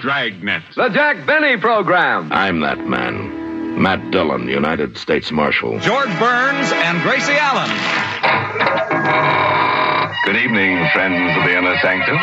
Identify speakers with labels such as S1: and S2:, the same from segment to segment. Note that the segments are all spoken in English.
S1: Dragnet.
S2: The Jack Benny Program.
S3: I'm that man. Matt Dillon, United States Marshal.
S4: George Burns and Gracie Allen.
S5: Good evening, friends of the inner sanctum.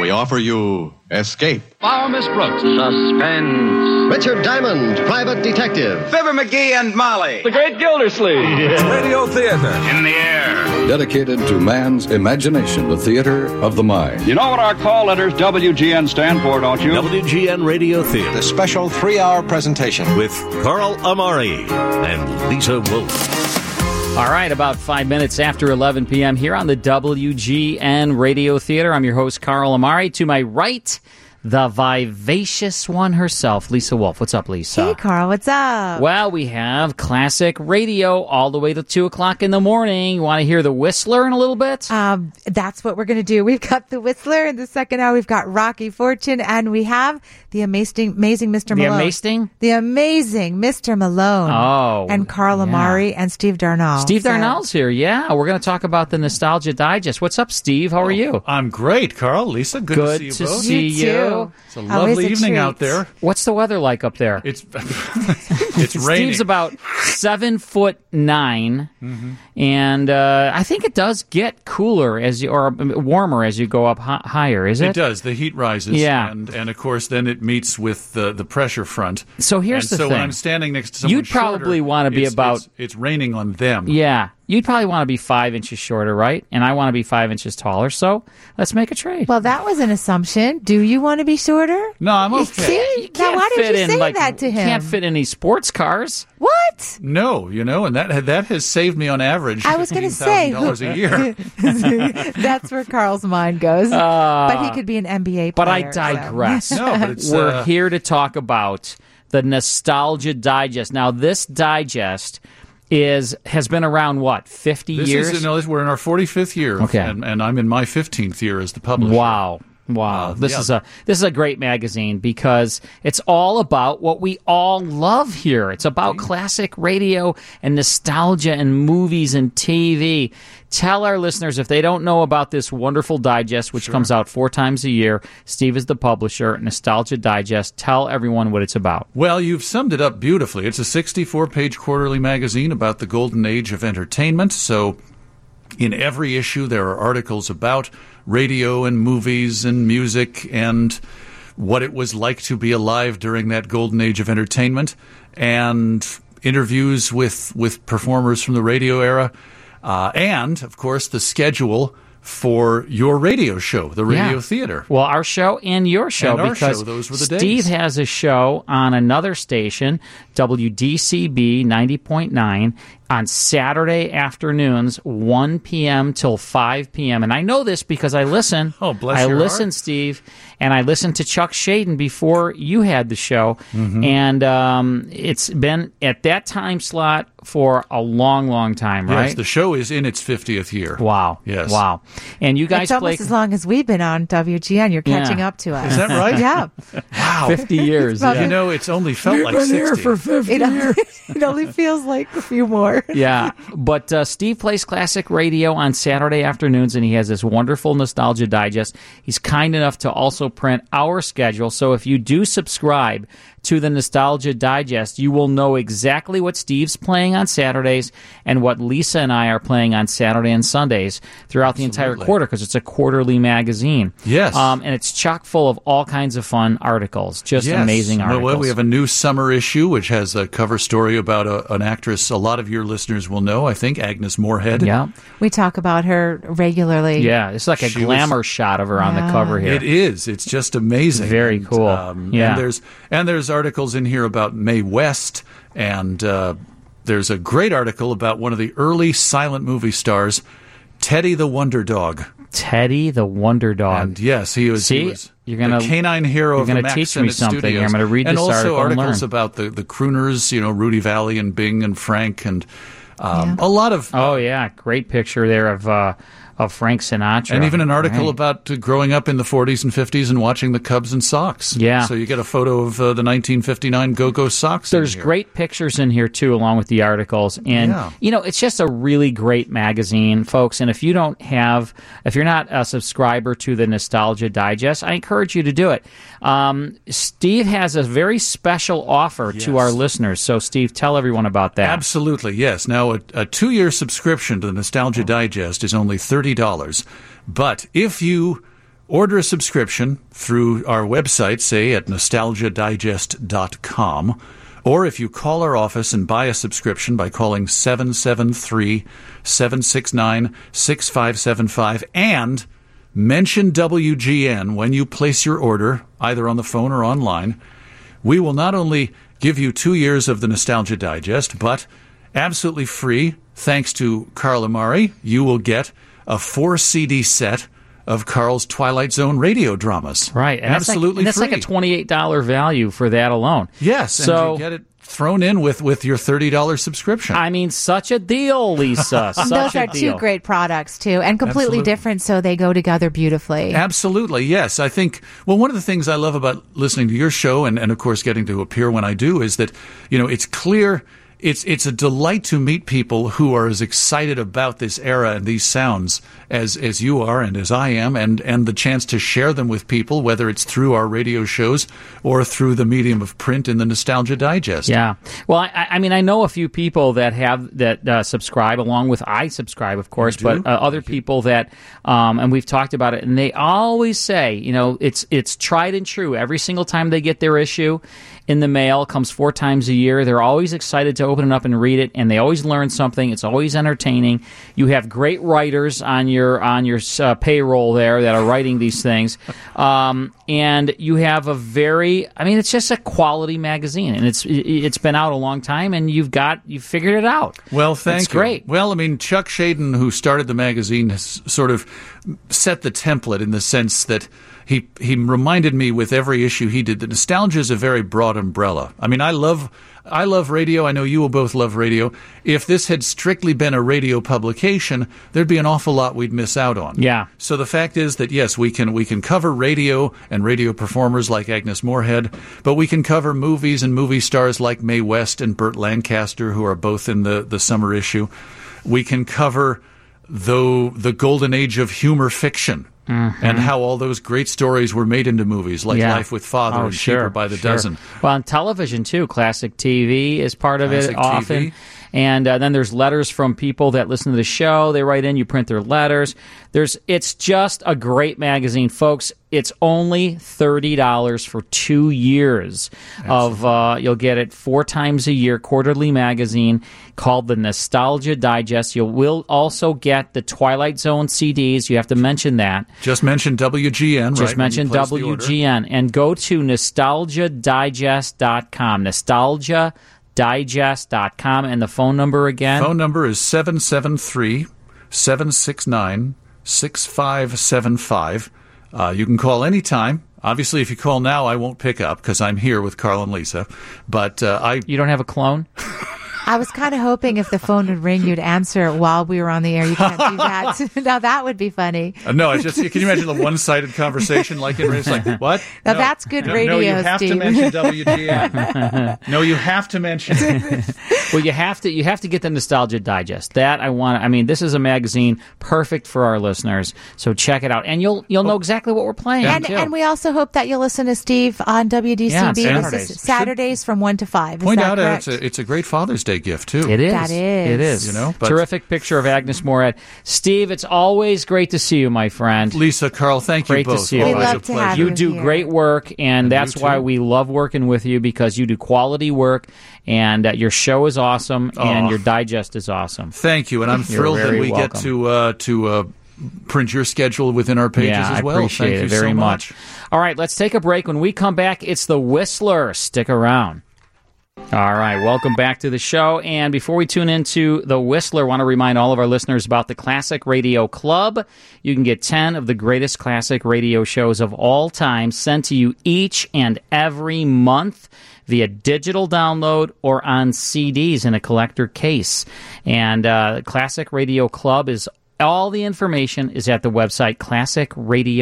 S6: We offer you Escape.
S7: Follow Miss Brooks.
S8: Suspense.
S9: Richard Diamond, Private Detective.
S4: Fibber McGee and Molly.
S10: The Great Gildersleeve.
S11: Yeah. Radio Theater.
S12: In the air.
S13: Dedicated to man's imagination, the theater of the mind.
S14: You know what our call letters WGN stand for, don't you?
S15: WGN Radio Theater.
S16: The special three hour presentation
S15: with Carl Amari and Lisa Wolf.
S17: All right, about five minutes after 11 p.m. here on the WGN Radio Theater. I'm your host, Carl Amari. To my right, the vivacious one herself, Lisa Wolf. What's up, Lisa?
S18: Hey, Carl, what's up?
S17: Well, we have classic radio all the way to 2 o'clock in the morning. You want to hear the Whistler in a little bit?
S18: Um, that's what we're going to do. We've got the Whistler in the second hour. We've got Rocky Fortune, and we have the amazing, amazing Mr. Malone.
S17: The amazing?
S18: The amazing Mr. Malone.
S17: Oh.
S18: And Carl yeah. Amari and Steve Darnall.
S17: Steve so. Darnall's here, yeah. We're going to talk about the Nostalgia Digest. What's up, Steve? How are you?
S19: Oh, I'm great, Carl. Lisa, good, to see
S17: good you to both. See you. you.
S19: It's a lovely a evening treat. out there.
S17: What's the weather like up there?
S19: It's it's raining.
S17: Steve's about seven foot 9 mm-hmm. and uh, I think it does get cooler as you or warmer as you go up h- higher. Is it?
S19: It does. The heat rises.
S17: Yeah,
S19: and, and of course then it meets with the, the pressure front.
S17: So here's
S19: and so
S17: the thing.
S19: So when I'm standing next to someone,
S17: you'd probably want to be
S19: it's,
S17: about.
S19: It's, it's raining on them.
S17: Yeah, you'd probably want to be five inches shorter, right? And I want to be five inches taller. So let's make a trade.
S18: Well, that was an assumption. Do you want to be shorter?
S19: No, I'm okay.
S18: See, you can't now, why did you in, say
S17: like,
S18: that to him?
S17: Can't fit any sports cars.
S18: What?
S19: No, you know, and that that has saved me on average.
S18: I was going to say
S19: dollars a year.
S18: That's where Carl's mind goes. Uh, but he could be an NBA. Player,
S17: but I digress.
S19: So. no,
S17: we're
S19: uh,
S17: here to talk about the nostalgia digest. Now, this digest is has been around what 50
S19: this
S17: years
S19: is, no this, we're in our 45th year okay and, and, i'm in my 15th year as the publisher
S17: wow wow uh, this yeah. is a this is a great magazine because it's all about what we all love here it's about right. classic radio and nostalgia and movies and tv tell our listeners if they don't know about this wonderful digest, which sure. comes out four times a year. Steve is the publisher, Nostalgia Digest. Tell everyone what it's about.
S19: Well, you've summed it up beautifully. It's a 64 page quarterly magazine about the golden age of entertainment. So, in every issue, there are articles about radio and movies and music and what it was like to be alive during that golden age of entertainment and interviews with, with performers from the radio era. Uh, and of course the schedule for your radio show, the radio yeah. theater.
S17: Well, our show and your show
S19: and
S17: because
S19: show, those were the
S17: Steve
S19: days.
S17: has a show on another station, WDCB 90.9 on Saturday afternoons, 1 p.m. till 5 p.m. And I know this because I listen.
S19: Oh, bless
S17: I
S19: your
S17: listen,
S19: heart.
S17: Steve, and I listened to Chuck Shaden before you had the show. Mm-hmm. And um, it's been at that time slot for a long, long time, right?
S19: Yes, the show is in its 50th year.
S17: Wow.
S19: Yes.
S17: Wow. And you guys
S18: It's almost
S17: play...
S18: as long as we've been on WGN. You're catching
S19: yeah.
S18: up to us.
S19: Is that right?
S18: yeah.
S19: Wow.
S17: 50 years.
S19: Probably... You know, it's only felt
S17: We've
S19: like
S17: been
S19: 60.
S17: here for 50
S18: it
S17: years.
S18: it only feels like a few more.
S17: yeah. But uh, Steve plays classic radio on Saturday afternoons, and he has this wonderful nostalgia digest. He's kind enough to also print our schedule. So if you do subscribe, to the Nostalgia Digest, you will know exactly what Steve's playing on Saturdays and what Lisa and I are playing on Saturday and Sundays throughout Absolutely. the entire quarter because it's a quarterly magazine.
S19: Yes.
S17: Um, and it's chock full of all kinds of fun articles, just
S19: yes.
S17: amazing articles.
S19: Well, we have a new summer issue, which has a cover story about a, an actress a lot of your listeners will know, I think, Agnes Moorehead.
S17: Yeah.
S18: We talk about her regularly.
S17: Yeah. It's like a she glamour was, shot of her on yeah. the cover here.
S19: It is. It's just amazing.
S17: Very cool.
S19: Um,
S17: yeah.
S19: And there's, and there's articles in here about Mae West, and uh, there's a great article about one of the early silent movie stars, Teddy the Wonder Dog.
S17: Teddy the Wonder Dog.
S19: And yes, he was.
S17: See,
S19: he was
S17: you're gonna
S19: the canine hero
S17: you're
S19: of the
S17: Max teach
S19: Senate
S17: me something.
S19: Studios.
S17: I'm gonna read
S19: and
S17: this
S19: also
S17: article
S19: articles
S17: and
S19: about the the crooners. You know, Rudy Valley and Bing and Frank and um, yeah. a lot of.
S17: Oh yeah, great picture there of. Uh, of Frank Sinatra.
S19: And even an article right. about growing up in the 40s and 50s and watching the Cubs and Sox.
S17: Yeah.
S19: So you get a photo of uh, the 1959 Go Go Sox.
S17: There's great pictures in here, too, along with the articles. And, yeah. you know, it's just a really great magazine, folks. And if you don't have, if you're not a subscriber to the Nostalgia Digest, I encourage you to do it. Um, Steve has a very special offer yes. to our listeners. So, Steve, tell everyone about that.
S19: Absolutely, yes. Now, a, a two year subscription to the
S17: Oh.
S19: Nostalgia Digest is only $30. But if you order a subscription through our website, say at nostalgiadigest.com, or if you call our office and buy a subscription by calling 773 769 6575 and mention WGN when you place your order, either on the phone or online, we will not only give you two years of the Nostalgia Digest, but absolutely free, thanks to Carl Amari, you will get a four CD set of Carl's Twilight Zone radio dramas.
S17: Right, and
S19: absolutely.
S17: That's like, and that's
S19: free.
S17: like a $28 value for that alone.
S19: Yes, so, get it thrown in with with your $30 subscription.
S17: I mean, such a deal, Lisa.
S18: Those are
S17: deal.
S18: two great products, too, and completely Absolutely. different, so they go together beautifully.
S19: Absolutely, yes. I think, well, one of the things I love about listening to your show and, and of course, getting to appear when I do is that, you know, it's clear. It's, it's a delight to meet people who are as excited about this era and these sounds as, as you are and as I am, and, and the chance to share them with people, whether it's through our radio shows or through the medium of print in the Nostalgia Digest.
S17: Yeah. Well, I, I mean, I know a few people that have that uh, subscribe, along with I subscribe, of course, but uh, other people that, um, and we've talked about it, and they always say, you know, it's it's tried and true. Every single time they get their issue in the mail, comes four times a year. They're always excited to open it up and read it, and they always learn something. It's always entertaining. You have great writers on your on your uh, payroll there that are writing these things, um, and you have a very I mean it's just a quality magazine, and it's it's been out a long time, and you've got you figured it out.
S19: Well, thank
S17: it's you. Great.
S19: Well, I mean Chuck Shaden, who started the magazine, has sort of set the template in the sense that he he reminded me with every issue he did that nostalgia is a very broad umbrella. I mean, I love I love radio. I know you will both love radio. If this had strictly been a radio publication, there'd be an awful lot we'd miss out on.
S17: Yeah.
S19: So the fact is that yes, we can we can cover radio and radio performers like Agnes Moorehead, but we can cover movies and movie stars like Mae West and Burt Lancaster, who are both in the the summer issue. We can cover though the golden age of humor fiction Mm-hmm. and how all those great stories were made into movies, like yeah. Life with Father oh, and sure, Cheaper by the sure. Dozen.
S17: Well, on television too, classic TV is part of classic it often. TV. And uh, then there's letters from people that listen to the show. They write in, you print their letters. There's, it's just a great magazine, folks. It's only thirty dollars for two years Absolutely. of. Uh, you'll get it four times a year, quarterly magazine called the Nostalgia Digest. You will also get the Twilight Zone CDs. You have to mention that.
S19: Just mention WGN. Right,
S17: Just mention WGN and go to nostalgiadigest.com. Nostalgiadigest.com and the phone number again.
S19: Phone number is 773 769 6575. Uh, You can call anytime. Obviously, if you call now, I won't pick up because I'm here with Carl and Lisa. But uh, I.
S17: You don't have a clone?
S18: I was kind of hoping if the phone would ring, you'd answer it while we were on the air. You can't do that. now that would be funny.
S19: Uh, no, I just can you imagine the one-sided conversation like in it's like what?
S18: Now
S19: no,
S18: that's good no, radio.
S19: No, you have
S18: Steve.
S19: to mention WGN. no, you have to mention.
S17: well, you have to you have to get the Nostalgia Digest. That I want. I mean, this is a magazine perfect for our listeners. So check it out, and you'll you'll oh, know exactly what we're playing.
S18: And, and, we also hope that you'll listen to Steve on WDCB yeah, on
S17: Saturdays,
S18: Saturdays Should from one to five. Is
S19: point uh,
S18: out
S19: it's a, it's a great Father's Day gift too.
S17: It is.
S18: That is.
S17: It is.
S19: You know,
S17: terrific picture of Agnes Moret. Steve, it's always great to see you, my friend.
S19: Lisa, Carl, thank
S17: great
S19: you both.
S17: to see you.
S18: We love to
S17: pleasure.
S18: have
S17: you. do
S18: here.
S17: great work, and, and that's why we love working with you because you do quality work, and uh, your show is awesome, oh. and your digest is awesome.
S19: Thank you, and I'm
S17: You're
S19: thrilled that we
S17: welcome.
S19: get to uh, to. Uh, print your schedule within our pages
S17: yeah,
S19: as well.
S17: I appreciate
S19: thank
S17: it
S19: you
S17: very
S19: so
S17: much.
S19: much.
S17: All right, let's take a break. When we come back, it's the Whistler. Stick around. All right, welcome back to the show. And before we tune into the Whistler, I want to remind all of our listeners about the Classic Radio Club. You can get 10 of the greatest classic radio shows of all time sent to you each and every month via digital download or on CDs in a collector case. And uh, Classic Radio Club is All the information is at the website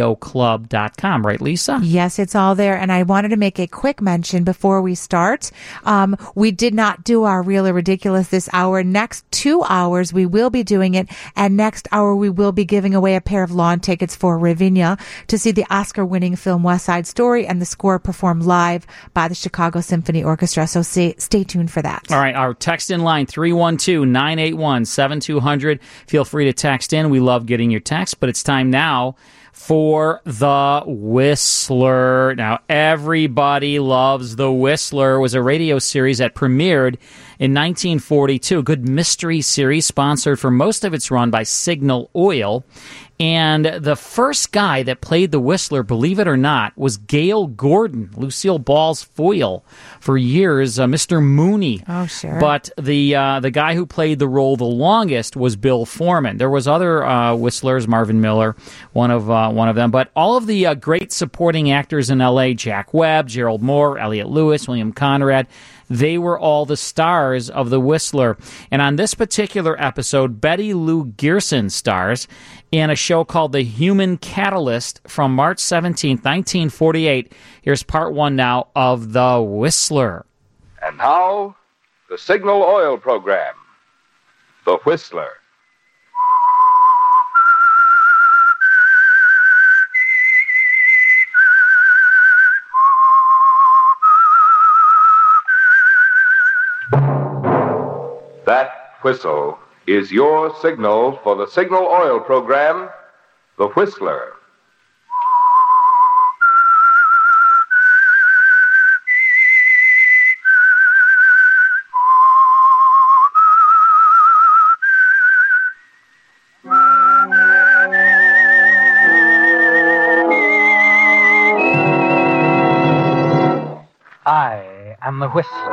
S17: classicradioclub.com, right, Lisa?
S18: Yes, it's all there. And I wanted to make a quick mention before we start. Um, we did not do our Real or Ridiculous this hour. Next two hours, we will be doing it. And next hour, we will be giving away a pair of lawn tickets for Ravinia to see the Oscar winning film West Side Story and the score performed live by the Chicago Symphony Orchestra. So stay, stay tuned for that.
S17: All right. Our text in line 312 981 7200. Feel free to text in. We love getting your text, but it's time now for the Whistler. Now, everybody loves the Whistler. It was a radio series that premiered in 1942. A good mystery series sponsored for most of its run by Signal Oil. And the first guy that played the Whistler, believe it or not, was Gail Gordon, Lucille Ball's foil for years, uh, Mr. Mooney.
S18: Oh, sure.
S17: But the uh, the guy who played the role the longest was Bill Foreman. There was other uh, Whistlers, Marvin Miller, one of uh, one of them. But all of the uh, great supporting actors in L.A. Jack Webb, Gerald Moore, Elliot Lewis, William Conrad. They were all the stars of The Whistler. And on this particular episode, Betty Lou Gearson stars in a show called The Human Catalyst from March 17, 1948. Here's part one now of The Whistler.
S1: And now, the Signal Oil Program The Whistler. That whistle is your signal for the Signal Oil Program, The Whistler.
S7: I am the Whistler.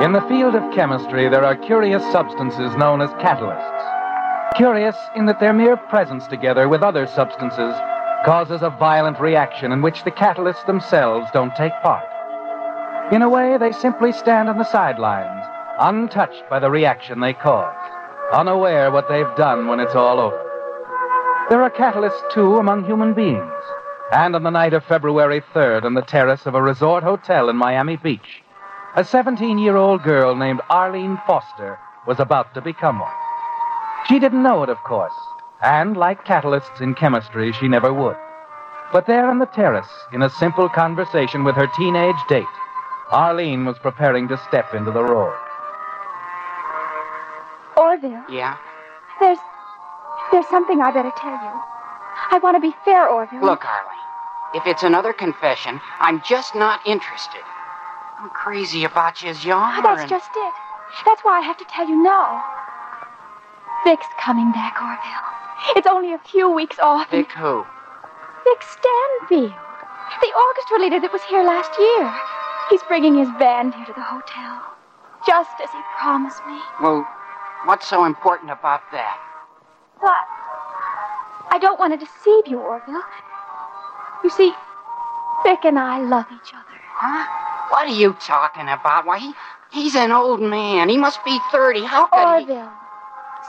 S7: In the field of chemistry, there are curious substances known as catalysts. Curious in that their mere presence together with other substances causes a violent reaction in which the catalysts themselves don't take part. In a way, they simply stand on the sidelines, untouched by the reaction they cause, unaware what they've done when it's all over. There are catalysts, too, among human beings. And on the night of February 3rd, on the terrace of a resort hotel in Miami Beach, a 17 year old girl named Arlene Foster was about to become one. She didn't know it, of course, and like catalysts in chemistry, she never would. But there on the terrace, in a simple conversation with her teenage date, Arlene was preparing to step into the role.
S10: Orville?
S11: Yeah?
S10: There's. There's something I better tell you. I want to be fair, Orville.
S11: Look, Arlene, if it's another confession, I'm just not interested. I'm crazy about you, Yarn.
S10: Oh, that's just it. That's why I have to tell you now. Vic's coming back, Orville. It's only a few weeks off.
S11: Vic who?
S10: Vic Stanfield, the orchestra leader that was here last year. He's bringing his band here to the hotel, just as he promised me.
S11: Well, what's so important about that?
S10: Well, I don't want to deceive you, Orville. You see, Vic and I love each other.
S11: Huh? What are you talking about? Why, he, he's an old man. He must be 30. How could
S10: Orville, he... Oh,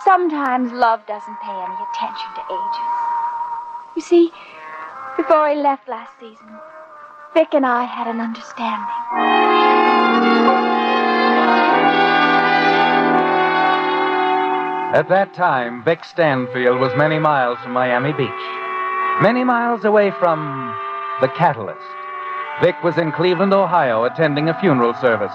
S10: sometimes love doesn't pay any attention to ages. You see, before he left last season, Vic and I had an understanding.
S7: At that time, Vic Stanfield was many miles from Miami Beach, many miles away from the catalyst. Vic was in Cleveland, Ohio, attending a funeral service,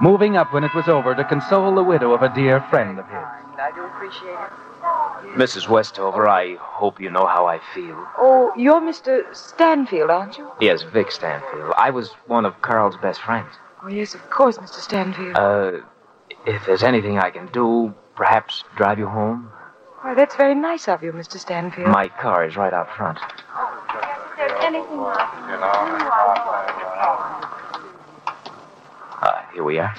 S7: moving up when it was over to console the widow of a dear friend of his.
S12: I do appreciate it.
S20: Mrs. Westover, I hope you know how I feel.
S12: Oh, you're Mr. Stanfield, aren't you?
S20: Yes, Vic Stanfield. I was one of Carl's best friends.
S12: Oh, yes, of course, Mr. Stanfield.
S20: Uh, if there's anything I can do, perhaps drive you home?
S12: Why, that's very nice of you, Mr. Stanfield.
S20: My car is right out front.
S10: If there's anything I
S20: Uh, here we are.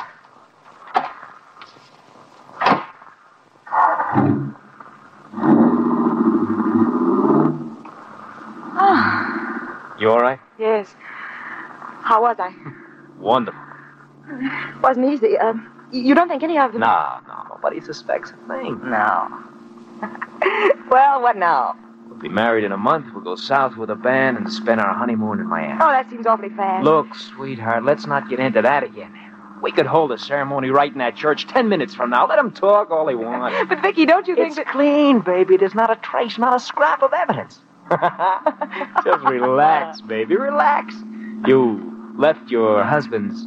S12: Ah,
S20: You all right?
S12: yes. How was I?
S20: Wonderful.
S12: Wasn't easy. Um, y- you don't think any of them?
S20: No, no, nobody suspects a thing. No.
S12: Well, what now?
S20: We'll be married in a month. We'll go south with a band and spend our honeymoon in Miami.
S12: Oh, that seems awfully fast.
S20: Look, sweetheart, let's not get into that again. We could hold a ceremony right in that church ten minutes from now. Let them talk all they want.
S12: But Vicky, don't you think
S20: It's
S12: that
S20: clean, baby? There's not a trace, not a scrap of evidence. Just relax, baby, relax. You left your husband's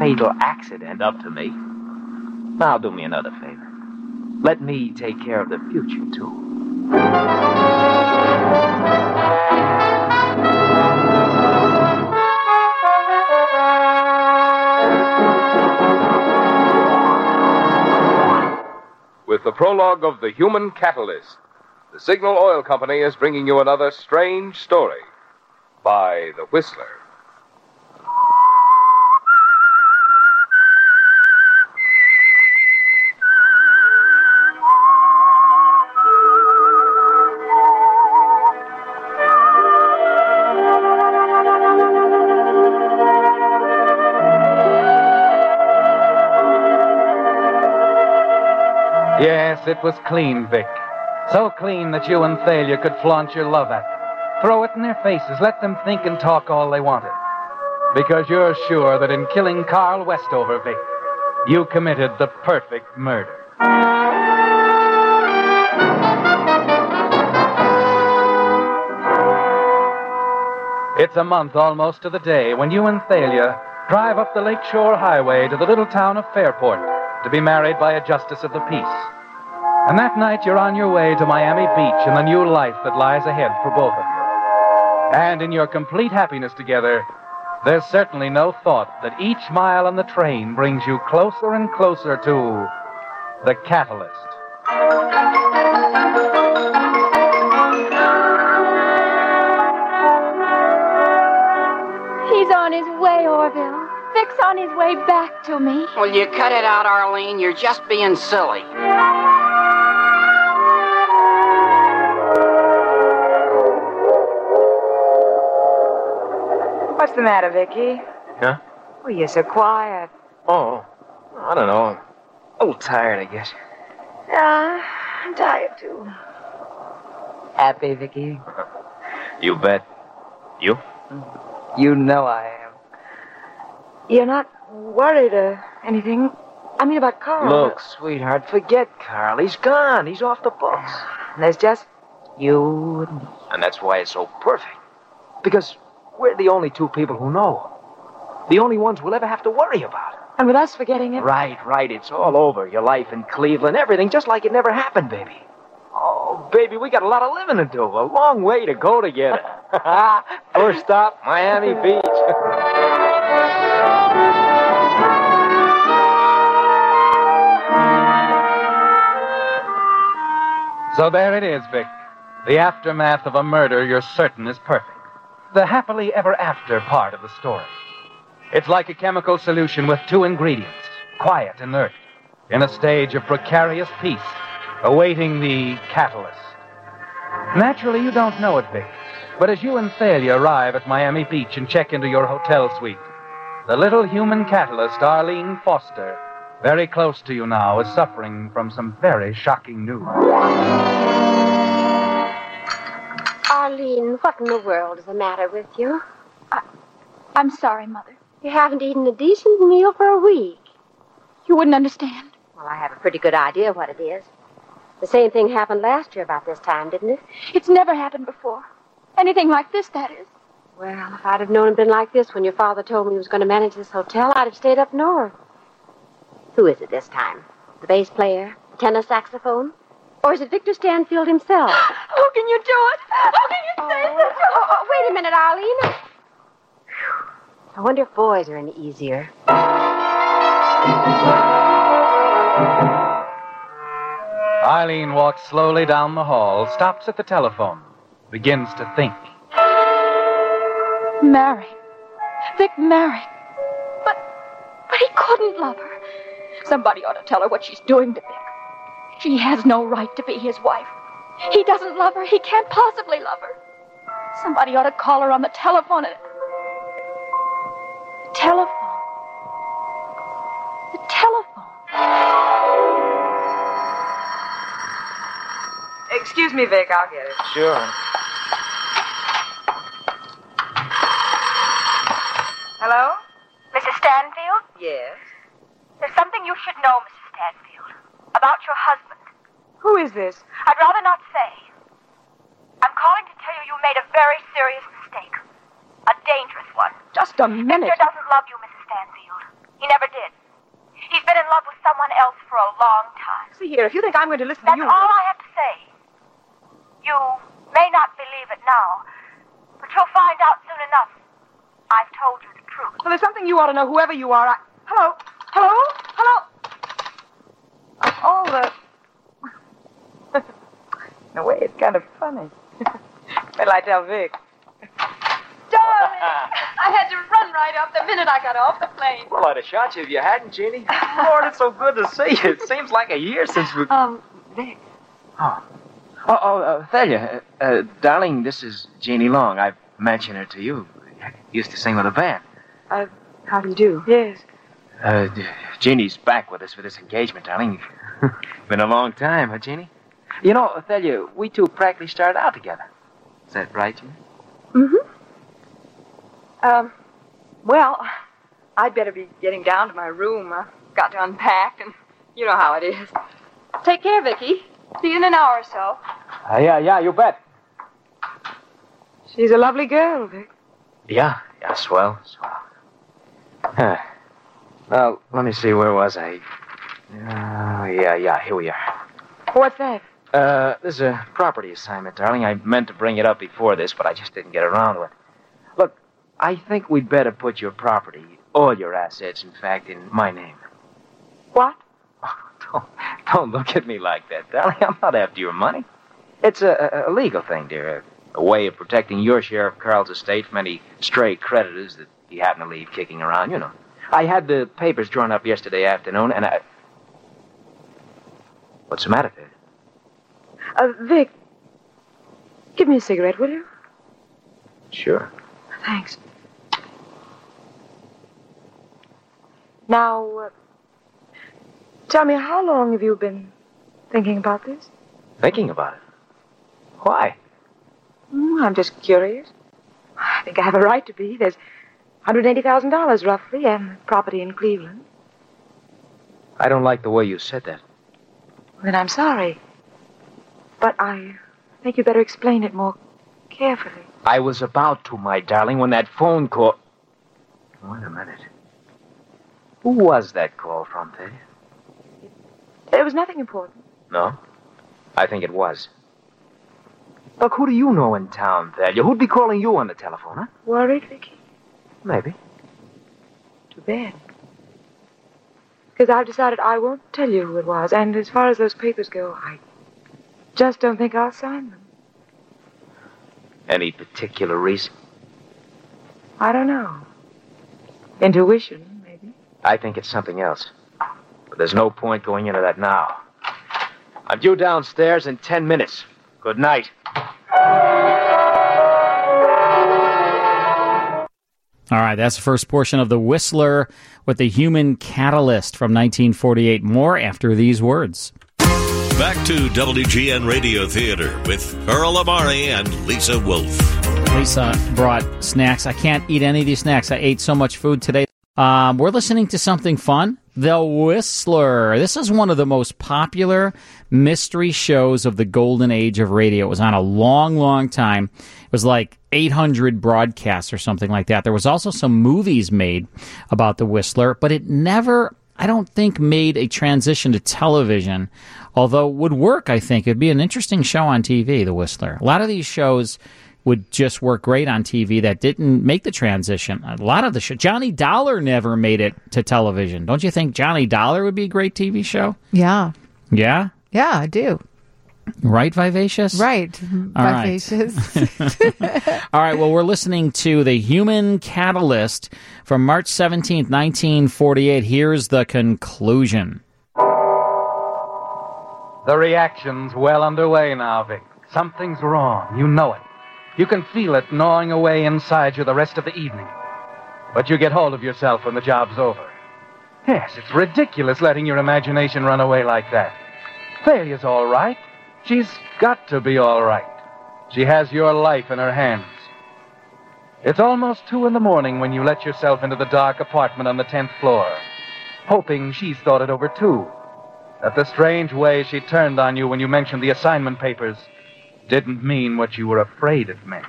S20: fatal accident up to me. Now do me another favor. Let me take care of the future, too.
S1: With the prologue of The Human Catalyst, the Signal Oil Company is bringing you another strange story by The Whistler.
S7: Yes, it was clean, Vic. So clean that you and Thalia could flaunt your love at them. Throw it in their faces. Let them think and talk all they wanted. Because you're sure that in killing Carl Westover, Vic, you committed the perfect murder. It's a month almost to the day when you and Thalia drive up the Lakeshore Highway to the little town of Fairport to be married by a justice of the peace. And that night you're on your way to Miami Beach and the new life that lies ahead for both of you. And in your complete happiness together, there's certainly no thought that each mile on the train brings you closer and closer to the catalyst.
S10: can. He's on his way, Orville. Vic's on his way back to me.
S11: Will you cut it out, Arlene? You're just being silly.
S12: What's the matter, Vicky?
S20: Huh?
S12: Oh, you're so quiet.
S20: Oh, I don't know. I'm a little tired, I guess. Ah,
S12: Yeah, I'm tired too. Happy, Vicky?
S20: Uh-huh. You bet. You?
S12: You know I am. You're not worried or anything. I mean about Carl.
S20: Look, sweetheart, forget Carl. He's gone. He's off the books.
S12: There's just you and me.
S20: And that's why it's so perfect. Because we're the only two people who know. The only ones we'll ever have to worry about.
S12: And with us forgetting it.
S20: Right, right. It's all over. Your life in Cleveland, everything, just like it never happened, baby. Oh, baby, we got a lot of living to do. A long way to go together. First stop, Miami Beach.
S7: So there it is, Vic. The aftermath of a murder you're certain is perfect. The happily ever after part of the story. It's like a chemical solution with two ingredients quiet, inert, in a stage of precarious peace, awaiting the catalyst. Naturally, you don't know it, Vic. But as you and Thalia arrive at Miami Beach and check into your hotel suite, the little human catalyst, Arlene Foster, very close to you now, is suffering from some very shocking news.
S21: Arlene, what in the world is the matter with you?
S10: I'm sorry, Mother.
S21: You haven't eaten a decent meal for a week.
S10: You wouldn't understand.
S21: Well, I have a pretty good idea what it is. The same thing happened last year about this time, didn't it?
S10: It's never happened before. Anything like this, that is.
S21: Well, if I'd have known it'd been like this when your father told me he was going to manage this hotel, I'd have stayed up north. Who is it this time? The bass player? Tenor saxophone? Or is it Victor Stanfield himself?
S10: How can you do it? How can you say such a...
S21: Oh, oh, wait a minute, Arlene. I wonder if boys are any easier.
S7: Eileen walks slowly down the hall, stops at the telephone, begins to think.
S10: Married. Vic married. But, but he couldn't love her. Somebody ought to tell her what she's doing to Vic. She has no right to be his wife. He doesn't love her. He can't possibly love her. Somebody ought to call her on the telephone and. The telephone. The telephone.
S12: Excuse me, Vic. I'll get it.
S20: Sure.
S12: Hello?
S22: Mrs. Stanfield?
S12: Yes.
S22: There's something you should know, Mrs. Stanfield, about your husband.
S12: Who is this?
S22: I'd rather not say. I'm calling to tell you you made a very serious mistake. A dangerous one.
S12: Just a minute.
S22: Victor doesn't love you, Mrs. Stanfield. He never did. He's been in love with someone else for a long time.
S12: See here, if you think I'm going to listen
S22: That's
S12: to you.
S22: all I have to say. You may not believe it now, but you'll find out soon enough. I've told you the truth.
S12: Well, there's something you ought to know, whoever you are. I... Hello? Hello? Hello? Of all the. In a way, it's kind of funny. Well, I tell Vic.
S6: Darling, I had to run right off the minute I got off the plane.
S20: Well, I'd have shot you if you hadn't, Jeannie. Lord, it's so good to see you. It seems like a year since we.
S12: Um, Vic.
S20: Oh. Oh, oh uh, Thalia, uh, uh, darling, this is Jeannie Long. I've mentioned her to you. Used to sing with a band.
S12: Uh, how do you do? Yes.
S20: Uh, Jeannie's back with us for this engagement, darling. Been a long time, huh, Jeannie? You know, Thalia, we two practically started out together. Is that right, Jeannie?
S12: Mm-hmm. Um, well, I'd better be getting down to my room. I've got to unpack, and you know how it is.
S6: Take care, Vicky. See you in an hour or so.
S20: Uh, yeah, yeah, you bet.
S12: She's a lovely girl, Vic.
S20: Yeah, yeah, swell, swell. Huh. Well, let me see, where was I? Oh, yeah, yeah, here we are.
S12: What's that?
S20: Uh, this is a property assignment, darling. I meant to bring it up before this, but I just didn't get around to it. Look, I think we'd better put your property, all your assets, in fact, in my name.
S12: What?
S20: Don't, don't look at me like that, darling. I'm not after your money. It's a, a, a legal thing, dear. A, a way of protecting your share of Carl's estate from any stray creditors that you happen to leave kicking around, you know. I had the papers drawn up yesterday afternoon, and I. What's the matter, Ted?
S12: Uh, Vic, give me a cigarette, will you?
S20: Sure.
S12: Thanks. Now, uh, tell me, how long have you been thinking about this?
S20: Thinking about it. Why?
S12: Mm, I'm just curious. I think I have a right to be. There's $180,000 roughly, and property in Cleveland.
S20: I don't like the way you said that.
S12: Then I'm sorry. But I think you better explain it more carefully.
S20: I was about to, my darling, when that phone call. Wait a minute. Who was that call from, Ted?
S12: It was nothing important.
S20: No? I think it was. Look, who do you know in town, Thalia? Who'd be calling you on the telephone, huh?
S12: Worried, Vicky?
S20: Maybe.
S12: Too bad. Because I've decided I won't tell you who it was, and as far as those papers go, I just don't think I'll sign them.
S20: Any particular reason?
S12: I don't know. Intuition, maybe.
S20: I think it's something else. But there's no point going into that now. I'm due downstairs in ten minutes. Good night.
S17: All right, that's the first portion of The Whistler with the Human Catalyst from 1948. More after these words.
S15: Back to WGN Radio Theater with Earl Amari and Lisa Wolf.
S17: Lisa brought snacks. I can't eat any of these snacks. I ate so much food today. Um, we're listening to something fun The Whistler. This is one of the most popular mystery shows of the golden age of radio. It was on a long, long time. It was like 800 broadcasts or something like that. There was also some movies made about The Whistler, but it never, I don't think, made a transition to television, although it would work, I think. It'd be an interesting show on TV, The Whistler. A lot of these shows would just work great on TV that didn't make the transition. A lot of the show, Johnny Dollar never made it to television. Don't you think Johnny Dollar would be a great TV show?
S18: Yeah.
S17: Yeah.
S18: Yeah, I do.
S17: Right, Vivacious?
S18: Right.
S17: All right.
S18: Vivacious.
S17: All right, well, we're listening to The Human Catalyst from March 17th, 1948. Here's the conclusion.
S7: The reaction's well underway now, Vic. Something's wrong. You know it. You can feel it gnawing away inside you the rest of the evening. But you get hold of yourself when the job's over. Yes, it's ridiculous letting your imagination run away like that. Failure's all right. She's got to be all right. She has your life in her hands. It's almost two in the morning when you let yourself into the dark apartment on the 10th floor, hoping she's thought it over too. That the strange way she turned on you when you mentioned the assignment papers didn't mean what you were afraid it meant.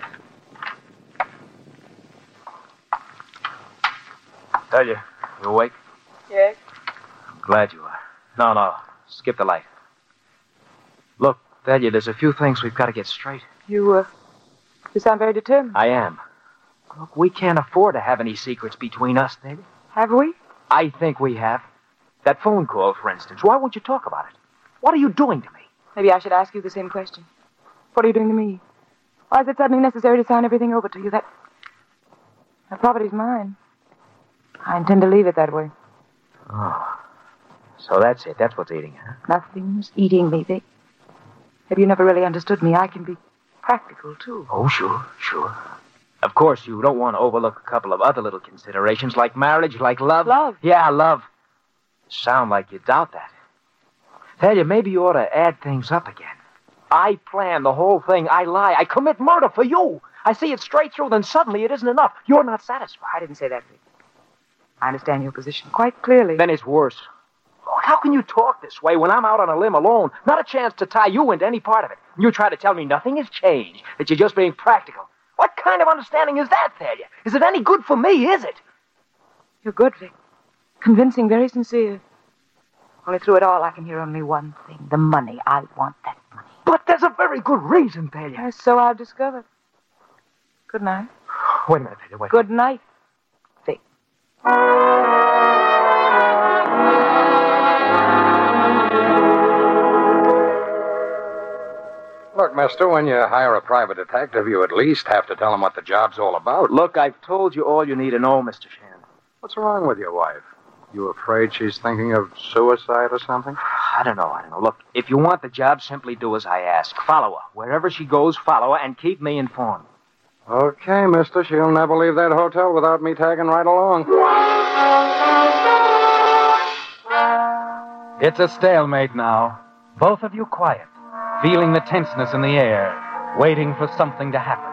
S20: Tell you, you awake?
S23: Yes?
S20: Glad you are. No, no, skip the light. Look, Delia, there's a few things we've got to get straight.
S2: You, uh, you sound very determined.
S20: I am. Look, we can't afford to have any secrets between us, Delia.
S2: Have we?
S20: I think we have. That phone call, for instance. Why won't you talk about it? What are you doing to me?
S2: Maybe I should ask you the same question. What are you doing to me? Why is it suddenly necessary to sign everything over to you? That, that property's mine. I intend to leave it that way.
S20: Oh. So that's it. That's what's eating, huh?
S2: Nothing's eating me, Vic. Have you never really understood me? I can be practical, too.
S20: Oh, sure, sure. Of course, you don't want to overlook a couple of other little considerations like marriage, like love.
S2: Love?
S20: Yeah, love. Sound like you doubt that. Tell you, maybe you ought to add things up again. I plan the whole thing. I lie. I commit murder for you. I see it straight through, then suddenly it isn't enough. You're not satisfied.
S2: I didn't say that, Vic. I understand your position quite clearly.
S20: Then it's worse. Oh, how can you talk this way when I'm out on a limb alone? Not a chance to tie you into any part of it. You try to tell me nothing has changed, that you're just being practical. What kind of understanding is that, Thalia? Is it any good for me, is it?
S2: You're good, Vic. Convincing, very sincere. Only through it all, I can hear only one thing the money. I want that money.
S20: But there's a very good reason, Thalia.
S2: Yes, so I've discovered. Good night.
S20: Wait a minute, Thalia. Wait.
S2: Good night.
S3: Look, mister, when you hire a private detective, you at least have to tell him what the job's all about.
S20: Look, I've told you all you need to know, Mr. Shan.
S3: What's wrong with your wife? You afraid she's thinking of suicide or something?
S20: I don't know. I don't know. Look, if you want the job, simply do as I ask. Follow her. Wherever she goes, follow her and keep me informed.
S3: Okay, mister, she'll never leave that hotel without me tagging right along.
S7: It's a stalemate now. Both of you quiet, feeling the tenseness in the air, waiting for something to happen.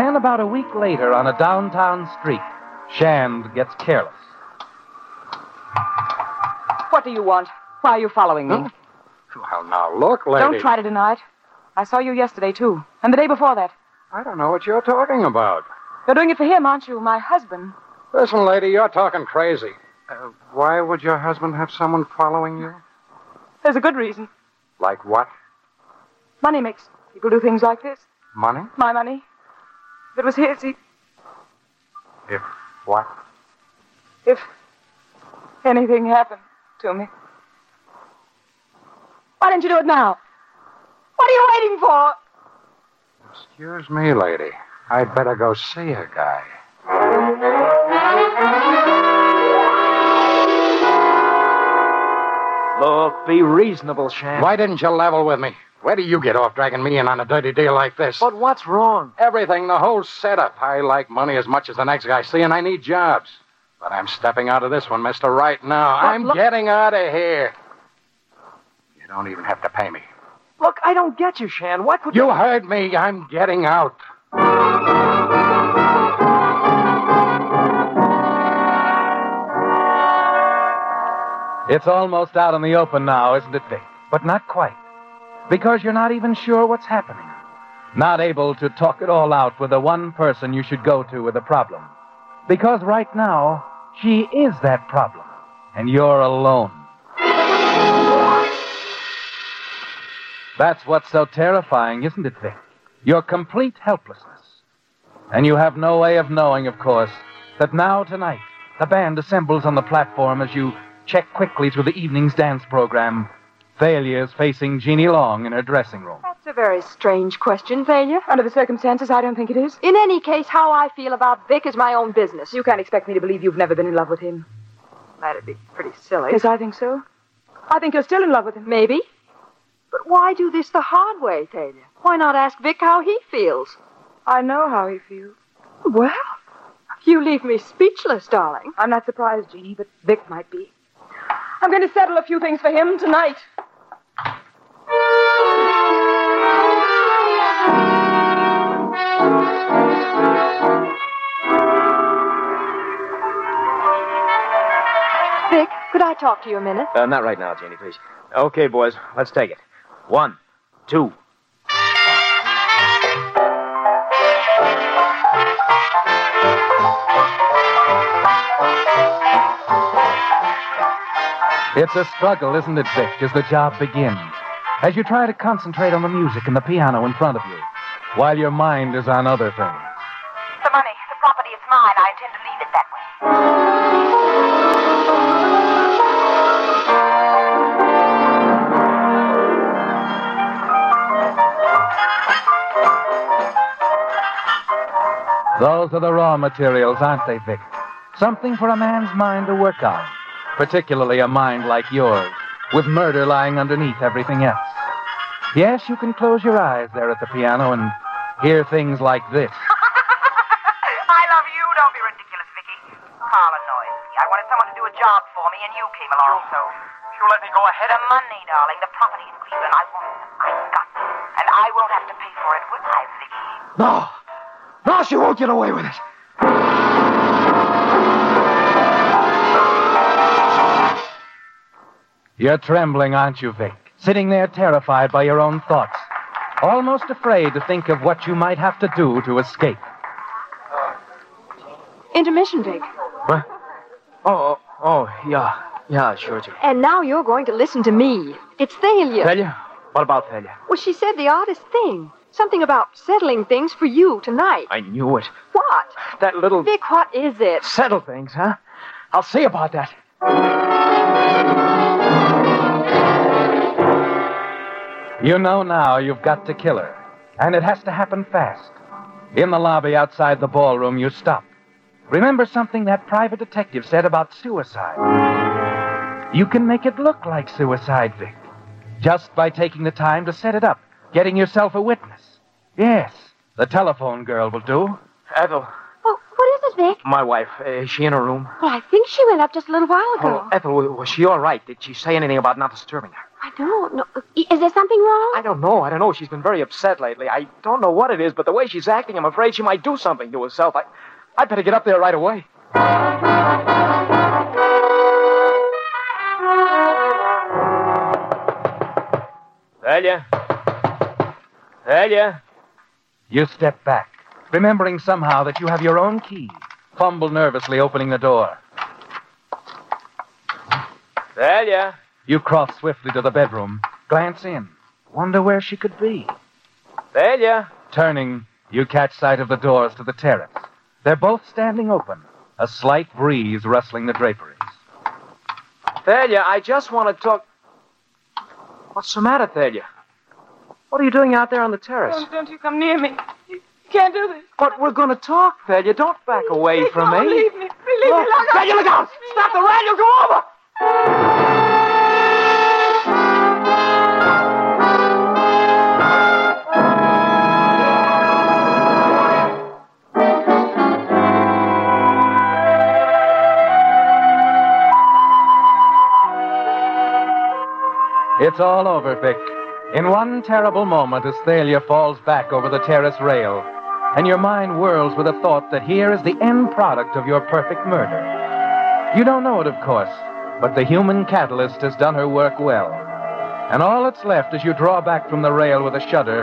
S7: Then, about a week later, on a downtown street, Shand gets careless.
S2: What do you want? Why are you following me?
S3: Well, now look, lady.
S2: Don't try to deny it. I saw you yesterday, too, and the day before that.
S3: I don't know what you're talking about.
S2: You're doing it for him, aren't you? My husband.
S3: Listen, lady, you're talking crazy. Uh, why would your husband have someone following you?
S2: There's a good reason.
S3: Like what?
S2: Money makes people do things like this.
S3: Money?
S2: My money. If it was his, he,
S3: If what?
S2: if anything happened to me. Why didn't you do it now? What are you waiting for?
S3: Excuse me, lady. I'd better go see a guy.
S20: Look, be reasonable, Shan.
S3: Why didn't you level with me? Where do you get off dragging me in on a dirty deal like this?
S20: But what's wrong?
S3: Everything, the whole setup. I like money as much as the next guy. See, and I need jobs. But I'm stepping out of this one, mister, right now.
S20: But
S3: I'm
S20: look-
S3: getting out of here. You don't even have to pay me.
S20: Look, I don't get you, Shan. What could
S3: You heard me. I'm getting out.
S7: It's almost out in the open now, isn't it, Dick? But not quite. Because you're not even sure what's happening. Not able to talk it all out with the one person you should go to with a problem. Because right now, she is that problem. And you're alone. That's what's so terrifying, isn't it, Vic? Your complete helplessness. And you have no way of knowing, of course, that now tonight the band assembles on the platform as you check quickly through the evening's dance program. Failures facing Jeannie Long in her dressing room.
S12: That's a very strange question, failure. Under the circumstances, I don't think it is. In any case, how I feel about Vic is my own business. You can't expect me to believe you've never been in love with him.
S2: That'd be pretty silly.
S12: Yes, I think so. I think you're still in love with him. Maybe.
S2: But why do this the hard way, Thalia? Why not ask Vic how he feels?
S12: I know how he feels.
S2: Well, you leave me speechless, darling.
S12: I'm not surprised, Jeannie, but Vic might be. I'm going to settle a few things for him tonight.
S2: Vic, could I talk to you a minute?
S20: Uh, not right now, Janie, please. Okay, boys, let's take it. One, two.
S7: It's a struggle, isn't it, Vic, as the job begins? As you try to concentrate on the music and the piano in front of you, while your mind is on other things.
S22: The money, the property is mine. I intend to leave it that way.
S7: Those are the raw materials, aren't they, Vic? Something for a man's mind to work on, particularly a mind like yours, with murder lying underneath everything else. Yes, you can close your eyes there at the piano and hear things like this.
S22: I love you. Don't be ridiculous, Vicky. Carl annoys me. I wanted someone to do a job for me, and you came along, so you let me go ahead. The money, darling, the property in Cleveland, I want it. I've got it. And I won't have to pay for it, will I, Vicky?
S20: No! No, she won't get away with it.
S7: You're trembling, aren't you, Vic? Sitting there terrified by your own thoughts, almost afraid to think of what you might have to do to escape.
S2: Intermission, Vic.
S20: Oh, oh, oh, yeah. Yeah, sure, sure.
S2: And now you're going to listen to me. It's Thalia.
S20: Failure? What about failure?
S2: Well, she said the oddest thing. Something about settling things for you tonight.
S20: I knew it.
S2: What?
S20: That little
S2: Vic, what is it?
S20: settle things, huh? I'll see about that.
S7: You know now you've got to kill her, and it has to happen fast. In the lobby outside the ballroom, you stop. Remember something that private detective said about suicide. You can make it look like suicide, Vic, just by taking the time to set it up, getting yourself a witness. Yes, the telephone girl will do.
S20: Ethel,
S21: Oh, what is it, Vic?
S20: my wife, uh, is she in her room?
S21: Well, I think she went up just a little while ago.
S20: Oh, Ethel, wa- was she all right? Did she say anything about not disturbing her?
S21: I don't know. I- Is there something wrong?
S20: I don't know. I don't know. She's been very upset lately. I don't know what it is, but the way she's acting, I'm afraid she might do something to herself. I, I'd better get up there right away. Thalia? Thalia?
S7: You step back, remembering somehow that you have your own key. Fumble nervously opening the door.
S20: Thalia?
S7: You cross swiftly to the bedroom, glance in, wonder where she could be.
S20: Thalia?
S7: Turning, you catch sight of the doors to the terrace. They're both standing open, a slight breeze rustling the draperies.
S20: Thalia, I just want to talk. What's the matter, Thalia? What are you doing out there on the terrace?
S12: Don't, don't you come near me. You can't do this.
S20: But we're going to talk, Thalia. Don't back away
S12: Please,
S20: from
S12: don't
S20: me.
S12: Leave me. Please leave
S20: Look,
S12: me alone.
S20: Thalia, look out! Stop the ride. You'll go over.
S7: It's all over, Vic. In one terrible moment, as Thalia falls back over the terrace rail, and your mind whirls with a thought that here is the end product of your perfect murder. You don't know it, of course, But the human catalyst has done her work well. And all that's left as you draw back from the rail with a shudder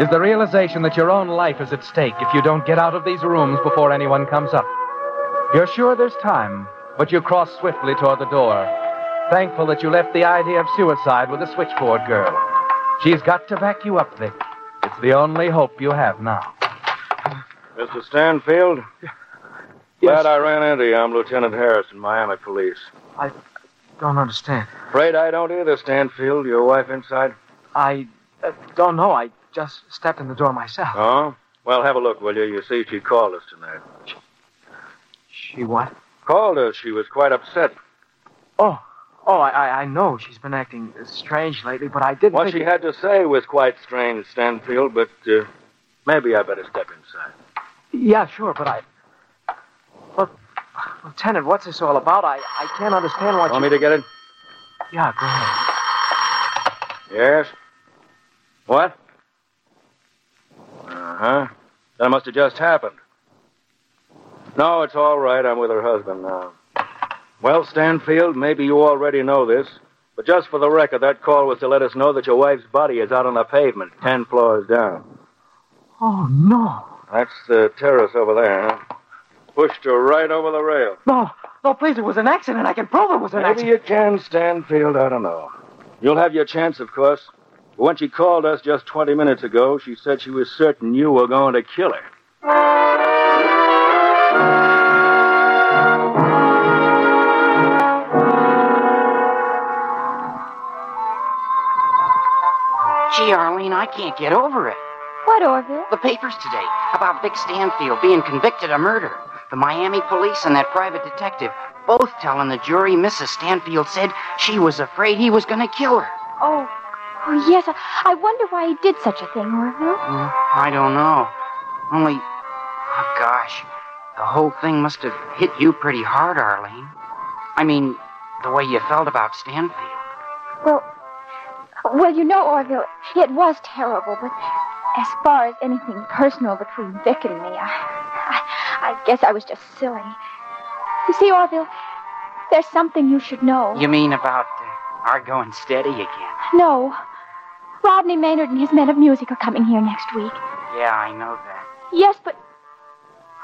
S7: is the realization that your own life is at stake if you don't get out of these rooms before anyone comes up. You're sure there's time, but you cross swiftly toward the door, thankful that you left the idea of suicide with the switchboard girl. She's got to back you up, Vic. It's the only hope you have now.
S5: Mr. Stanfield? Glad I ran into you. I'm Lieutenant Harrison, Miami Police.
S20: I don't understand.
S5: Afraid I don't either, Stanfield. Your wife inside?
S20: I uh, don't know. I just stepped in the door myself.
S5: Oh? Well, have a look, will you? You see, she called us tonight.
S20: She what?
S5: Called us. She was quite upset.
S20: Oh, oh, I, I, I know she's been acting strange lately, but I didn't
S5: What
S20: think...
S5: she had to say was quite strange, Stanfield, but uh, maybe I better step inside.
S20: Yeah, sure, but I... Look, Lieutenant, what's this all about? I, I can't understand what
S5: Want
S20: you...
S5: me to get it?
S20: Yeah, go ahead.
S5: Yes. What? Uh huh. That must have just happened. No, it's all right. I'm with her husband now. Well, Stanfield, maybe you already know this, but just for the record, that call was to let us know that your wife's body is out on the pavement, ten floors down.
S20: Oh, no.
S5: That's the terrace over there, huh? Pushed her right over the rail.
S20: No, no, please, it was an accident. I can prove it was an
S5: Maybe
S20: accident.
S5: you can, Stanfield. I don't know. You'll have your chance, of course. But when she called us just 20 minutes ago, she said she was certain you were going to kill her.
S11: Gee, Arlene, I can't get over it. What, Orville? The papers today about Vic Stanfield being convicted of murder. The Miami police and that private detective both telling the jury Mrs. Stanfield said she was afraid he was going to kill her.
S21: Oh, oh yes. I, I wonder why he did such a thing, Orville.
S11: Mm, I don't know. Only, oh gosh, the whole thing must have hit you pretty hard, Arlene. I mean, the way you felt about Stanfield.
S21: Well, well, you know, Orville, it was terrible, but as far as anything personal between Vic and me, I, I, I guess I was just silly. You see, Orville, there's something you should know.
S11: You mean about uh, our going steady again?
S21: No. Rodney Maynard and his men of music are coming here next week.
S11: Yeah, I know that.
S21: Yes, but.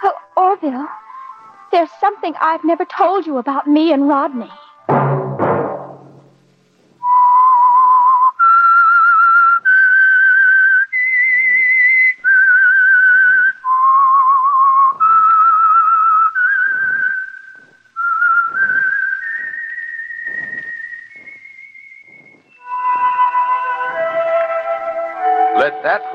S21: Well, Orville, there's something I've never told you about me and Rodney.
S1: Let that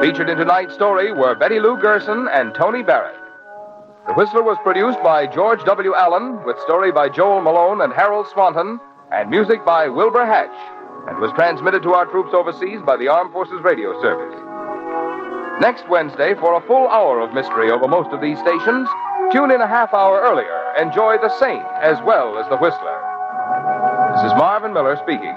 S1: Featured in tonight's story were Betty Lou Gerson and Tony Barrett. The Whistler was produced by George W. Allen, with story by Joel Malone and Harold Swanton, and music by Wilbur Hatch, and was transmitted to our troops overseas by the Armed Forces Radio Service. Next Wednesday, for a full hour of mystery over most of these stations, tune in a half hour earlier. Enjoy The Saint as well as The Whistler. This is Marvin Miller speaking.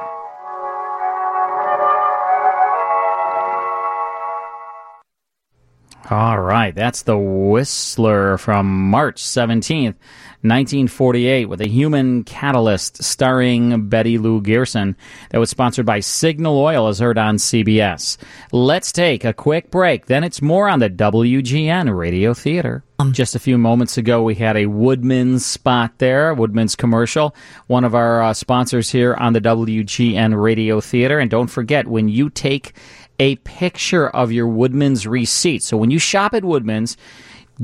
S17: All right, that's the Whistler from March 17th, 1948, with a human catalyst starring Betty Lou Gerson that was sponsored by Signal Oil, as heard on CBS. Let's take a quick break, then it's more on the WGN Radio Theater. Um, Just a few moments ago, we had a Woodman's spot there, Woodman's commercial, one of our uh, sponsors here on the WGN Radio Theater. And don't forget, when you take a picture of your Woodman's receipt. So when you shop at Woodman's,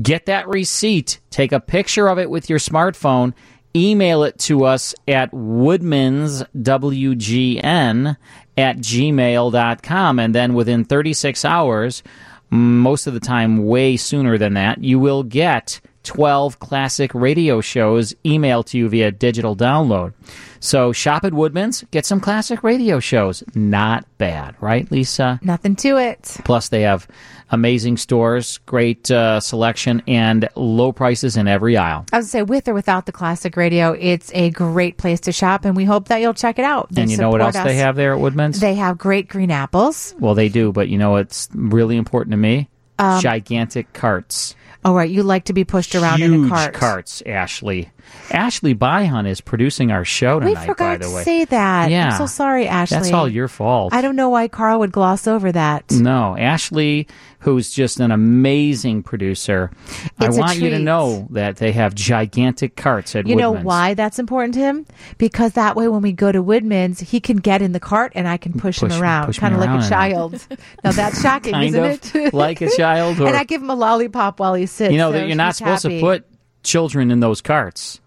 S17: get that receipt, take a picture of it with your smartphone, email it to us at woodmanswgn at gmail.com. And then within 36 hours, most of the time way sooner than that, you will get 12 classic radio shows emailed to you via digital download. So shop at Woodman's, get some classic radio shows. Not bad, right, Lisa?
S18: Nothing to it.
S17: Plus, they have amazing stores, great uh, selection, and low prices in every aisle.
S18: I would say with or without the classic radio, it's a great place to shop, and we hope that you'll check it out.
S17: and you know what
S18: support
S17: else they
S18: us.
S17: have there at Woodman's?
S18: They have great green apples.
S17: well, they do, but you know what's really important to me?
S18: Um, Oh,
S17: Gigantic carts.
S18: All right, you like to be pushed around
S17: Huge
S18: in a cart.
S17: carts, Ashley. Ashley Byhan is producing our show
S18: We
S17: tonight, by
S18: forgot
S17: the
S18: to
S17: way.
S18: say that.
S17: Yeah.
S18: I'm so sorry, Ashley.
S17: That's all your fault.
S18: I don't know why Carl would gloss over that.
S17: No, Ashley, who's just an amazing producer. I
S18: It's a
S17: want you to
S18: treat.
S17: know that they have gigantic carts at
S18: You know
S17: Woodman's.
S18: why that's important to him? Because that way, when we go to Woodman's, he can get in the cart and I can push,
S17: Push-
S18: him around,
S17: push me
S18: kind of like
S17: around
S18: a
S17: and-
S18: child. now that's shocking,
S17: Kind
S18: isn't
S17: of
S18: it?
S17: like a child, or-
S18: and I give him a lollipop while he sits.
S17: You know
S18: so
S17: that you're not
S18: she's
S17: supposed
S18: happy.
S17: to put children in those carts.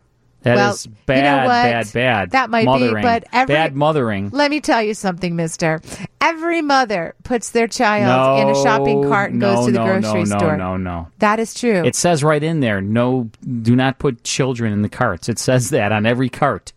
S17: That is
S18: Well, you know
S17: bad,
S18: what?
S17: bad, bad.
S18: That might be,
S17: mothering.
S18: but every-
S17: bad mothering.
S18: Let me tell you something, Mister. Every mother puts their child
S17: no,
S18: in a shopping cart and
S17: no,
S18: goes to the
S17: no,
S18: grocery
S17: no,
S18: store.
S17: No, no, no.
S18: That is true.
S17: It says right in there, no, do not put children in the carts. It says that on every cart.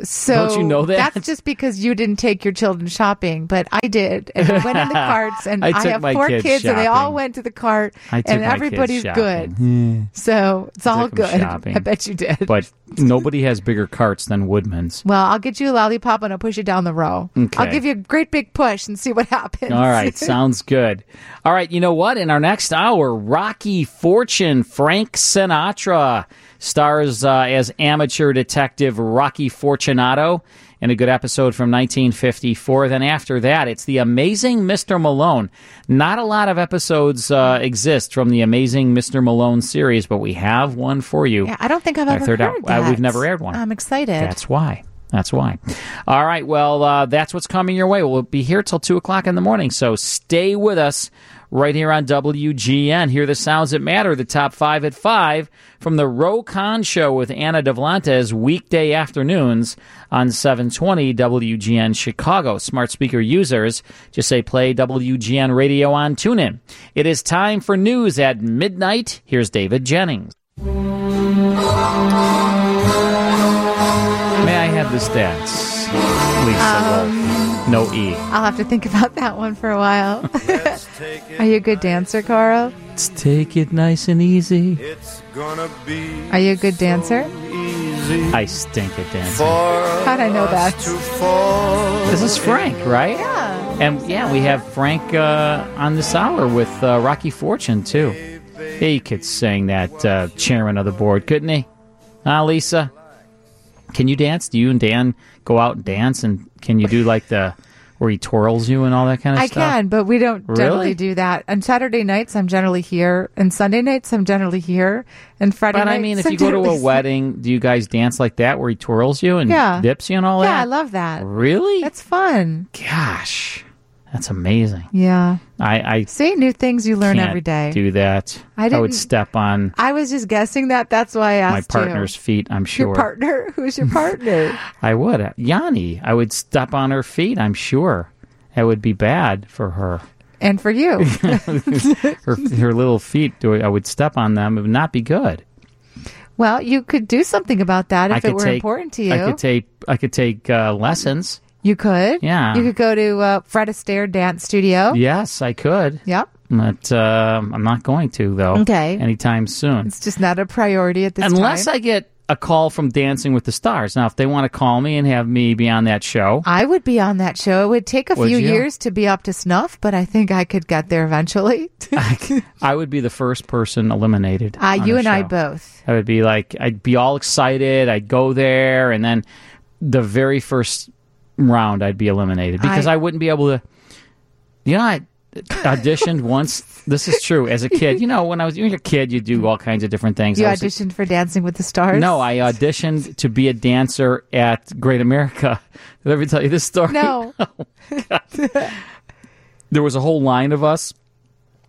S18: So
S17: Don't you know that?
S18: That's just because you didn't take your children shopping, but I did, and we went in the carts, and
S17: I
S18: I,
S17: took
S18: have
S17: my
S18: four
S17: kids
S18: kids, and they all
S17: shopping.
S18: went to the cart,
S17: I took
S18: and
S17: my kids
S18: everybody's
S17: shopping.
S18: good. So it's all
S17: Took 'em
S18: good.
S17: shopping.
S18: I bet you did.
S17: But nobody has bigger carts than Woodman's.
S18: Well, I'll get you a lollipop and I'll push you down the row.
S17: Okay.
S18: I'll give you a great big push and see what happens.
S17: All right, sounds good. All right, you know what? In our next hour, Rocky Fortune, Frank Sinatra stars uh, as amateur detective Rocky Fortunato in a good episode from 1954. Then after that, it's The Amazing Mr. Malone. Not a lot of episodes uh, exist from The Amazing Mr. Malone series, but we have one for you.
S18: Yeah, I don't think I've
S17: Our
S18: ever
S17: third
S18: heard
S17: out- uh,
S18: that. Um,
S17: we've never aired one.
S18: I'm excited.
S17: That's why. That's why. All right. Well, uh, that's what's coming your way. We'll be here till 2 o'clock in the morning. So stay with us right here on WGN. Hear the sounds that matter, the top five at five from the Rocon Show with Anna DeVlantes, weekday afternoons on 720 WGN Chicago. Smart speaker users, just say play WGN radio on TuneIn. It is time for news at midnight. Here's David Jennings. May I have this dance, Lisa?
S18: Um,
S17: Wolf? no E.
S18: I'll have to think about that one for a while. Are you a good dancer, Carl?
S17: Let's take it nice and easy.
S18: Are you a good dancer?
S17: I stink at dancing.
S18: How'd I know that?
S17: This is Frank, right? Yeah. And yeah, we have Frank uh, on this hour with uh, Rocky Fortune too. He could sing that uh, chairman of the board, couldn't he? Ah, Lisa. Can you dance? Do you and Dan go out and dance? And can you do like the where he twirls you and all that kind of
S18: I
S17: stuff?
S18: can, but we don't
S17: Really?
S18: generally do that. On Saturday nights, I'm generally here, and Sunday nights, I'm generally here, and Friday.
S17: But I
S18: nights,
S17: mean, if
S18: I'm
S17: you go to a
S18: generally-
S17: wedding, do you guys dance like that where he twirls you and
S18: Yeah.
S17: dips you and all
S18: yeah,
S17: that?
S18: I love that.
S17: Really?
S18: That's fun.
S17: Gosh, that's amazing.
S18: Yeah,
S17: I, I
S18: see new things you learn
S17: can't
S18: every day.
S17: Do that.
S18: I
S17: would
S18: didn't-
S17: step on
S18: I was just guessing that. That's why I
S17: my
S18: asked
S17: partner's feet. I'm
S18: you.
S17: sure.
S18: Your partner? Who's your partner?
S17: I would. Yanni. I would step on her feet. I'm sure. That would be bad for her.
S18: and for you.
S17: her, her little feet. do- I would step on them. It would not be good.
S18: well, you could do something about that
S17: I
S18: if
S17: could
S18: it were
S17: take,
S18: important to you.
S17: I could take. I could take uh, lessons.
S18: you could.
S17: Yeah.
S18: You could go to uh, Fred Astaire Dance Studio.
S17: Yes, I could.
S18: Yep.
S17: But um, I'm not going to though.
S18: Okay.
S17: Anytime soon.
S18: It's just not a priority at this time.
S17: Unless I get a call from Dancing with the Stars. Now, if they want to call me and have me be on that show,
S18: I would be on that show. It would take a
S17: Would
S18: few
S17: you?
S18: years to be up to snuff, but I think I could get there eventually.
S17: I would be the first person eliminated.
S18: Uh,
S17: on
S18: you
S17: the
S18: and I
S17: show.
S18: both.
S17: I would be like, I'd be all excited. I'd go there, and then the very first round, I'd be eliminated because I,
S18: I-
S17: wouldn't be able to. You know, I auditioned once. This is true. As a kid, you know, when I was when you're a kid, you do all kinds of different things.
S18: You
S17: I was a-
S18: auditioned for Dancing with the Stars?
S17: No, I auditioned to be a dancer at Great America. Did I ever tell you this story?
S18: No.
S17: There was a whole line of us.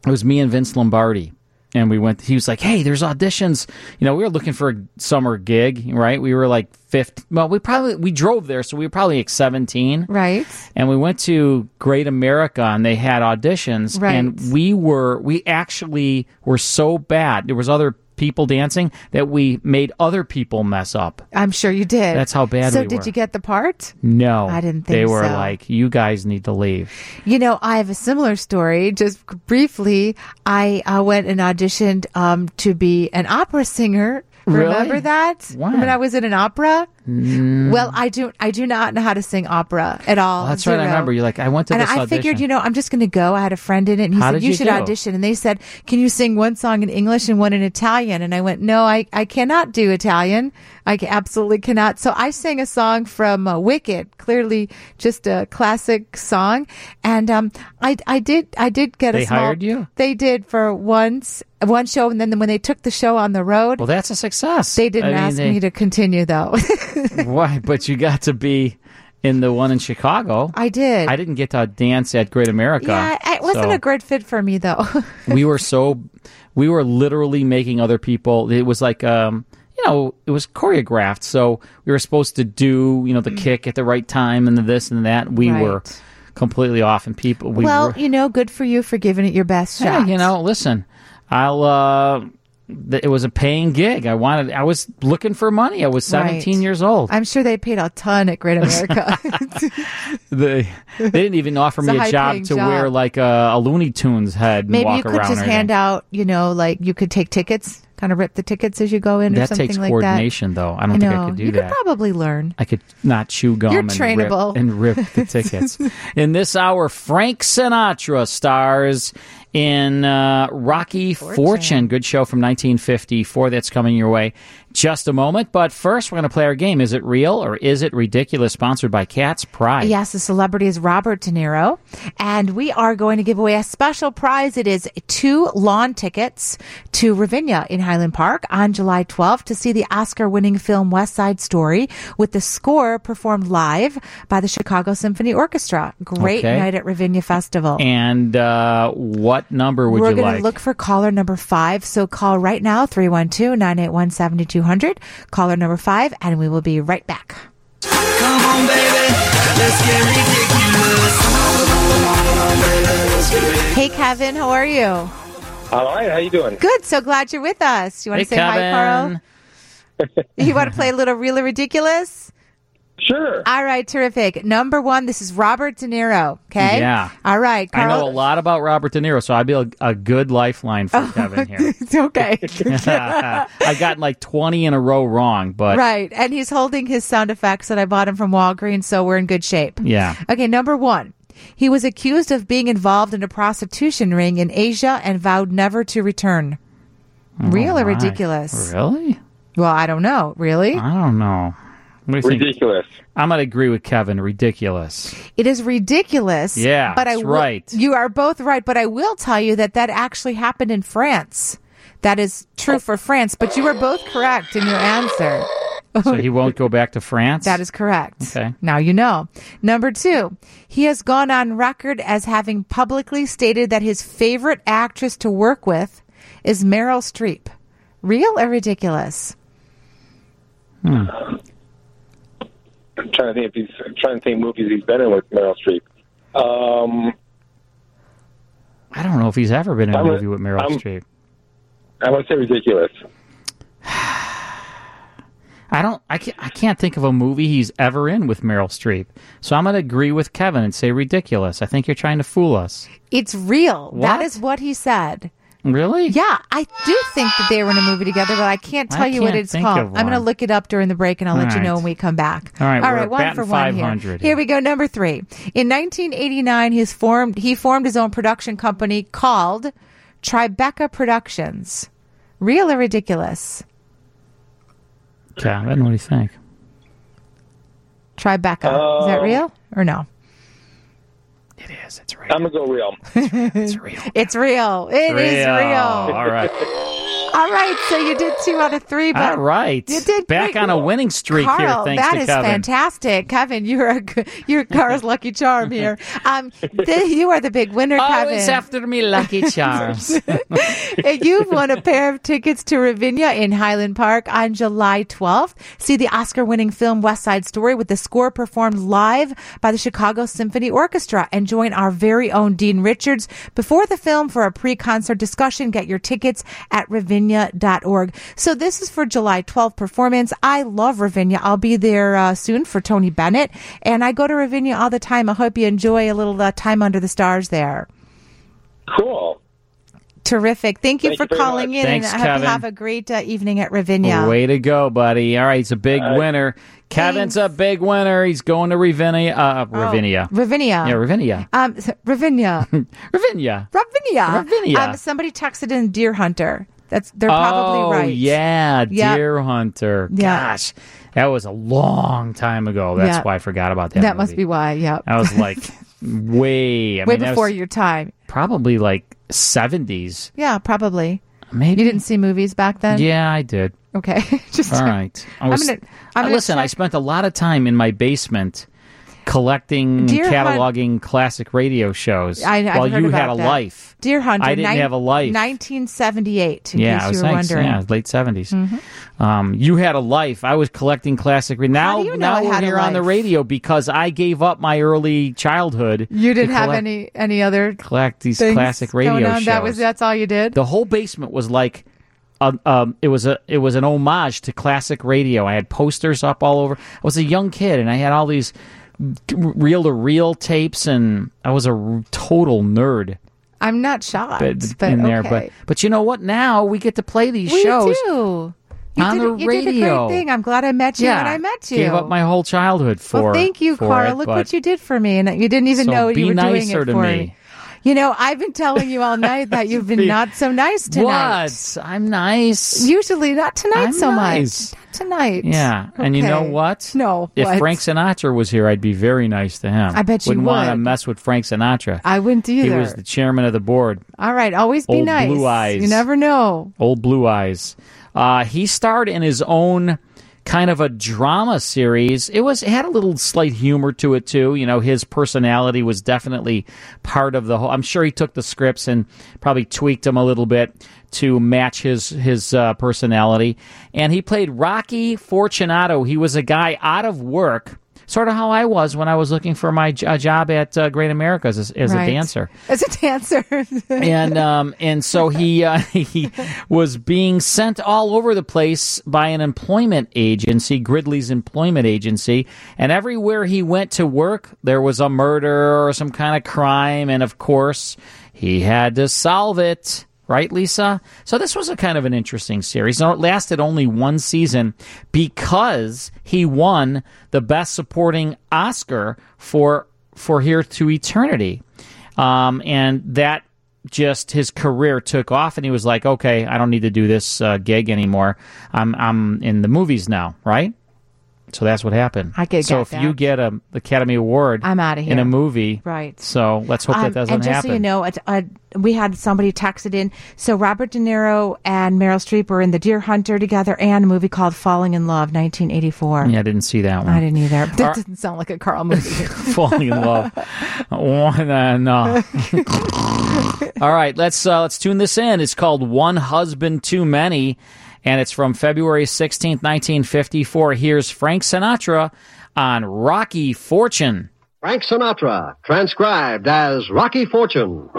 S17: It was me and Vince Lombardi. and we went. He was like, "Hey, there's auditions." You know, we were looking for a summer gig, right? We were like fifth. Well, we probably we drove there, so we were probably like seventeen,
S18: Right.
S17: and we went to Great America and they had auditions
S18: Right.
S17: and we were we actually were so bad there was other people dancing that we made other people mess up.
S18: I'm sure you did.
S17: That's how bad
S18: So
S17: we
S18: did
S17: were.
S18: you get the part?
S17: No,
S18: I didn't
S17: They
S18: think
S17: were
S18: so.
S17: like, "You guys need to leave."
S18: You know, I have a similar story. Just briefly, I uh, went and auditioned um, to be an opera singer.
S17: Really?
S18: Remember that?
S17: When?
S18: When I was in an opera?
S17: Mm.
S18: Well, I do. I do not know how to sing opera at all.
S17: Oh, that's right. I
S18: Zero.
S17: remember you're like, "I went to
S18: and
S17: this
S18: I
S17: audition."
S18: figured, you know, I'm just going to go. I had a friend in it, and he
S17: How
S18: said
S17: did
S18: you
S17: you
S18: should
S17: do?
S18: audition. And they said, "Can you sing one song in English and one in Italian?" And I went, "No, I, I cannot do Italian. I ca- absolutely cannot." So I sang a song from uh, Wicked, clearly just a classic song, and um, I I did I did get
S17: They
S18: a small.
S17: hired you?
S18: They did for once one show, and then when they took the show on the road,
S17: well, that's a success.
S18: they didn't
S17: I mean,
S18: ask
S17: they-
S18: me to continue though.
S17: Why? But you got to be in the one in Chicago.
S18: I did.
S17: I didn't get to dance at Great America.
S18: yeah, it wasn't
S17: so
S18: a great fit for me though.
S17: we were so we were literally making other people. It was like um, you know, it was choreographed. So we were supposed to do you know the
S18: Mm.
S17: kick at the right time and the this and that. We were completely off, and people. We
S18: well,
S17: were,
S18: you know, good for you for giving it your best shot.
S17: Yeah, you know, listen, I'll. uh th- It was a paying gig. I wanted. I was looking for money. I was seventeen
S18: Right.
S17: years old.
S18: I'm sure they paid a ton at Great America.
S17: They they didn't even offer
S18: It's
S17: me
S18: a
S17: a, job
S18: high-paying
S17: to
S18: job.
S17: wear like a, a Looney Tunes head. and
S18: Maybe
S17: walk
S18: you could
S17: around
S18: just
S17: or
S18: hand out, you know, like you could take tickets, kind of rip the tickets as you go in
S17: anything.
S18: or
S17: that
S18: something
S17: takes
S18: like
S17: coordination, though. I
S18: that.
S17: don't think I
S18: know.
S17: could do
S18: you
S17: that.
S18: could probably learn.
S17: I could not chew gum
S18: You're
S17: and,
S18: trainable.
S17: Rip, and rip the tickets. in this hour, Frank Sinatra stars in uh, Rocky Fortune. Good show from 1954 that's coming your way. Just a moment. But first, we're going to play our game Is It Real or Is It Ridiculous? Sponsored by Cat's Pride.
S18: Yes, the celebrity is Robert De Niro. And we are going to give away a special prize. It is two lawn tickets to Ravinia in Highland Park on July 12th to see the Oscar winning film West Side Story with the score performed live by the Chicago Symphony Orchestra. Great
S17: Okay.
S18: night at Ravinia Festival.
S17: And uh, what number would
S18: We're
S17: you
S18: going
S17: like?
S18: to look for caller number five. So call right now, 312 981 7200. Caller number five, and we will be right back.
S6: Come on, baby, let's get ridiculous.
S18: Hey, Kevin, how are you?
S8: All right, how you doing?
S18: Good. So glad you're with us. You want
S8: Hey,
S18: to say
S8: Kevin.
S18: hi, Carl? you want to play a little really ridiculous?
S8: Sure.
S18: All right, terrific. Number one, this is Robert De Niro. Okay.
S17: Yeah.
S18: All right,
S17: I
S18: Carl.
S17: know a lot about Robert De Niro, so I'd be a, a good lifeline for
S18: Oh,
S17: Kevin here.
S18: okay.
S17: I got like 20 in a row wrong, but
S18: right, and he's holding his sound effects that I bought him from Walgreens, so we're in good shape.
S17: yeah.
S18: Okay, number one. He was accused of being involved in a prostitution ring in Asia and vowed never to return. Real or
S17: my.
S18: ridiculous?
S17: Really?
S18: Well, I don't know. Really?
S17: I don't know. What do you
S8: ridiculous.
S17: I'm going to agree with Kevin. Ridiculous.
S18: It is ridiculous.
S17: Yeah,
S18: but I
S17: that's
S18: will-
S17: right.
S18: You are both right, but I will tell you that that actually happened in France. That is true for France, but you are both correct in your answer.
S17: So he won't go back to France?
S18: That is correct.
S17: Okay.
S18: Now you know. Number two, he has gone on record as having publicly stated that his favorite actress to work with is Meryl Streep. Real or ridiculous?
S8: Hmm.
S10: Hmm.
S8: I'm trying to think if he's I'm trying to think movies he's been in with Meryl Streep. Um,
S17: I don't know if he's ever been in a
S8: I'm a-
S17: movie with Meryl
S8: I'm-
S17: Streep.
S8: I want to say ridiculous.
S17: I don't. I can't, I can't think of a movie he's ever in with Meryl Streep. So I'm going to agree with Kevin and say ridiculous. I think you're trying to fool us.
S18: It's real. That
S17: What?
S18: is what he said.
S17: Really?
S18: Yeah, I do think that they were in a movie together, but I can't
S17: I
S18: tell you what
S17: can't
S18: it's
S17: think
S18: called.
S17: of
S18: I'm going to
S17: one.
S18: look it up during the break, and I'll
S17: All
S18: let you know
S17: right.
S18: when we come back.
S17: All right,
S18: all
S17: we're
S18: right, one
S17: batting
S18: for one here.
S17: 500
S18: Here we go. Number three. In 1989, his formed he formed his own production company called Tribeca Productions. Real or ridiculous?
S17: Kevin, what do you think?
S18: Tribeca. Is that
S17: Oh.
S18: real or no?
S17: says it's real.
S8: I'm gonna go real.
S18: it's
S17: real.
S18: It's real. It
S17: real.
S18: is real.
S17: All right.
S18: All right. So you did two out of three, but
S17: All right.
S18: uh, you did
S17: Back
S18: great.
S17: on a winning streak
S18: Carl,
S17: here, thanks
S18: that
S17: to
S18: is
S17: Kevin.
S18: fantastic, Kevin. You're a g- you're Carl's lucky charm here. Um, th- you are the big winner, Kevin.
S17: Always after me, Lucky Charms.
S18: And You've won a pair of tickets to Ravinia in Highland Park on July 12th. See the Oscar winning film West Side Story with the score performed live by the Chicago Symphony Orchestra and join our very own Dean Richards before the film for a pre concert discussion. Get your tickets at ravinia.org. So this is for July 12th performance. I love Ravinia. I'll be there uh, soon for Tony Bennett. And I go to Ravinia all the time. I hope you enjoy a little uh, time under the stars there.
S8: Cool.
S18: Terrific. Thank you
S17: Thank
S18: for
S17: you very
S18: calling
S17: much.
S18: in.
S17: Thanks,
S18: and I hope you
S17: Kevin.
S18: have a great uh, evening at Ravinia.
S17: Way to go, buddy. All right, he's a big winner. Kevin's a big winner. He's going to Ravinia. Uh, Ravinia.
S18: Oh. Ravinia.
S17: Yeah, Ravinia.
S18: Um, s- Ravinia.
S17: Ravinia.
S18: Ravinia.
S17: Ravinia.
S18: Um, somebody texted in Deer Hunter. That's They're probably
S17: oh,
S18: right.
S17: yeah,
S18: Yep.
S17: Deer Hunter.
S18: Yeah.
S17: Gosh, that was a long time ago. That's
S18: Yeah.
S17: why I forgot about that.
S18: That must be why. Yeah.
S17: That was like way. I
S18: Way
S17: mean, that
S18: before
S17: was
S18: your time.
S17: Probably like 70s.
S18: Yeah, probably.
S17: Maybe.
S18: You didn't see movies back then?
S17: yeah, I did.
S18: Okay. Just
S17: All right. I
S18: I'm
S17: was,
S18: gonna- I'm gonna
S17: listen, I spent a lot of time in my basement collecting,
S18: Deer Hunt-
S17: cataloging classic radio shows
S18: I, I've
S17: while
S18: heard
S17: you
S18: about
S17: had a
S18: that.
S17: life.
S18: Deer Hunter.
S17: I didn't
S18: nine-
S17: have a life.
S18: 1978, in
S17: yeah,
S18: case
S17: I was
S18: you were
S17: thanks,
S18: wondering. Mm-hmm.
S17: yeah, late 70s Um, you had a life. I was collecting classic. radio. now,
S18: you know
S17: now
S18: I
S17: we're
S18: had a
S17: here on the
S18: life?
S17: radio because I gave up my early childhood.
S18: You
S17: to
S18: didn't have
S17: collect-
S18: any any other
S17: collect these
S18: things
S17: classic radio
S18: going on.
S17: shows.
S18: That was that's all you did.
S17: the whole basement was like um, um, it was a it was an homage to classic radio. I had posters up all over. I was a young kid and I had all these reel to reel tapes and I was a r- total nerd
S18: I'm not shocked,
S17: but,
S18: but,
S17: in there.
S18: okay.
S17: But but you know what? Now we get to play these
S18: we
S17: shows.
S18: do. You
S17: on
S18: did,
S17: the
S18: you did a
S17: radio.
S18: great thing. I'm glad I met you
S17: yeah,
S18: when I met you.
S17: Gave up my whole childhood for.
S18: well, thank you,
S17: for
S18: Cora.
S17: it,
S18: Look
S17: but
S18: what you did for me, and you didn't even
S17: So
S18: know
S17: be
S18: you were doing
S17: nicer
S18: it
S17: to
S18: for
S17: me.
S18: You know, I've been telling you all night that you've been
S17: Be-
S18: not so nice tonight.
S17: What? I'm nice.
S18: Usually, not tonight
S17: I'm
S18: so
S17: nice.
S18: much. Not tonight.
S17: Yeah, and you know
S18: Okay.
S17: what?
S18: No.
S17: If
S18: what?
S17: Frank Sinatra was here, I'd be very nice to him.
S18: I bet you
S17: wouldn't want to
S18: would.
S17: mess with Frank Sinatra.
S18: I wouldn't
S17: He
S18: either.
S17: was the chairman of the board.
S18: all right, always be
S17: Old
S18: nice.
S17: Blue Eyes.
S18: You never know.
S17: Old Blue Eyes. Uh, he starred in his own kind of a drama series. It was it had a little slight humor to it too. You know, his personality was definitely part of the whole. I'm sure he took the scripts and probably tweaked them a little bit to match his his uh, personality. And he played Rocky Fortunato. He was a guy out of work. Sort of how I was when I was looking for my j- job at uh, Great America as, a- as
S18: Right.
S17: a dancer
S18: As a dancer.
S17: and um, and so he uh, he was being sent all over the place by an employment agency, Gridley's employment agency, and everywhere he went to work, there was a murder or some kind of crime, and of course, he had to solve it. Right, Lisa? So this was a kind of an interesting series. Now, it lasted only one season because he won the Best Supporting Oscar for for Here to Eternity um, and that just his career took off, and he was like, "Okay, I don't need to do this uh, gig anymore. I'm I'm in the movies now, right?" So that's what happened.
S18: I could
S17: so
S18: get
S17: if
S18: that.
S17: you get a Academy Award,
S18: I'm outta
S17: in
S18: here.
S17: a movie,
S18: Right.
S17: So let's hope that
S18: Um,
S17: doesn't
S18: and just
S17: happen.
S18: so you know, it, uh, we had somebody text it in. So Robert De Niro and Meryl Streep were in The Deer Hunter together and a movie called Falling in Love, 1984.
S17: yeah, I didn't see that one.
S18: I didn't either. That
S17: All right.
S18: doesn't sound like a Carl movie.
S17: falling in love. Oh, no, no. All right, let's uh, let's tune this in. It's called One Husband Too Many, and it's from February sixteenth, nineteen fifty four. Here's Frank Sinatra on Rocky Fortune.
S4: Frank Sinatra, transcribed as Rocky Fortune.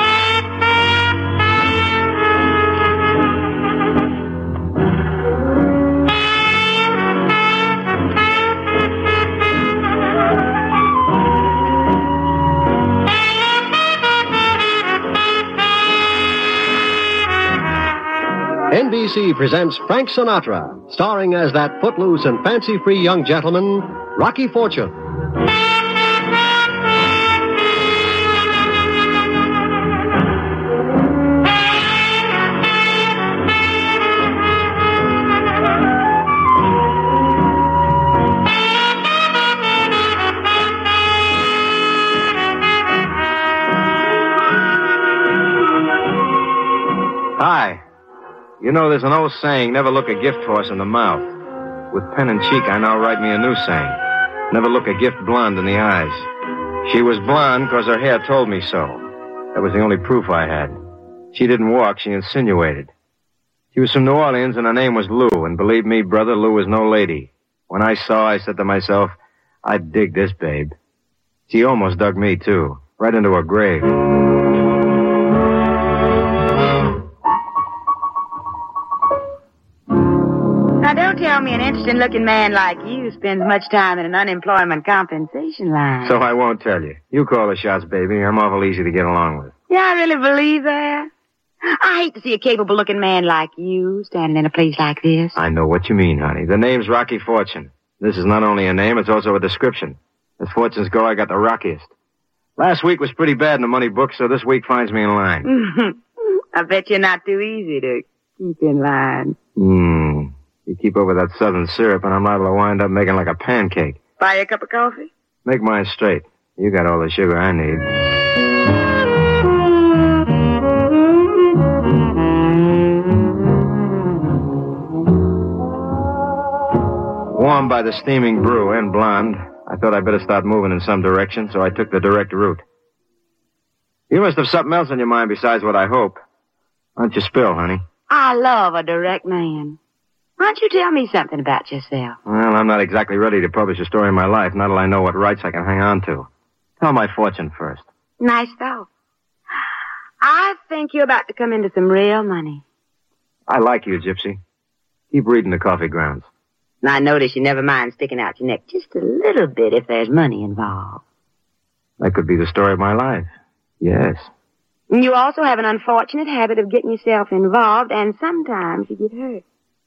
S4: NBC presents Frank Sinatra, starring as that footloose and fancy free young gentleman, Rocky Fortune.
S9: You know, there's an old saying never look a gift horse in the mouth. With pen and cheek, I now write me a new saying never look a gift blonde in the eyes. She was blonde because her hair told me so. That was the only proof I had. She didn't walk, she insinuated. She was from New Orleans, and her name was Lou, and believe me, brother, Lou was no lady. When I saw her, I said to myself, I dig this babe. She almost dug me, too, right into her grave.
S13: Now, don't tell me an interesting looking man like you spends much time in an unemployment compensation line.
S9: So I won't tell you. You call the shots, baby. I'm awful easy to get along with.
S13: Yeah, I really believe that. I hate to see a capable looking man like you standing in a place like this.
S9: I know what you mean, honey. The name's Rocky Fortune. This is not only a name, it's also a description. As fortunes go, I got the rockiest. Last week was pretty bad in the money book, so this week finds me in line.
S13: I bet you're not too easy to keep in line.
S9: Hmm. You keep over that southern syrup, and I'm liable to wind up making like a pancake.
S13: Buy you a cup of coffee?
S9: Make mine straight. You got all the sugar I need. Warmed by the steaming brew and blonde, I thought I'd better start moving in some direction, so I took the direct route. You must have something else on your mind besides what I hope. Why don't you spill, honey?
S13: I love a direct man. Why don't you tell me something about yourself?
S9: Well, I'm not exactly ready to publish a story of my life, not till I know what rights I can hang on to. Tell my fortune first.
S13: Nice thought. I think you're about to come into some real money.
S9: I like you, Gypsy. Keep reading the coffee grounds.
S13: And I notice you never mind sticking out your neck just a little bit if there's money involved.
S9: That could be the story of my life. Yes.
S13: And you also have an unfortunate habit of getting yourself involved, and sometimes you get hurt.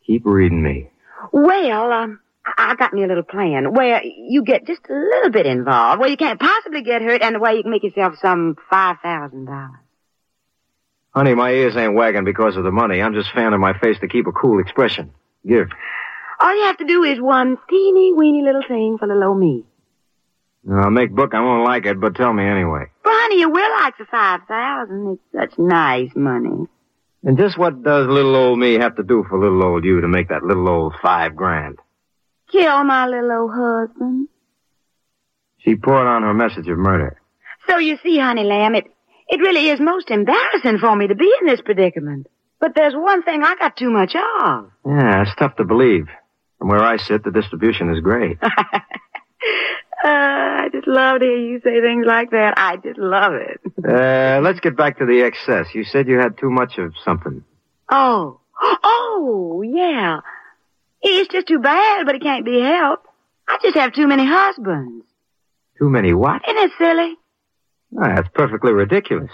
S9: Keep reading me.
S13: Well, um, I I got me a little plan where you get just a little bit involved, where you can't possibly get hurt, and where you can make yourself some five thousand dollars.
S9: Honey, my ears ain't wagging because of the money. I'm just fanning my face to keep a cool expression. Give.
S13: All you have to do is one teeny weeny little thing for little old me.
S9: Now, I'll make book. I won't like it, but tell me anyway.
S13: But honey, you will like the five thousand. It's such nice money.
S9: And just what does little old me have to do for little old you to make that little old five grand?
S13: Kill my little old husband.
S9: She poured on her message of murder.
S13: So you see, honey lamb, it it really is most embarrassing for me to be in this predicament. But there's one thing I got too much of.
S9: Yeah, it's tough to believe. From where I sit, the distribution is great.
S13: Uh, I just love to hear you say things like that. I just love it.
S9: uh, let's get back to the excess. You said you had too much of something.
S13: Oh. Oh, yeah. It's just too bad, but it can't be helped. I just have too many husbands.
S9: Too many what?
S13: Isn't it silly?
S9: Ah, that's perfectly ridiculous.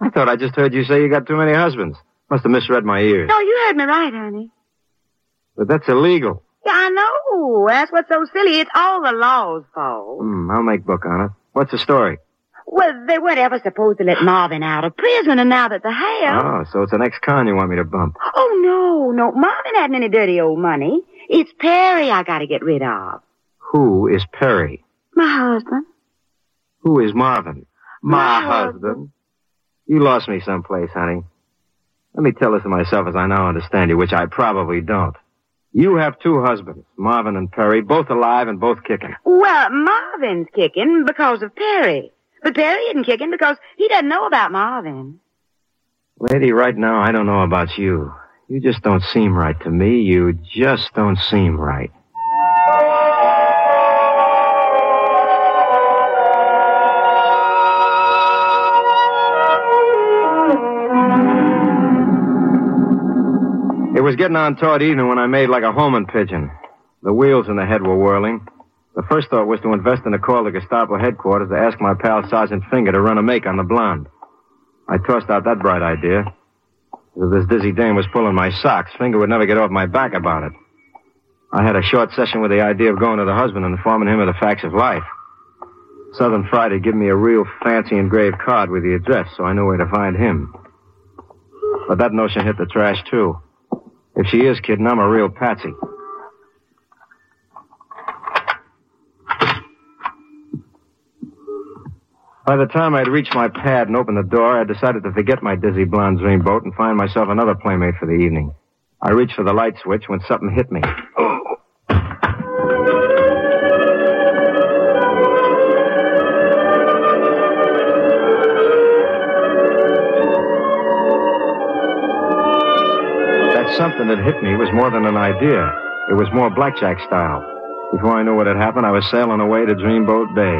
S9: I thought I just heard you say you got too many husbands. Must have misread my ears.
S13: No, you heard me right, honey.
S9: But that's illegal.
S13: Yeah, I know. That's what's so silly. It's all the law's fault.
S9: Hmm, I'll make book on it. What's the story?
S13: Well, they weren't ever supposed to let Marvin out of prison, and now that they have.
S9: Oh, so it's an ex-con you want me to bump.
S13: Oh, no, no. Marvin hadn't any dirty old money. It's Perry I gotta get rid of.
S9: Who is Perry?
S13: My husband.
S9: Who is Marvin? My,
S13: My
S9: husband. You lost me someplace, honey. Let me tell this to myself as I now understand you, which I probably don't. You have two husbands, Marvin and Perry, both alive and both kicking.
S13: Well, Marvin's kicking because of Perry. But Perry isn't kicking because he doesn't know about Marvin.
S9: Lady, right now, I don't know about you. You just don't seem right to me. You just don't seem right. It was getting on toward evening when I made like a Holman pigeon. The wheels in the head were whirling. The first thought was to invest in a call to Gestapo headquarters to ask my pal Sergeant Finger to run a make on the blonde. I tossed out that bright idea. If this dizzy dame was pulling my socks, Finger would never get off my back about it. I had a short session with the idea of going to the husband and informing him of the facts of life. Southern Fried had given me a real fancy engraved card with the address, so I knew where to find him. But that notion hit the trash, too. If she is kidding, I'm a real patsy. By the time I'd reached my pad and opened the door, I decided to forget my dizzy blonde's dream boat and find myself another playmate for the evening. I reached for the light switch when something hit me. That something that hit me was more than an idea. It was more blackjack style. Before I knew what had happened, I was sailing away to Dreamboat Bay,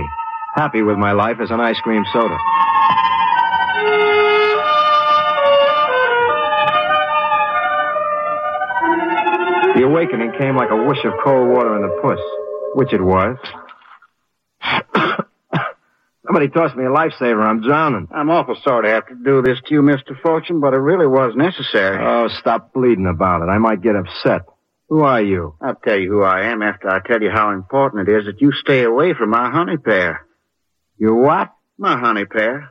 S9: happy with my life as an ice cream soda. The awakening came like a whoosh of cold water in the puss, which it was. Somebody tossed me a lifesaver. I'm drowning.
S14: I'm awful sorry to have to do this to you, Mr. Fortune, but it really was necessary.
S9: Oh, stop bleeding about it. I might get upset. Who are you?
S14: I'll tell you who I am after I tell you how important it is that you stay away from my honey pair.
S9: You what?
S14: My honey pair.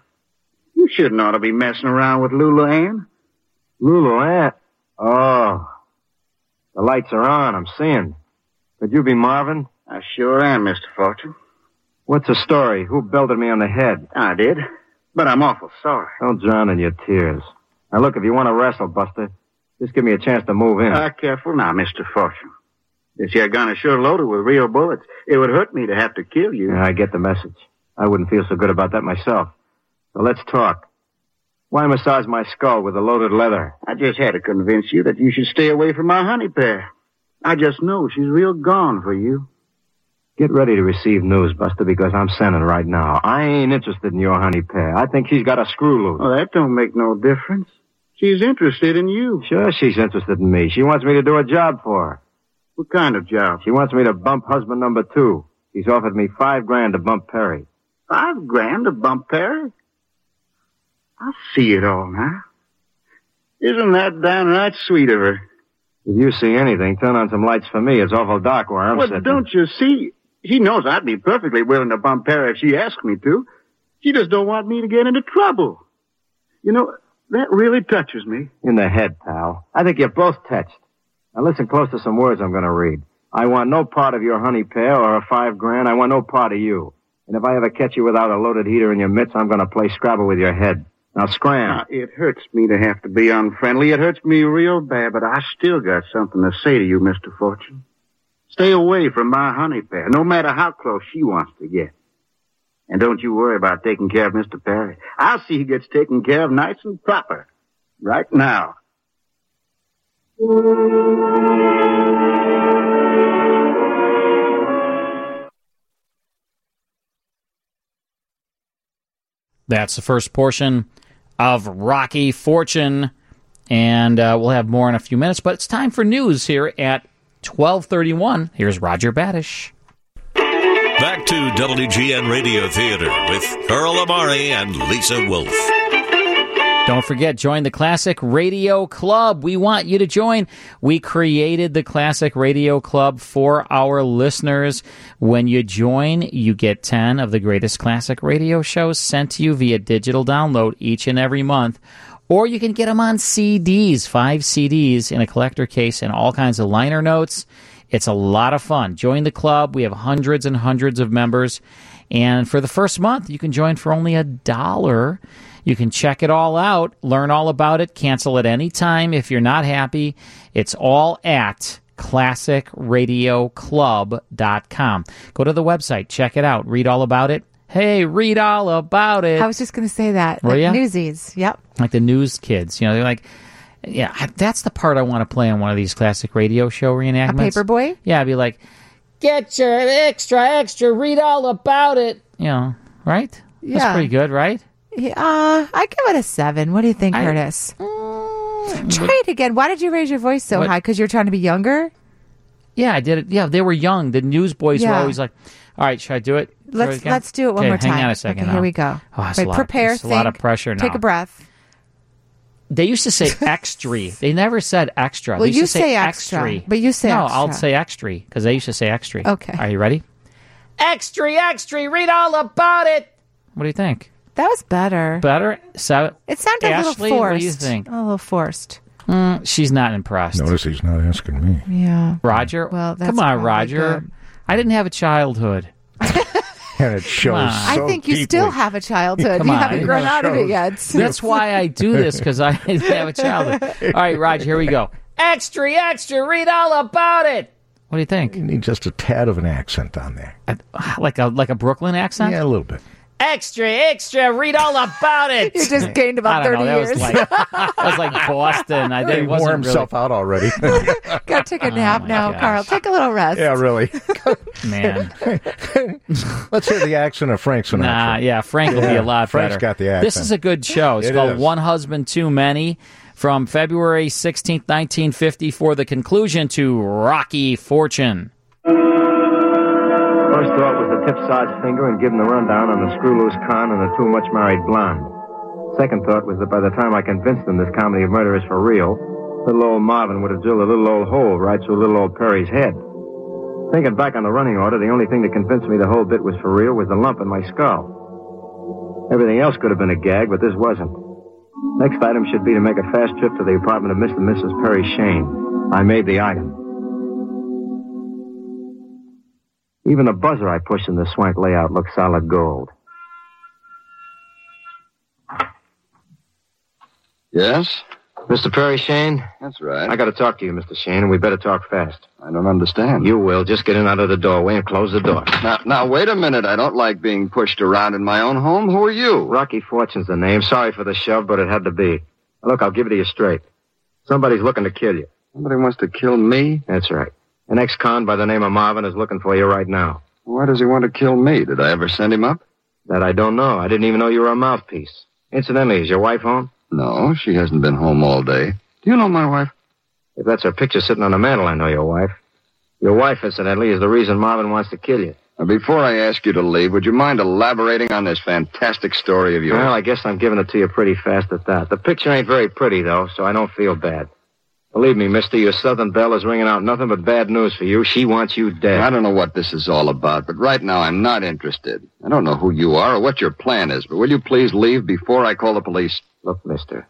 S14: You shouldn't ought to be messing around with Lulu Ann.
S9: Lulu Ann. Oh. The lights are on. I'm seeing. Could you be Marvin?
S14: I sure am, Mr. Fortune.
S9: What's the story? Who belted me on the head?
S14: I did. But I'm awful sorry.
S9: Don't drown in your tears. Now look, if you want to wrestle, Buster, just give me a chance to move in.
S14: Ah, careful now, Mr. Fortune. This here gun is sure loaded with real bullets. It would hurt me to have to kill you.
S9: Yeah, I get the message. I wouldn't feel so good about that myself. So let's talk. Why massage my skull with the loaded leather?
S14: I just had to convince you that you should stay away from my honey pair. I just know she's real gone for you.
S9: Get ready to receive news, Buster, because I'm sending right now. I ain't interested in your honey pair. I think she's got a screw loose.
S14: Well, that don't make no difference. She's interested in you.
S9: Sure, she's interested in me. She wants me to do a job for her.
S14: What kind of job?
S9: She wants me to bump husband number two. She's offered me five grand to bump Perry.
S14: Five grand to bump Perry? I see it all now. Isn't that downright sweet of her?
S9: If you see anything, turn on some lights for me. It's awful dark where I'm
S14: well,
S9: sitting.
S14: don't you see? She knows I'd be perfectly willing to bump her if she asked me to. She just don't want me to get into trouble. You know, that really touches me.
S9: In the head, pal. I think you're both touched. Now listen close to some words I'm going to read. I want no part of your honey pair or her five grand. I want no part of you. And if I ever catch you without a loaded heater in your midst, I'm going to play Scrabble with your head. Now scram.
S14: Now, it hurts me to have to be unfriendly. It hurts me real bad, but I still got something to say to you, Mr. Fortune. Stay away from my honey pair, no matter how close she wants to get. And don't you worry about taking care of Mr. Perry. I'll see he gets taken care of nice and proper. Right now.
S17: That's the first portion of Rocky Fortune, and uh, we'll have more in a few minutes. But it's time for news here at twelve thirty-one. Here's Roger Badish.
S15: Back to WGN Radio Theater with Earl Amari and Lisa Wolf.
S17: Don't forget, join the Classic Radio Club. We want you to join. We created the Classic Radio Club for our listeners. When you join, you get 10 of the greatest classic radio shows sent to you via digital download each and every month. Or you can get them on CDs, five CDs in a collector case and all kinds of liner notes. It's a lot of fun. Join the club. We have hundreds and hundreds of members. And for the first month, you can join for only a dollar. You can check it all out, learn all about it, cancel at any time if you're not happy. It's all at classicradioclub.com. Go to the website, check it out, read all about it. Hey, read all about it.
S18: I was just going to say that.
S17: Were
S18: Like
S17: ya?
S18: Newsies. Yep.
S17: like the news kids, you know, they're like, yeah, I- that's the part I want to play on one of these classic radio show reenactments.
S18: Paperboy?
S17: Yeah, I'd be like,
S6: Get your extra, extra. Read all about it.
S17: you know, right?
S18: Yeah.
S17: That's pretty good, right?
S18: Yeah, uh, I give it a seven. What do you think, Curtis? Try it again. Why did you raise your voice so
S17: Mm. What?
S18: high? Because you're trying to be younger.
S17: Yeah, I did it. Yeah, they were young. The newsboys were
S18: Yeah.
S17: always like, "All right, should I do it? Do
S18: Let's
S17: it again?"
S18: let's do it one
S17: Okay,
S18: more time.
S17: Hang on a second.
S18: Okay, here
S17: now.
S18: we go.
S17: Oh, that's
S18: Wait,
S17: a lot.
S18: prepare.
S17: It's a lot of
S18: think,
S17: pressure now.
S18: Take a breath.
S17: They used to say extra. they never said extra.
S18: Well,
S17: they used
S18: you
S17: to say,
S18: say extra, but you say
S17: no. I'll
S18: extra.
S17: say extra because they used to say extra.
S18: Okay.
S17: Are you ready?
S6: Extra, extra. Read all about it.
S17: What do you think?
S18: That was better.
S17: Better. So
S18: It sounded
S17: Ashley,
S18: a little forced.
S17: What do you think?
S18: A little forced.
S17: Mm, she's not impressed.
S16: Notice he's not asking me.
S18: Yeah.
S17: Roger.
S18: Well, that's
S17: come on,
S18: probably
S17: Roger.
S18: good.
S17: I didn't have a childhood.
S16: and it shows.
S17: on.
S18: I think you still have a childhood.
S17: Come
S18: you
S17: on.
S18: haven't grown out of it yet.
S17: That's why I do this because I didn't have a childhood. All right, Roger. Here we go. Extra, extra, read all about it. What do you think?
S16: You need just a tad of an accent on there.
S17: Like a like a Brooklyn accent?
S16: Yeah, a little bit.
S17: Extra, extra, read all about it.
S18: You just
S17: I
S18: gained about
S17: don't
S18: 30
S17: know, that
S18: years.
S17: Was like, that was like Boston. I think
S16: He
S17: it wasn't
S16: wore
S17: really-
S16: himself out already.
S18: Go take
S17: Oh
S18: a nap now, Carl. Take a little rest.
S16: yeah, really.
S17: Man.
S16: Let's hear the accent of Frank Sinatra.
S17: Nah, yeah, Frank will be a lot
S16: Frank's
S17: better.
S16: got the accent.
S17: This is a good show. It's
S16: It
S17: called
S16: is.
S17: One Husband Too Many. From February 16, 1950, for the conclusion to Rocky Fortune.
S9: First thought was to tip Sarge finger and give him the rundown on the screw loose con and the too much married blonde. Second thought was that by the time I convinced them this comedy of murder is for real, little old Marvin would have drilled a little old hole right through little old Perry's head. Thinking back on the running order, the only thing that convinced me the whole bit was for real was the lump in my skull. Everything else could have been a gag, but this wasn't. Next item should be to make a fast trip to the apartment of Mr. and Mrs. Perry Shane. I made the item. Even the buzzer I pushed in the swank layout looked solid gold.
S10: Yes?
S9: Mr. Perry Shane?
S10: That's right.
S9: I gotta talk to you, Mr. Shane, and we better talk fast.
S10: I don't understand.
S9: You will. Just get in out of the doorway and close the door.
S10: Now, now, wait a minute. I don't like being pushed around in my own home. Who are you?
S9: Rocky Fortune's the name. Sorry for the shove, but it had to be. Look, I'll give it to you straight. Somebody's looking to kill you.
S10: Somebody wants to kill me?
S9: That's right. An ex-con by the name of Marvin is looking for you right now.
S10: Why does he want to kill me? Did I ever send him up?
S9: That I don't know. I didn't even know you were a mouthpiece. Incidentally, is your wife home?
S10: No, she hasn't been home all day. Do you know my wife?
S9: If that's her picture sitting on the mantel, I know your wife. Your wife, incidentally, is the reason Marvin wants to kill you.
S10: Now, before I ask you to leave, would you mind elaborating on this fantastic story of yours?
S9: Well, I guess I'm giving it to you pretty fast at that. The picture ain't very pretty, though, so I don't feel bad. Believe me, mister, your southern belle is ringing out nothing but bad news for you. She wants you dead.
S10: I don't know what this is all about, but right now I'm not interested. I don't know who you are or what your plan is, but will you please leave before I call the police?
S9: Look, mister,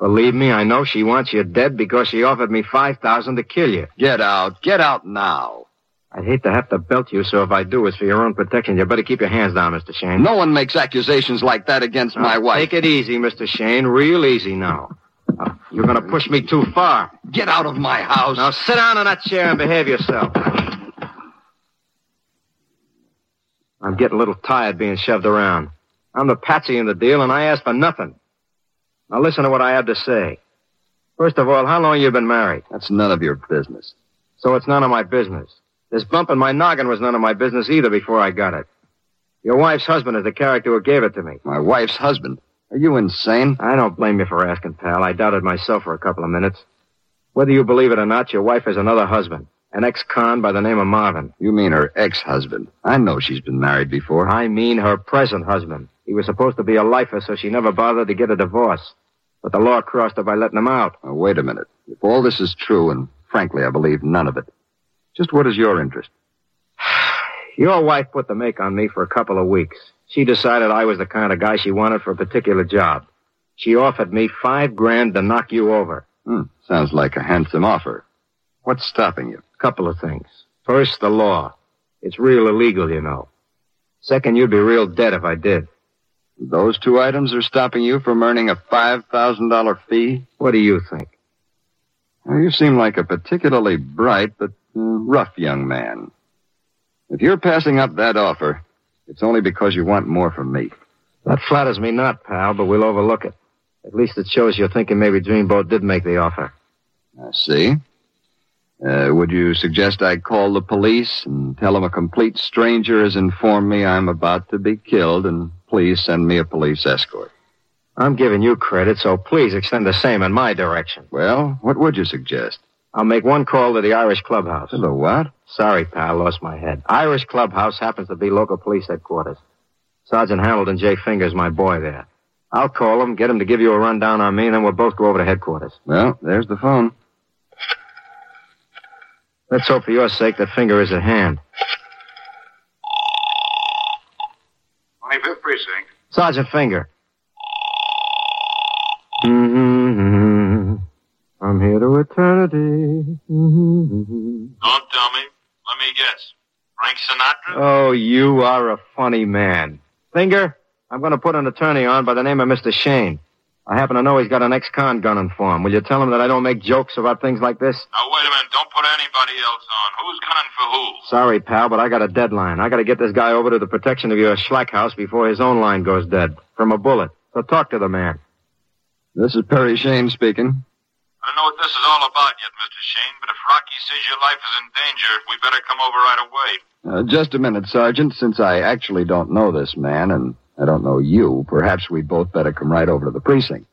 S9: Believe me, I know she wants you dead because she offered me 5000 to kill you.
S10: Get out. Get out now.
S9: I'd hate to have to belt you, so if I do, it's for your own protection. You better keep your hands down, Mr. Shane.
S10: No one makes accusations like that against my wife.
S9: Take it easy, Mr. Shane. Real easy now. Now, You're gonna push me too far.
S10: Get out of my house.
S9: Now sit down in that chair and behave yourself. I'm getting a little tired being shoved around. I'm the patsy in the deal, and I ask for nothing. Now listen to what I have to say. First of all, how long you been married?
S10: That's none of your business.
S9: So it's none of my business. This bump in my noggin was none of my business either before I got it. Your wife's husband is the character who gave it to me.
S10: My wife's husband. Are you insane?
S9: I don't blame you for asking, pal. I doubted myself for a couple of minutes. Whether you believe it or not, your wife has another husband, an ex-con by the name of Marvin.
S10: You mean her ex-husband. I know she's been married before.
S9: I mean her present husband. He was supposed to be a lifer, so she never bothered to get a divorce. But the law crossed her by letting him out.
S10: Now, wait a minute. If all this is true, and frankly, I believe none of it, just what is your interest?
S9: Your wife put the make on me for a couple of weeks. She decided I was the kind of guy she wanted for a particular job. She offered me five grand to knock you over.
S10: Hmm, sounds like a handsome offer. What's stopping you?
S9: Couple of things. First, the law. It's real illegal, you know. Second, you'd be real dead if I did.
S10: Those two items are stopping you from earning a $5,000 fee?
S9: What do you think?
S10: Well, you seem like a particularly bright but uh, rough young man. If you're passing up that offer, it's only because you want more from me.
S9: That flatters me not, pal, but we'll overlook it. At least it shows you're thinking maybe Dreamboat did make the offer.
S10: I see. Uh, would you suggest I call the police and tell them a complete stranger has informed me I'm about to be killed and please send me a police escort?
S9: I'm giving you credit, so please extend the same in my direction.
S10: Well, what would you suggest?
S9: I'll make one call to the Irish clubhouse.
S10: Hello, what?
S9: Sorry, pal, lost my head. Irish clubhouse happens to be local police headquarters. Sergeant Hamilton J. Finger's my boy there. I'll call him, get him to give you a rundown on me, and then we'll both go over to headquarters.
S10: Well, there's the phone.
S9: Let's hope for your sake that Finger is at hand.
S19: 25th Precinct.
S9: Sergeant Finger. Mm-hmm. From here to eternity. Mm-hmm.
S19: Don't tell me. Let me guess. Frank Sinatra?
S9: Oh, you are a funny man. Finger, I'm going to put an attorney on by the name of Mr. Shane. I happen to know he's got an ex-con gunning for him. Will you tell him that I don't make jokes about things like this?
S19: Now, wait a minute. Don't put anybody else on. Who's gunning for who?
S9: Sorry, pal, but I got a deadline. I got to get this guy over to the protection of your Schlack house before his own line goes dead from a bullet. So talk to the man.
S10: This is Perry Shane speaking.
S19: I don't know what this is all about yet, Mr. Shane, but if Rocky sees your life is in danger, we better come over right away.
S10: Uh, just a minute, Sergeant. Since I actually don't know this man and I don't know you, perhaps we'd both better come right over to the precinct.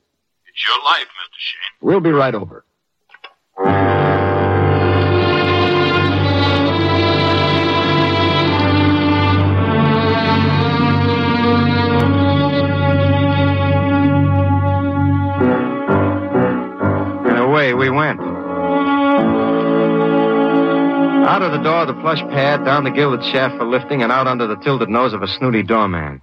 S19: It's your life, Mr. Shane.
S10: We'll be right over.
S9: And away we went. Out of the door, the plush pad, down the gilded shaft for lifting, and out under the tilted nose of a snooty doorman.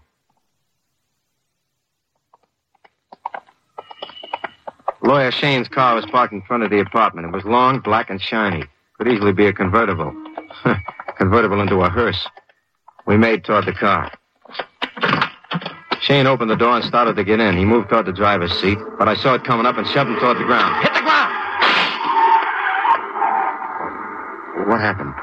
S9: Lawyer Shane's car was parked in front of the apartment. It was long, black, and shiny. Could easily be a convertible. convertible into a hearse. We made toward the car. Shane opened the door and started to get in. He moved toward the driver's seat, but I saw it coming up and shoved him toward the ground. Hit the ground! What happened?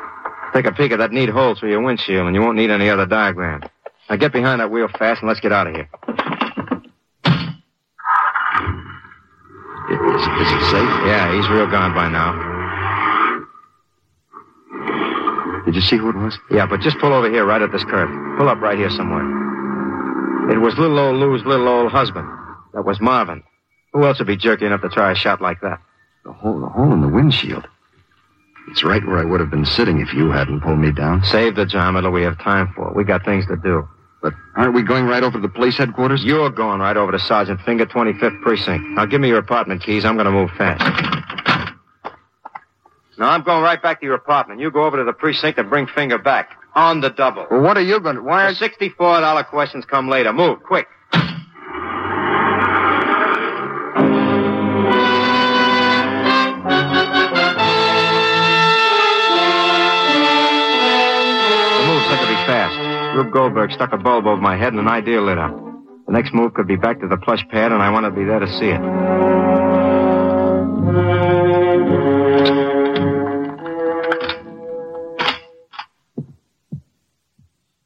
S9: Take a peek at that neat hole through your windshield, and you won't need any other diagram. Now get behind that wheel fast and let's get out of here. Is, is he safe? Yeah, he's real gone by now. Did you see who it was? Yeah, but just pull over here, right at this curb. Pull up right here somewhere. It was little old Lou's little old husband. That was Marvin. Who else would be jerky enough to try a shot like that?
S10: The hole, the hole in the windshield. It's right where I would have been sitting if you hadn't pulled me down.
S9: Save the drama till we have time for it. We got things to do.
S10: But aren't we going right over to the police headquarters?
S9: You're going right over to Sergeant Finger, 25th Precinct. Now give me your apartment keys. I'm going to move fast. Now I'm going right back to your apartment. You go over to the precinct and bring Finger back. On the double.
S10: Well, what are you going to... Why
S9: The $64 questions come later. Move, quick. The moves had to be fast. Rube Goldberg stuck a bulb over my head and an idea lit up. The next move could be back to the plush pad, and I wanted to be there to see it.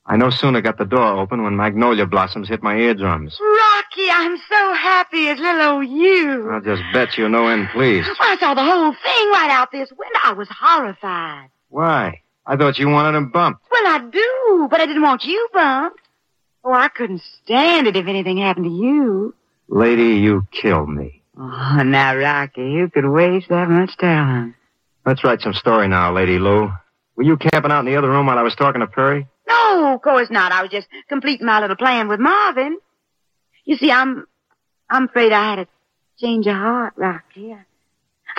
S9: I no sooner got the door open when magnolia blossoms hit my eardrums.
S13: Rocky, I'm so happy as little old you.
S9: I'll just bet you no end pleased.
S13: When I saw the whole thing right out this window, I was horrified.
S9: Why? I thought you wanted him bumped.
S13: Well, I do, but I didn't want you bumped. Oh, I couldn't stand it if anything happened to you.
S9: Lady, you kill me.
S13: Oh, now, Rocky, you could waste that much talent.
S9: Let's write some story now, Lady Lou. Were you camping out in the other room while I was talking to Perry?
S13: No, of course not. I was just completing my little plan with Marvin. You see, I'm, I'm afraid I had a change of heart, Rocky. I-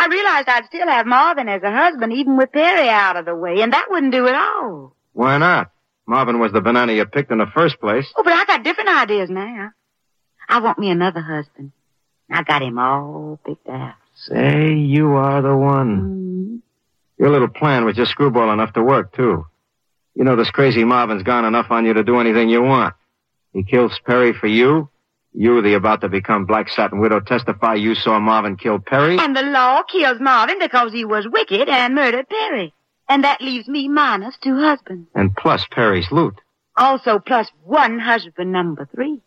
S13: I realized I'd still have Marvin as a husband, even with Perry out of the way, and that wouldn't do at all.
S9: Why not? Marvin was the banana you picked in the first place.
S13: Oh, but I got different ideas now. I want me another husband. I got him all picked out.
S9: Say, you are the one. Your little plan was just screwball enough to work, too. You know, this crazy Marvin's gone enough on you to do anything you want. He kills Perry for you. You, the about to become black satin widow, testify you saw Marvin kill Perry.
S13: And the law kills Marvin because he was wicked and murdered Perry. And that leaves me minus two husbands.
S9: And plus Perry's loot.
S13: Also plus one husband number three.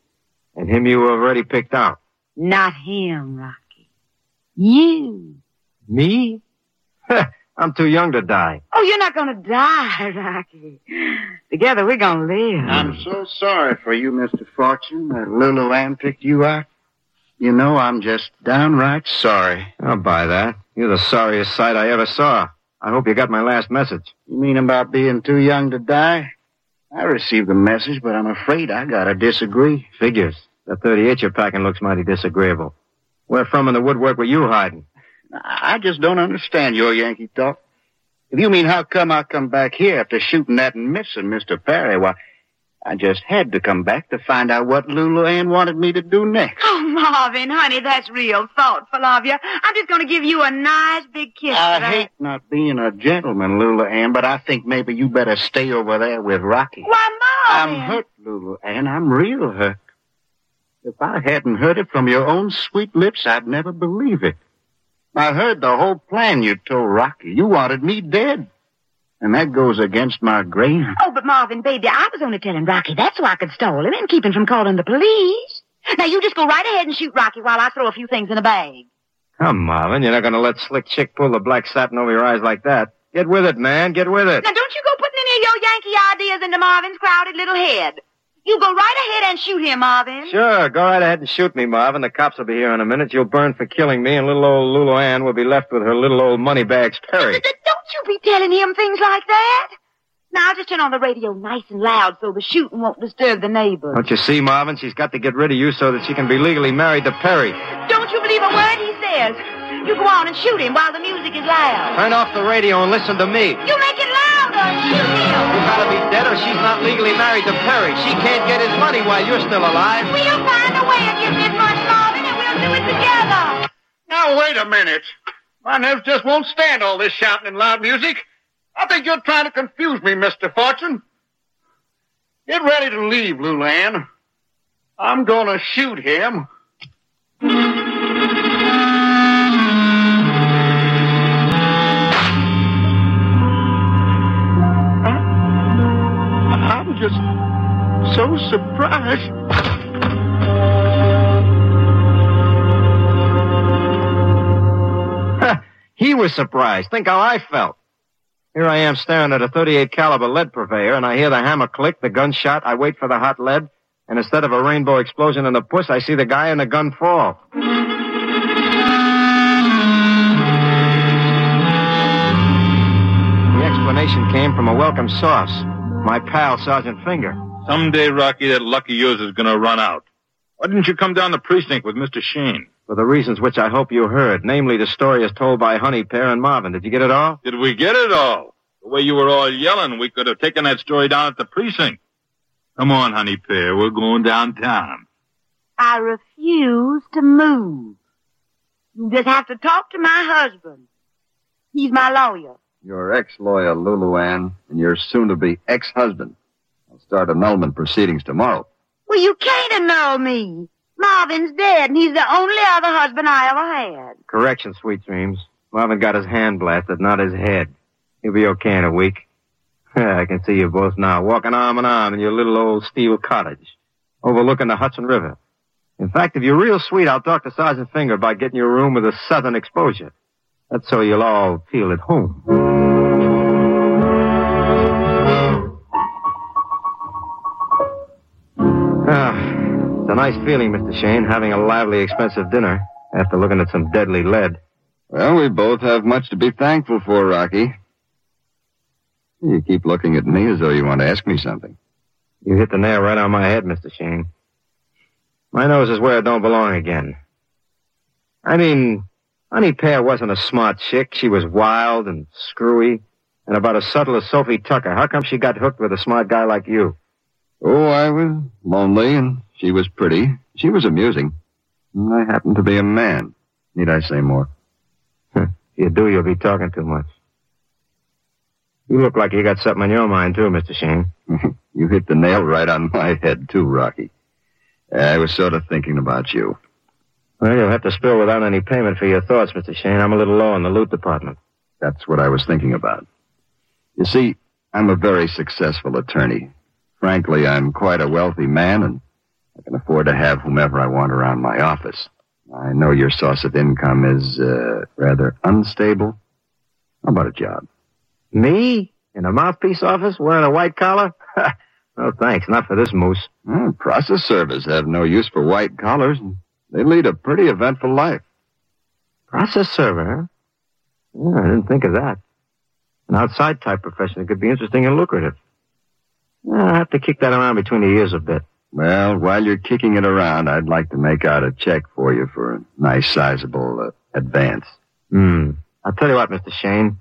S9: And him you already picked out.
S13: Not him, Rocky. You.
S9: Me? I'm too young to die.
S13: Oh, you're not gonna die, Rocky. Together we're gonna live.
S14: I'm so sorry for you, Mr. Fortune, that Lulu Ann picked you out. You know, I'm just downright sorry.
S9: I'll buy that. You're the sorriest sight I ever saw. I hope you got my last message.
S14: You mean about being too young to die? I received the message, but I'm afraid I gotta disagree.
S9: Figures. That 38 you're packing looks mighty disagreeable. Where from in the woodwork were you hiding?
S14: I I just don't understand your Yankee talk. If you mean how come I come back here after shooting that and missing Mr. Perry, why, I just had to come back to find out what Lulu Ann wanted me to do next.
S13: Oh, Marvin, honey, that's real thoughtful of you. I'm just gonna give you a nice big kiss.
S14: I
S13: for that.
S14: hate not being a gentleman, Lulu Ann, but I think maybe you better stay over there with Rocky.
S13: Why, Marvin?
S14: I'm hurt, Lulu Ann. I'm real hurt. If I hadn't heard it from your own sweet lips, I'd never believe it. I heard the whole plan you told Rocky. You wanted me dead. And that goes against my grain.
S13: Oh, but Marvin, baby, I was only telling Rocky that's why I could stole him and keep him from calling the police. Now you just go right ahead and shoot Rocky while I throw a few things in a bag.
S9: Come, Marvin, you're not going to let Slick Chick pull the black satin over your eyes like that. Get with it, man. Get with it.
S13: Now don't you go putting any of your Yankee ideas into Marvin's crowded little head. You go right ahead and shoot him, Marvin.
S9: Sure, go right ahead and shoot me, Marvin. The cops will be here in a minute. You'll burn for killing me, and little old Lulu Ann will be left with her little old money bags Perry.
S13: Don't you be telling him things like that. Now I'll just turn on the radio nice and loud so the shooting won't disturb the neighbors.
S9: Don't you see, Marvin? She's got to get rid of you so that she can be legally married to Perry.
S13: Don't you believe a word he says. You go on and shoot him while the music is loud.
S9: Turn off the radio and listen to me.
S13: You make it louder. Shoot him.
S9: You gotta be dead or she's not legally married to Perry. She can't get his money while you're still alive.
S13: We'll find a way if you get money, Marvin, and we'll do it together.
S19: Now, wait a minute. My nerves just won't stand all this shouting and loud music. I think you're trying to confuse me, Mr. Fortune. Get ready to leave, Lulan. I'm gonna shoot him.
S14: I'm just so surprised.
S9: He was surprised. Think how I felt. Here I am staring at a 38 caliber lead purveyor, and I hear the hammer click, the gunshot. I wait for the hot lead, and instead of a rainbow explosion and a puss, I see the guy and the gun fall. The explanation came from a welcome source, my pal Sergeant Finger.
S19: Someday, Rocky, that luck of yours is gonna run out. Why didn't you come down the precinct with Mr. Sheen?
S9: For the reasons which I hope you heard, namely the story as told by Honey Pear and Marvin. Did you get it all?
S19: Did we get it all? The way you were all yelling, we could have taken that story down at the precinct. Come on, honey pear, we're going downtown.
S13: I refuse to move. You just have to talk to my husband. He's my lawyer.
S10: Your ex-lawyer, Lulu Ann, and your soon-to-be ex-husband. I'll start annulment proceedings tomorrow.
S13: Well, you can't annul me. Marvin's dead, and he's the only other husband I ever had.
S9: Correction, sweet dreams. Marvin got his hand blasted, not his head. He'll be okay in a week. I can see you both now, walking arm in arm in your little old steel cottage, overlooking the Hudson River. In fact, if you're real sweet, I'll talk to Sergeant Finger about getting you a room with a southern exposure. That's so you'll all feel at home. Ah, it's a nice feeling, Mr. Shane, having a lively, expensive dinner after looking at some deadly lead.
S10: Well, we both have much to be thankful for, Rocky. You keep looking at me as though you want to ask me something.
S9: You hit the nail right on my head, Mr. Shane. My nose is where it don't belong again. I mean, Honey Pear wasn't a smart chick. She was wild and screwy and about as subtle as Sophie Tucker. How come she got hooked with a smart guy like you?
S10: Oh, I was lonely and she was pretty. She was amusing. And I happened to be a man. Need I say more?
S9: If you do, you'll be talking too much. You look like you got something on your mind, too, Mr. Shane.
S10: You hit the nail right on my head, too, Rocky. I was sort of thinking about you.
S9: Well, you'll have to spill without any payment for your thoughts, Mr. Shane. I'm a little low in the loot department.
S10: That's what I was thinking about. You see, I'm a very successful attorney. Frankly, I'm quite a wealthy man, and I can afford to have whomever I want around my office. I know your source of income is uh, rather unstable. How about a job?
S9: Me? In a mouthpiece office wearing a white collar? no thanks, not for this moose.
S10: Hmm, process servers have no use for white collars. and They lead a pretty eventful life.
S9: Process server, huh? Yeah, I didn't think of that. An outside type profession that could be interesting and lucrative. Yeah, I have to kick that around between the ears a bit.
S10: Well, while you're kicking it around, I'd like to make out a check for you for a nice, sizable uh, advance.
S9: Hmm. I'll tell you what, Mr. Shane.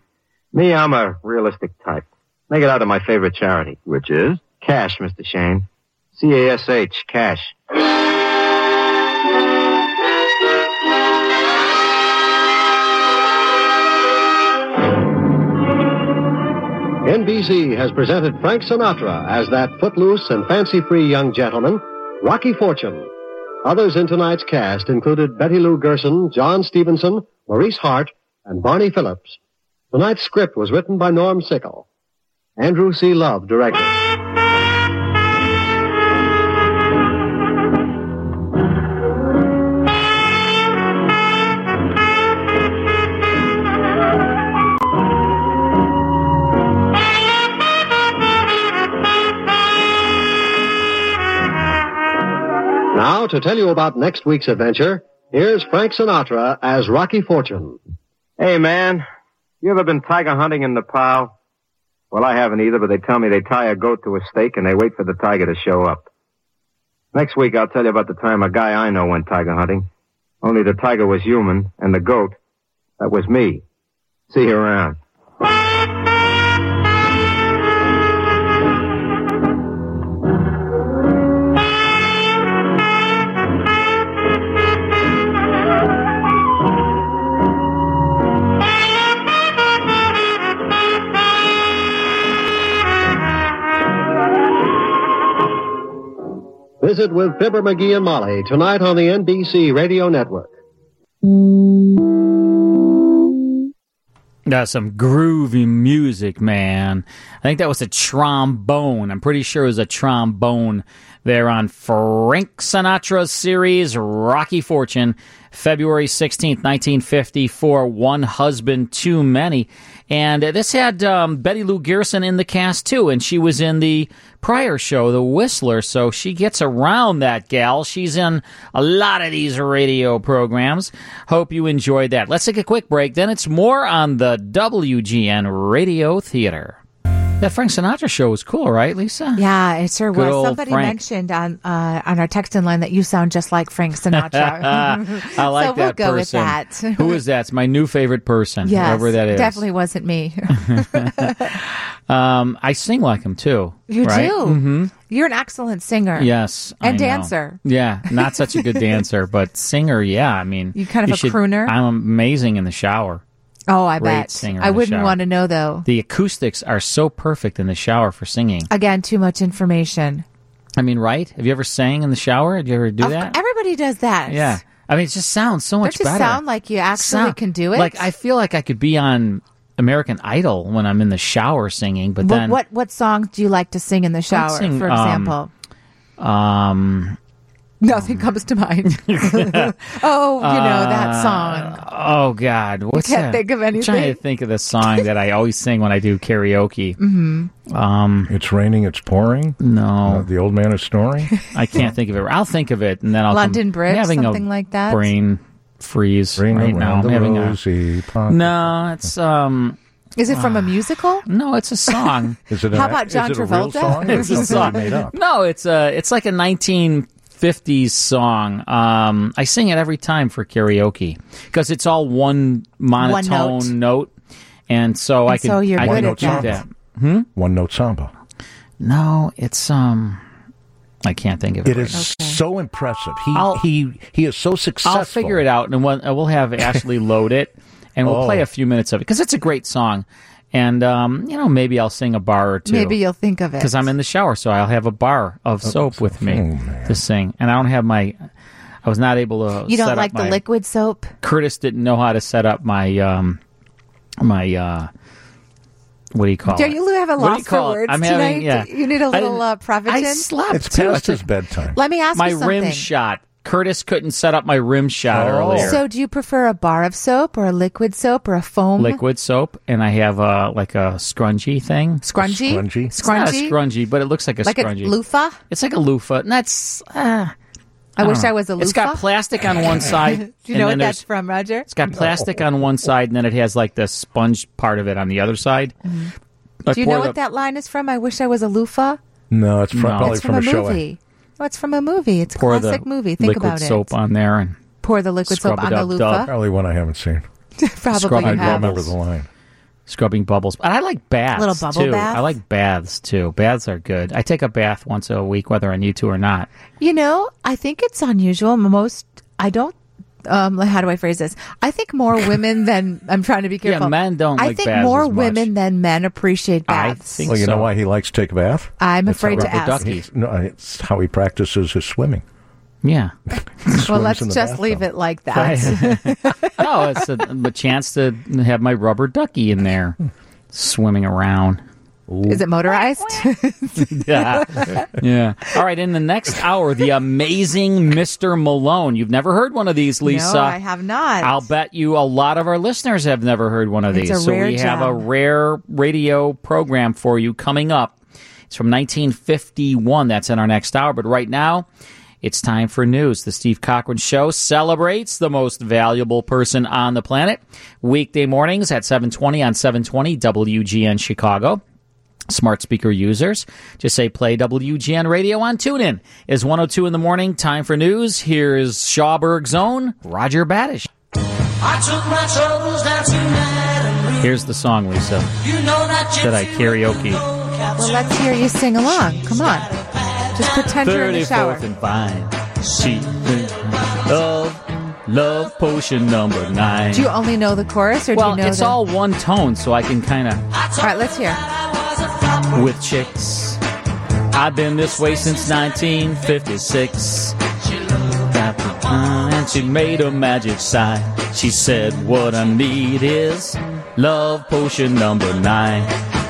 S9: Me, I'm a realistic type. Make it out of my favorite charity.
S10: Which is?
S9: Cash, Mr. Shane. C-A-S-H, cash.
S4: NBC has presented Frank Sinatra as that footloose and fancy free young gentleman, Rocky Fortune. Others in tonight's cast included Betty Lou Gerson, John Stevenson, Maurice Hart, and Barney Phillips. Tonight's script was written by Norm Sickle. Andrew C. Love directed. Now, to tell you about next week's adventure, here's Frank Sinatra as Rocky Fortune.
S9: Hey, man, you ever been tiger hunting in Nepal? Well, I haven't either, but they tell me they tie a goat to a stake and they wait for the tiger to show up. Next week, I'll tell you about the time a guy I know went tiger hunting. Only the tiger was human, and the goat, that was me. See you around.
S4: Visit with Fibber McGee and Molly tonight on the NBC Radio Network.
S17: That's some groovy music, man. I think that was a trombone. I'm pretty sure it was a trombone there on Frank Sinatra's series, Rocky Fortune, February 16th, 1954, One Husband Too Many. And this had um, Betty Lou Gerson in the cast, too, and she was in the prior show, The Whistler, so she gets around that gal. She's in a lot of these radio programs. Hope you enjoyed that. Let's take a quick break, then it's more on the WGN Radio Theater. That Frank Sinatra show was cool, right, Lisa?
S18: Yeah, it sure
S17: Good
S18: was.
S17: old
S18: Somebody
S17: Frank.
S18: mentioned on uh, on our text in line that you sound just like Frank Sinatra.
S17: I like
S18: so
S17: that
S18: we'll go
S17: person.
S18: with that.
S17: Who is that? It's my new favorite person,
S18: Yes,
S17: whoever that is.
S18: definitely wasn't me.
S17: Um, I sing like him too.
S18: You
S17: right?
S18: do.
S17: hmm
S18: You're an excellent singer.
S17: Yes, I
S18: and
S17: know.
S18: dancer.
S17: Yeah, not such a good dancer, but singer. Yeah, I mean,
S18: You kind of a
S17: should-
S18: crooner?
S17: I'm amazing in the shower.
S18: Oh, I
S17: Great
S18: bet.
S17: singer in
S18: I
S17: the
S18: wouldn't
S17: shower.
S18: want to know though.
S17: The acoustics are so perfect in the shower for singing.
S18: Again, too much information.
S17: I mean, right? Have you ever sang in the shower? Did you ever do that?
S18: Everybody does that.
S17: yeah. I mean, it just sounds so much
S18: Don't you
S17: better.
S18: sound like you actually
S17: Sound-
S18: can do it?
S17: Like I feel like I could be on American Idol when I'm in the shower singing, but
S18: What-
S17: then
S18: what what songs do you like to sing in the
S17: I'd
S18: shower,
S17: sing,
S18: for
S17: um,
S18: example?
S17: Um,
S18: Nothing comes to mind. oh, you know
S17: Uh,
S18: that song.
S17: Oh God, what's that?
S18: can't think of
S17: I'm trying
S18: anything?
S17: to think of the song that I always sing when I do karaoke.
S18: hmm
S17: Um,
S16: it's raining, it's pouring. Uh,
S17: No,
S16: the old man is snoring.
S17: I can't think of it. I'll think of it, and then I'll.
S18: London
S17: come,
S18: Bridge,
S17: I'm having
S18: something
S17: a
S18: like that.
S17: Brain freeze
S16: Rain
S17: right
S16: around
S17: now. I'm
S16: the
S17: having a-
S16: rosy pond.
S17: no, it's um.
S18: Is it from a musical?
S17: No, it's a song.
S16: Is it
S18: How
S16: a-
S18: about
S16: is
S18: John
S16: it a real
S18: Travolta?
S16: song or
S18: It's a
S16: something
S18: song.
S16: you made up?
S17: No, it's a it's like a 1950s song. Um, I sing it every time for karaoke because it's all one monotone
S16: note.
S17: note. and so I
S16: And
S17: can
S16: so you're
S17: I
S16: good
S17: can
S16: at
S17: do
S16: that.
S17: Hmm?
S16: One note samba.
S17: No, it's um, I can't think of it.
S16: It is so impressive. He he he is so successful.
S17: I'll figure it out, and we'll, uh, we'll have Ashley load it, and we'll
S16: Oh.
S17: play a few minutes of it because it's a great song, and um, you know maybe I'll sing a bar or two.
S18: Maybe you'll think of it.
S17: because I'm in the shower, so I'll have a bar
S16: Oh,
S17: of soap with me to sing. And I don't have my. I was not able to.
S18: you
S17: set
S18: don't
S17: up
S18: like the
S17: my-
S18: liquid soap?
S17: Curtis didn't know how to set up my um, my uh, what do you call
S18: Do
S17: it?
S18: you have a
S17: Oh, What do
S18: loss
S17: you
S18: for
S17: call it?
S18: words
S17: I'm
S18: tonight?
S17: having- yeah.
S18: You need a
S17: I
S18: little
S17: didn't-
S18: uh, Provigen?
S17: I slept.
S16: It's
S17: too. I
S16: past
S17: took-
S16: his bedtime.
S18: Let me ask
S17: my
S18: you
S17: rim
S18: something.
S17: shot. Curtis couldn't set up my rim shot
S16: Oh.
S17: earlier.
S18: So, do you prefer a bar of soap or a liquid soap or a foam?
S17: liquid soap, and I have a like a scrungy thing.
S18: Scrungy? Scrungy?
S17: It's not a
S18: Scrungy?
S17: scrungy, but it looks like a
S18: like
S17: scrungy.
S18: a loofah?
S17: It's like a loofah. And that's. Uh,
S18: I,
S17: don't
S18: wish
S17: know.
S18: I was a loofah.
S17: It's got plastic on one side.
S18: do you
S17: and
S18: know
S17: then
S18: what
S17: there's-
S18: that's from, Roger?
S17: It's got plastic on one side, and then it has like the sponge part of it on the other side. Like
S18: Mm-hmm. do you know
S17: where
S18: what
S17: the-
S18: that line is from? I wish I was a loofah.
S16: No, it's
S17: No.
S16: pro- probably
S18: it's
S16: from,
S18: from, a,
S16: show. I-
S18: movie. No, it's from a movie. It's a
S17: pour
S18: classic
S17: the
S18: movie. Think
S17: liquid
S18: about it.
S17: soap on there and
S18: Pour the liquid soap on the loofah.
S16: Probably one I haven't seen.
S18: Probably
S16: I
S18: you have.
S16: remember the line.
S17: scrubbing bubbles. But I like baths
S18: Little bubble
S17: too.
S18: baths?
S17: I like baths too. Baths are good. I take a bath once a week, whether I need to or not.
S18: You know, I think it's unusual. Most, I don't. Um, how do I phrase this? I think more women than I'm trying to be
S17: Yeah,
S18: careful.
S17: men don't
S18: I
S17: like
S18: think
S17: baths
S18: more
S17: as much.
S18: women than men appreciate
S17: I
S18: baths.
S17: think
S16: well, you know
S17: so.
S16: why he likes to take a bath?
S18: I'm
S16: That's
S18: afraid
S16: how
S18: to
S16: he-
S18: ask.
S16: No, it's how he practices his swimming.
S17: Yeah.
S18: well, let's just leave it like that.
S17: no, Oh, it's a, a chance to have my rubber ducky in there swimming around.
S18: Is it motorized?
S17: yeah. yeah. All right. In the next hour, the amazing Mr. Malone. You've never heard one of these, Lisa.
S18: No, I have not.
S17: I'll bet you a lot of our listeners have never heard one of
S18: It's
S17: these.
S18: a
S17: so
S18: rare
S17: we have a
S18: gem.
S17: rare radio program for you coming up. It's from 1951. That's in our next hour. But right now, it's time for news. The Steve Cochran Show celebrates the most valuable person on the planet. Weekday mornings at 720 on 720 WGN Chicago smart speaker users. Just say play WGN radio on TuneIn. It's 102 in the morning. Time for news. Here's Shawberg's own Roger Badish.
S6: I took my troubles down to Madam Ruth.
S17: Here's the song, Lisa.
S6: You know that
S17: That I karaoke.
S18: well, let's hear you sing along. Come on. Just pretend you're in the shower.
S17: 34th and fine. She love, love potion number nine.
S18: Do you only know the chorus, or
S17: well,
S18: do you know
S17: it's
S18: the...
S17: all one tone, so I can kind of.
S18: All right, let's hear.
S17: with chicks. I've been this way since 1956. And she made a magic sign. She said, What I need is love potion number nine.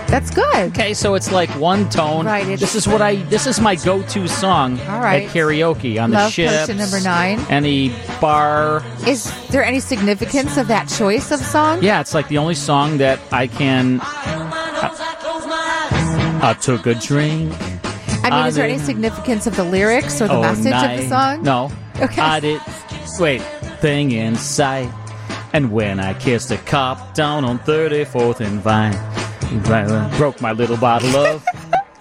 S18: That's good.
S17: Okay, so it's like one tone. Right. This is what I. This is my go-to song
S18: All right.
S17: at karaoke on
S18: Love
S17: the ship.
S18: Potion Number Nine.
S17: Any bar.
S18: Is there any significance of that choice of song?
S17: Yeah, it's like the only song that I can. I took a drink.
S18: I mean, is there any
S17: didn't-
S18: significance of the lyrics or the
S17: Oh,
S18: message of
S17: night.
S18: the song?
S17: No.
S18: Okay.
S17: I did. Wait. Thing in sight. And when I kissed a cop down on 34th and Vine, I broke my little bottle of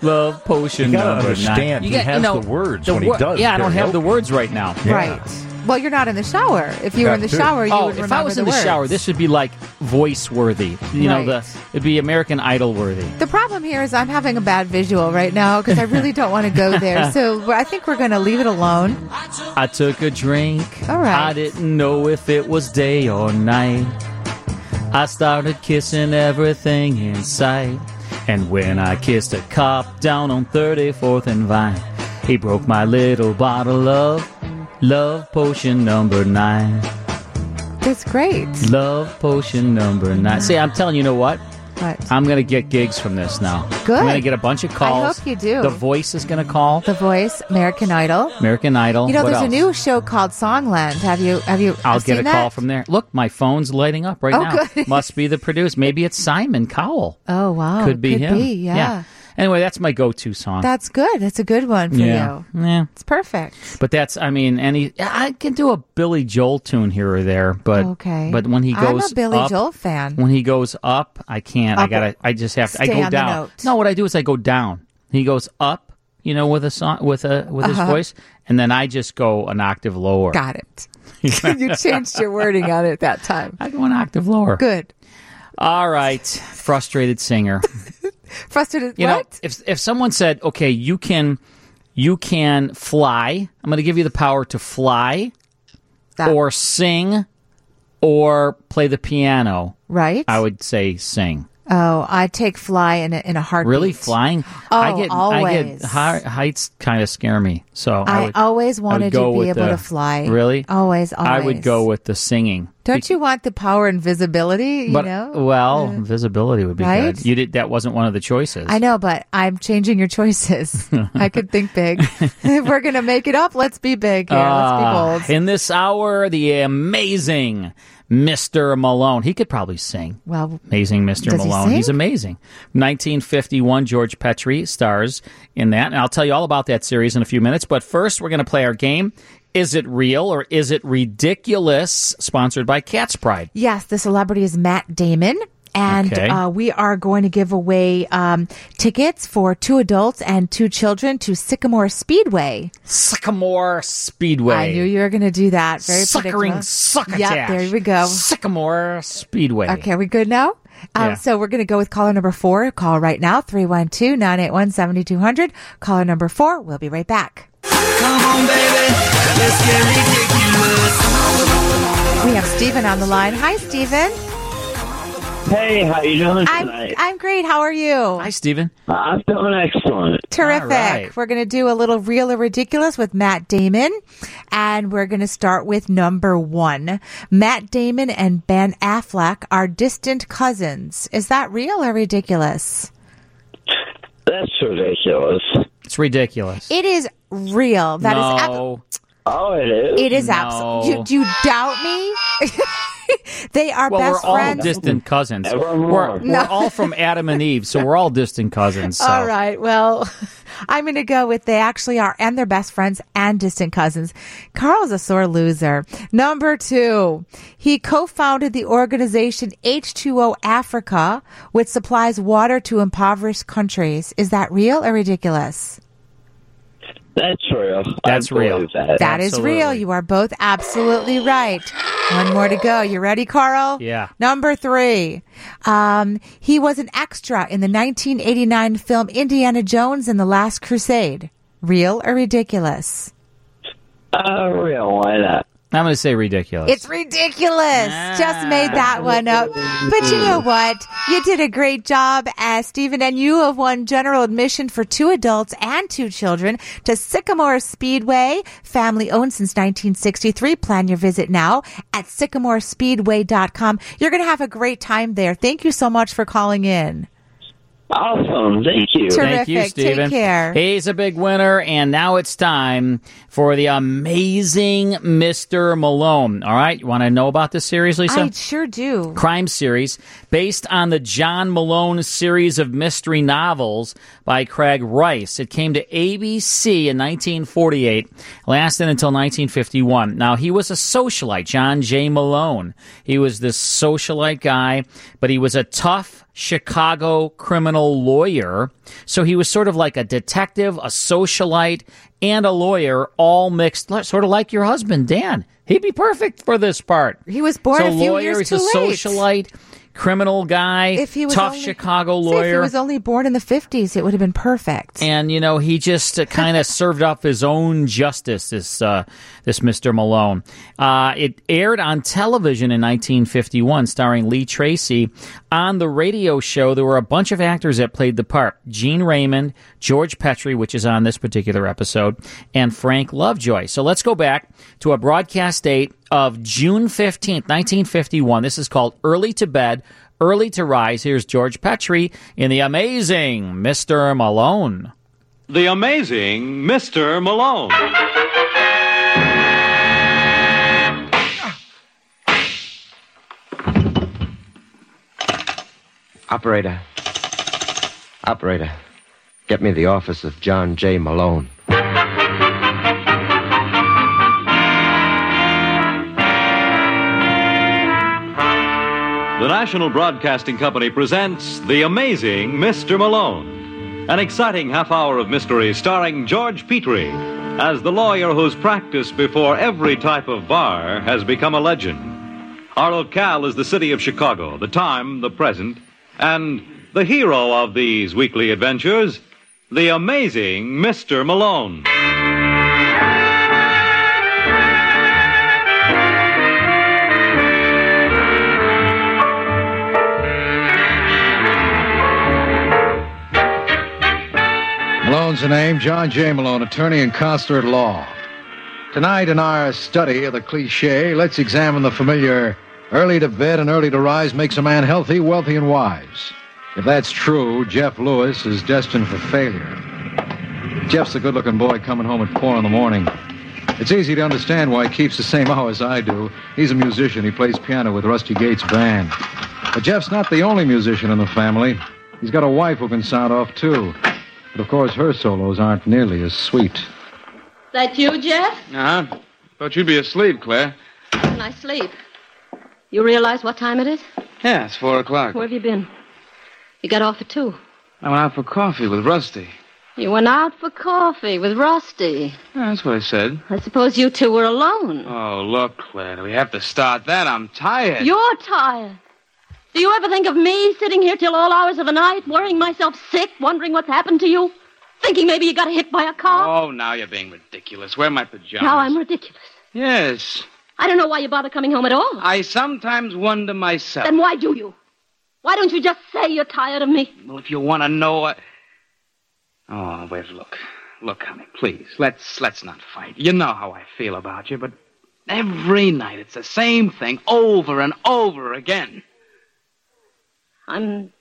S17: love potion
S16: You gotta
S17: number nine.
S16: understand, he has the words when he does
S17: Yeah, I don't have
S16: karaoke.
S17: the words right now.
S18: Right. Well, you're not in the shower. If you were in the shower, you
S17: oh,
S18: would remember
S17: if I was in the
S18: words.
S17: shower, this would be like voice worthy. You know,
S18: Right.
S17: the it'd be American Idol worthy.
S18: The problem here is I'm having a bad visual right now because I really don't want to go there. So I think we're going to leave it alone.
S17: I took a drink.
S18: All right.
S17: I didn't know if it was day or night. I started kissing everything in sight. And when I kissed a cop down on 34th and Vine, he broke my little bottle of love potion number nine.
S18: That's great.
S17: Love potion number nine. See, I'm telling you, you know what?
S18: What?
S17: I'm going to get gigs from this now.
S18: Good.
S17: I'm going to get a bunch of calls.
S18: hope you do.
S17: The Voice is going to call.
S18: The Voice, American Idol.
S17: American Idol.
S18: You know,
S17: What
S18: there's a
S17: else?
S18: new show called Songland. Have you? Have you?
S17: I'll
S18: have
S17: get
S18: seen
S17: a
S18: that?
S17: call from there. Look, my phone's lighting up right
S18: Oh,
S17: now.
S18: good.
S17: Must be the producer. Maybe it's Simon Cowell.
S18: Oh wow!
S17: could be him.
S18: yeah.
S17: Anyway, that's my go-to song.
S18: That's good. That's a good one for
S17: Yeah.
S18: you.
S17: Yeah.
S18: It's perfect.
S17: but that's I mean, any I can do a Billy Joel tune here or there, but
S18: Okay.
S17: But when he
S18: I'm a
S17: goes,
S18: Billy
S17: up-
S18: Joel fan.
S17: When he goes up, I can't. I
S18: Up-
S17: gotta. I just have to. I
S18: Stay
S17: go
S18: on the
S17: down.
S18: note.
S17: No, what I do is I go down. He goes up, you know, with a song, with a with his
S18: Uh-huh.
S17: voice, and then I just go an octave lower.
S18: Got it. you changed your wording on it that time.
S17: I go an octave lower.
S18: Good.
S17: All right, frustrated singer.
S18: Frustrated.
S17: You
S18: what?
S17: know, if if someone said, "Okay, you can you can fly. I'm going to give you the power to fly or sing or play the piano."
S18: Right.
S17: I would say sing.
S18: Oh, I take fly in a, in a heartbeat.
S17: Really flying?
S18: Oh,
S17: I get I get
S18: always.
S17: hi- heights kind of scare me. So I,
S18: I
S17: would,
S18: always
S17: I would
S18: wanted to
S17: go
S18: be
S17: with
S18: able
S17: the-
S18: to fly.
S17: Really?
S18: Always,
S17: I would
S18: always.
S17: go with the singing.
S18: Don't you want the power and visibility? You
S17: but
S18: know. Uh,
S17: well, visibility would be
S18: right?
S17: good. You did that wasn't one of the choices.
S18: I know, but I'm changing your choices. I could think big. if we're gonna make it up, let's be big. Here. let's be
S17: Ah,
S18: bold.
S17: In this hour, the amazing Mr. Malone. He could probably sing.
S18: Well,
S17: Amazing Mr.
S18: Does he
S17: Malone.
S18: sing?
S17: He's amazing. 1951, George Petrie stars in that. And I'll tell you all about that series in a few minutes. But first, we're going to play our game Is It Real or Is It Ridiculous? sponsored by Cat's Pride.
S18: Yes, the celebrity is Matt Damon. And
S17: Okay.
S18: uh, we are going to give away um, tickets for two adults and two children to Sycamore Speedway.
S17: Sycamore Speedway.
S18: I knew you were going to do that. Very
S17: Suckering
S18: predictable.
S17: succotash.
S18: Yeah, there we go.
S17: Sycamore Speedway.
S18: Okay, we good now? Um,
S17: Yeah.
S18: So we're going to go with caller number four. Call right now, 312-981-7200. Caller number four. We'll be right back.
S6: Come on, baby, let's get ridiculous.
S18: We have Steven on the line. Hi, Steven.
S3: Hey, how you doing tonight?
S18: I'm great. How are you?
S17: Hi, Stephen.
S3: I'm doing excellent.
S18: Terrific. We're going to do a little real or ridiculous with Matt Damon. And we're going to start with number one. Matt Damon and Ben Affleck are distant cousins. Is that real or ridiculous?
S3: That's ridiculous.
S17: It's ridiculous.
S18: It is real. That is ab-
S17: no.
S3: oh, it is.
S18: It is absolutely. You, do you doubt me? they are
S17: well,
S18: best
S17: we're all
S18: friends.
S17: distant cousins.
S3: Everyone
S17: We're,
S3: was.
S18: No.
S17: we're all from Adam and Eve, so we're all distant cousins. So.
S18: All right. Well, I'm going to go with they actually are, and they're best friends and distant cousins. Carl's a sore loser. Number two, he co-founded the organization H2O Africa, which supplies water to impoverished countries. Is that real or ridiculous?
S3: That's real.
S17: That's real.
S18: That is real. You are both absolutely right. One more to go. You ready, Carl?
S17: Yeah.
S18: Number three. Um, he was an extra in the 1989 film Indiana Jones and the Last Crusade. Real or ridiculous?
S3: Uh, real. Why not?
S17: I'm going to say ridiculous.
S18: It's ridiculous. Just made that one up. But you know what? You did a great job, uh, Stephen, and you have won general admission for two adults and two children to Sycamore Speedway, family owned since 1963. Plan your visit now at sycamorespeedway.com. You're going to have a great time there. Thank you so much for calling in.
S3: Awesome. Thank you.
S17: Thank you,
S18: Terrific. Take
S17: Stephen.
S18: care.
S17: He's a big winner, and now it's time for the amazing Mr. Malone. All right, you want to know about this series, Lisa?
S18: I sure do.
S17: crime series based on the John Malone series of mystery novels by Craig Rice. It came to ABC in 1948, lasted until 1951. Now, he was a socialite, John J. Malone. He was this socialite guy, but he was a tough Chicago criminal lawyer. So he was sort of like a detective, a socialite, and a lawyer all mixed, sort of like your husband, Dan. He'd be perfect for this part.
S18: He was born
S17: so
S18: a few
S17: lawyer,
S18: years
S17: he's
S18: too
S17: a
S18: late.
S17: socialite, criminal guy,
S18: If he was
S17: tough
S18: only-
S17: Chicago
S18: Say if he
S17: lawyer.
S18: was only born in the 50s, it would have been perfect.
S17: and you know he just uh, kind of served up his own justice. This uh, this Mr. Malone. Uh, it aired on television in 1951, starring Lee Tracy. On the radio show, there were a bunch of actors that played the part: Gene Raymond, George Petrie, which is on this particular episode, and Frank Lovejoy. So let's go back to a broadcast date of June 15th, 1951. This is called Early to Bed. Early to rise, here's George Petrie in the amazing Mr. Malone.
S23: The amazing Mr. Malone.
S24: Operator. Operator. Get me the office of John J. Malone.
S23: The National Broadcasting Company presents The Amazing Mr. Malone, an exciting half hour of mystery starring George Petrie as the lawyer whose practice before every type of bar has become a legend. Our locale is the city of Chicago, the time, the present, and the hero of these weekly adventures, the amazing Mr. Malone.
S25: Malone's the name, John J. Malone, attorney and counselor at law. Tonight, in our study of the cliche, let's examine the familiar early to bed and early to rise makes a man healthy, wealthy, and wise. If that's true, Jeff Lewis is destined for failure. Jeff's a good looking boy coming home at four in the morning. It's easy to understand why he keeps the same hours I do. He's a musician. He plays piano with Rusty Gates' band. But Jeff's not the only musician in the family. He's got a wife who can sound off, too. But of course, her solos aren't nearly as sweet.
S26: That you, Jeff?
S25: Uh
S27: Uh-huh.
S25: huh. Thought you'd be asleep, Claire.
S26: When I sleep. You realize what time it is?
S27: Yeah, it's four o'clock.
S26: Where have you been? You got off at two.
S27: I went out for coffee with Rusty.
S26: You went out for coffee with Rusty.
S27: Yeah, that's what I said.
S26: I suppose you two were alone.
S27: Oh, look, Claire, we have to start that. I'm tired.
S26: You're tired. Do you ever think of me sitting here till all hours of the night, worrying myself sick, wondering what's happened to you? Thinking maybe you got hit by a car?
S27: Oh, now you're being ridiculous. Where are my pajamas?
S26: now I'm ridiculous.
S27: Yes.
S26: I don't know why you bother coming home at all.
S27: I sometimes wonder myself.
S26: Then why do you? Why don't you just say you're tired of me?
S27: Well, if you want to know, I... oh wait, look, look, honey, please, let's let's not fight. You know how I feel about you, but every night it's the same thing over and over again.
S26: I'm.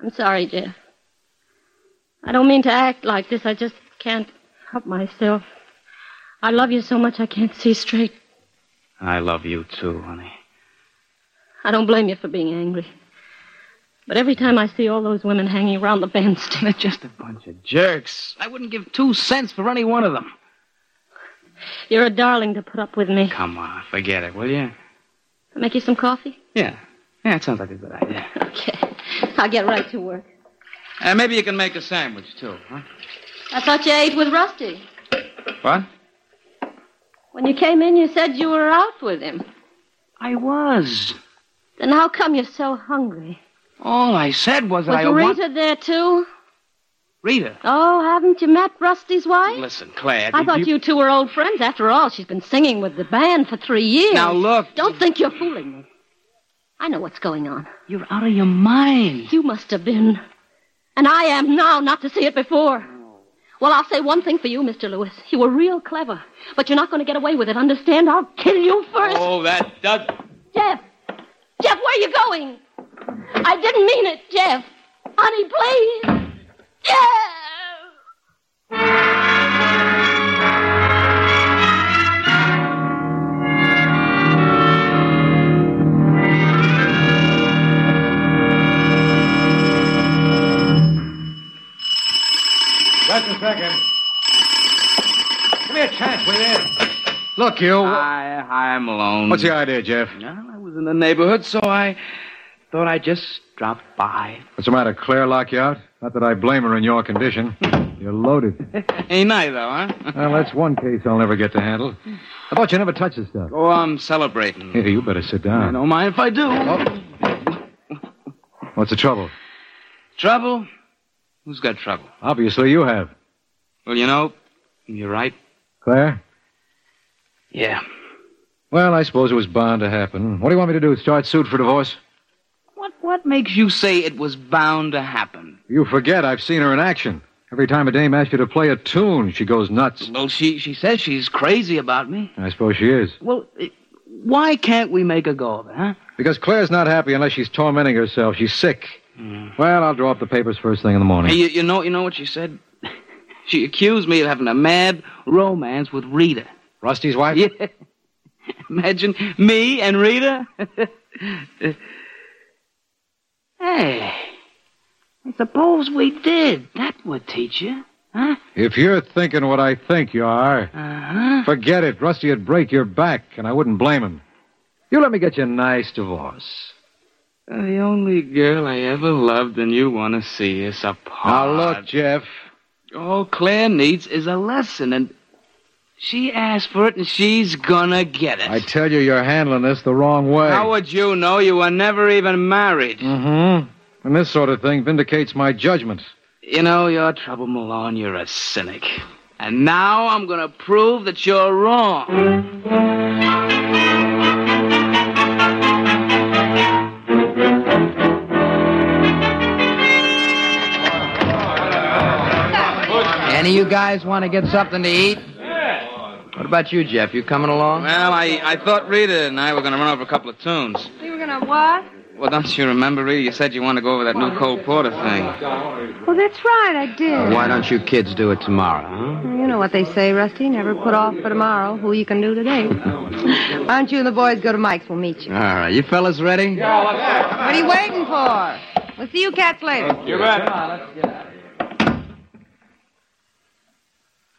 S26: I'm sorry, Jeff. I don't mean to act like this. I just can't help myself. I love you so much I can't see straight.
S27: I love you too, honey.
S26: I don't blame you for being angry. But every time I see all those women hanging around the bandstand, it just.
S27: Bunch of jerks. I wouldn't give two cents for any one of them.
S26: You're a darling to put up with me.
S27: Come on, forget it, will you?
S26: I'll make you some coffee.
S27: Yeah, yeah, it sounds like a good idea.
S26: I'll get right to work.
S27: And maybe you can make a sandwich too, huh?
S26: I thought you ate with Rusty.
S27: What?
S26: When you came in, you said you were out with him.
S27: I was.
S26: Then how come you're so hungry?
S27: All I said was,
S26: Was
S27: I
S26: Rita
S27: want
S26: there too?
S27: Rita.
S26: Oh, haven't you met Rusty's wife?
S27: Listen, Claire.
S26: I
S27: did
S26: thought you... two were old friends. After all, she's been singing with the band for three years.
S27: Now look.
S26: Don't think you're fooling me. I know what's going on.
S27: You're out of your mind.
S26: You must have been. And I am now, not to see it before. Well, I'll say one thing for you, Mr. Lewis. You were real clever, but you're not going to get away with it, understand? I'll kill you first.
S27: Oh, that does.
S26: Jeff! Jeff, where are you going? I didn't mean it, Jeff. Honey, please. Jeff!
S25: Just a second.
S27: Give me a chance, will you?
S25: Look, you.
S27: Hi, hi, Malone.
S25: What's the idea, Jeff?
S27: Well, I was in the neighborhood, so I thought I'd just drop by.
S25: What's the matter? Claire lock you out? Not that I blame her in your condition. You're loaded.
S27: Ain't I, though, huh?
S25: Well, that's one case I'll never get to handle. How about you never touch this stuff?
S27: Oh, I'm celebrating.
S25: Here, you better sit
S27: I
S25: down.
S27: don't mind if I do.
S25: Oh. What's the trouble?
S27: Trouble? Who's got trouble?
S25: Obviously, you have.
S27: Well, you know, you're right.
S25: Claire?
S27: Yeah.
S25: Well, I suppose it was bound to happen. What do you want me to do? Start suit for divorce?
S27: What what makes you say it was bound to happen?
S25: You forget I've seen her in action. Every time a dame asks you to play a tune, she goes nuts.
S27: Well, she she says she's crazy about me.
S25: I suppose she is.
S27: Well, it, why can't we make a go of it, huh?
S25: Because Claire's not happy unless she's tormenting herself. She's sick. Well, I'll draw up the papers first thing in the morning.
S27: Mm. Hey, you, you know you know what she said? she accused me of having a mad romance with Rita.
S25: Rusty's wife?
S27: Yeah. Imagine me and Rita. hey, I suppose we did. That would teach you, huh?
S25: If you're thinking what I think you are,
S27: Uh-huh.
S25: forget it. Rusty would break your back, and I wouldn't blame him. You let me get you a nice divorce.
S27: The only girl I ever loved, and you want to see us apart.
S25: Now, look, Jeff.
S27: All Claire needs is a lesson, and she asked for it, and she's gonna get it.
S25: I tell you, you're handling this the wrong way.
S27: How would you know? You were never even married.
S25: Mm-hmm. And this sort of thing vindicates my judgment.
S27: You know your trouble, Malone. You're a cynic. And now I'm gonna prove that you're wrong.
S2: Any of you guys want to get something to eat? What about you, Jeff? You coming along?
S27: Well, I, I thought Rita and I were gonna run over a couple of tunes.
S2: You were gonna what?
S27: Well, don't you remember, Rita? You said you wanted to go over that new Cole Porter thing.
S2: Well, that's right, I did.
S27: Why
S2: don't you kids do it tomorrow, You know what they say, Rusty. Never put off for tomorrow who you can do today. Why don't you and the boys go to Mike's? We'll meet you. All right, you fellas ready? What are you waiting for? We'll see you cats later.
S27: You bet.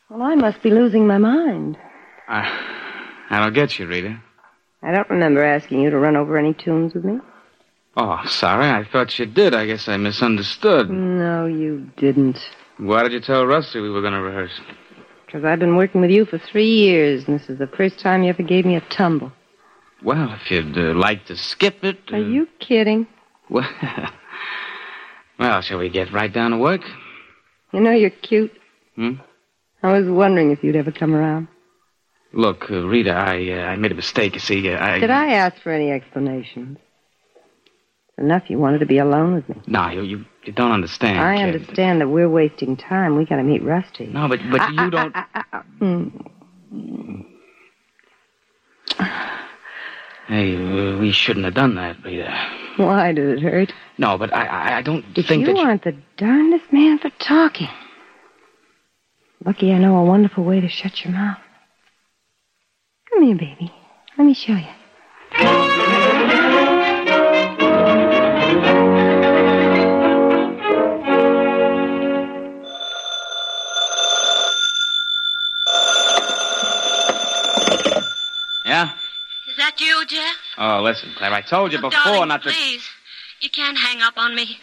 S2: Well, I must be losing my mind.
S27: I, I don't Uh, get you, Rita.
S2: I don't remember asking you to run over any tunes with me.
S27: Oh, sorry. I thought you did. I guess I misunderstood.
S2: No, you didn't.
S27: Why did you tell Rusty we were going to rehearse?
S2: Because I've been working with you for three years, and this is the first time you ever gave me a tumble.
S27: Well, if you'd uh, like to skip it.
S2: Are you kidding?
S27: Well, well, shall we get right down to work?
S2: You know you're cute.
S27: Hmm?
S2: I was wondering if you'd ever come around.
S27: Look, uh, Rita, I uh, I made a mistake. You see, uh, I
S2: Did I ask for any explanations? Enough you wanted to be alone with me.
S27: No, you, you, you don't understand.
S2: I
S27: kid.
S2: understand that we're wasting time. We gotta meet Rusty.
S27: No, but, but
S2: I-
S27: you
S2: I-
S27: don't.
S2: Mm.
S27: Hey, we- we shouldn't have done that, Rita.
S2: Why did it hurt?
S27: No, but I, I, I don't think
S2: you
S27: that.
S2: aren't the darndest man for talking. Lucky I know a wonderful way to shut your mouth. Come here, baby. Let me show you.
S27: Yeah?
S26: Is that you, Jeff?
S27: Oh, listen, Claire, I told you
S26: Look,
S27: before
S26: darling,
S27: not to.
S26: Please, you can't hang up on me.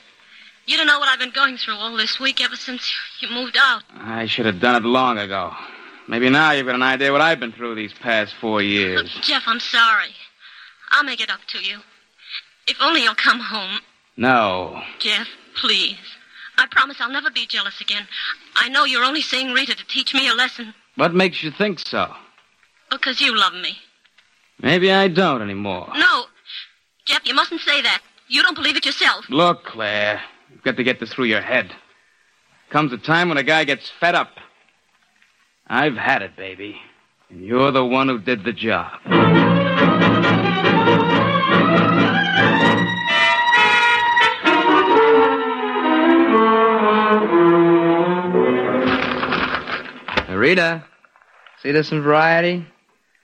S26: You don't know what I've been going through all this week ever since you moved out.
S27: I should have done it long ago. Maybe now you've got an idea what I've been through these past four years.
S26: Jeff, I'm sorry. I'll make it up to you. If only you'll come home.
S27: No.
S26: Jeff, please. I promise I'll never be jealous again. I know you're only seeing Rita to teach me a lesson
S27: What makes you think so?
S26: because you love me.
S27: Maybe I don't anymore.
S26: No, Jeff, you mustn't say that. You don't believe it yourself.
S27: Look, Claire, you've got to get this through your head. Comes a time when a guy gets fed up. I've had it, baby. And you're the one who did the job.
S8: Rita, see this in Variety?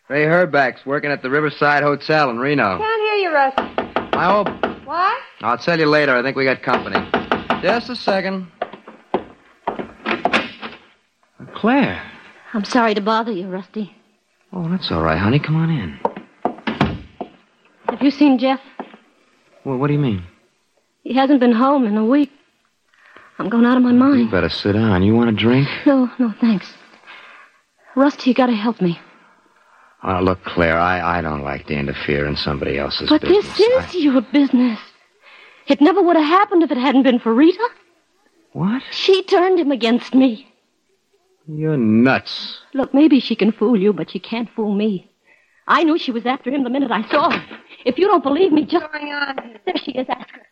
S8: Ray Herbeck's working at the Riverside Hotel in Reno.
S2: Can't hear you, Rusty.
S8: I hope.
S2: What?
S8: I'll tell you later. I think we got company. Just a second. Claire.
S26: I'm sorry to bother you, Rusty.
S8: Oh, that's all right, honey. Come on in.
S26: Have you seen Jeff?
S8: Well, what do you mean?
S26: He hasn't been home in a week. I'm going out of my mind.
S8: You better sit down. You want a drink?
S26: No, no, thanks. Rusty, you gotta help me.
S8: Oh, look, Claire, I, I don't like to interfere in somebody else's
S26: but
S8: business.
S26: this is your business. It never would have happened if it hadn't been for Rita.
S8: What?
S26: She turned him against me.
S8: You're nuts.
S26: Look, maybe she can fool you, but she can't fool me. I knew she was after him the minute I saw her. If you don't believe me, just. going on? There she is. Ask her.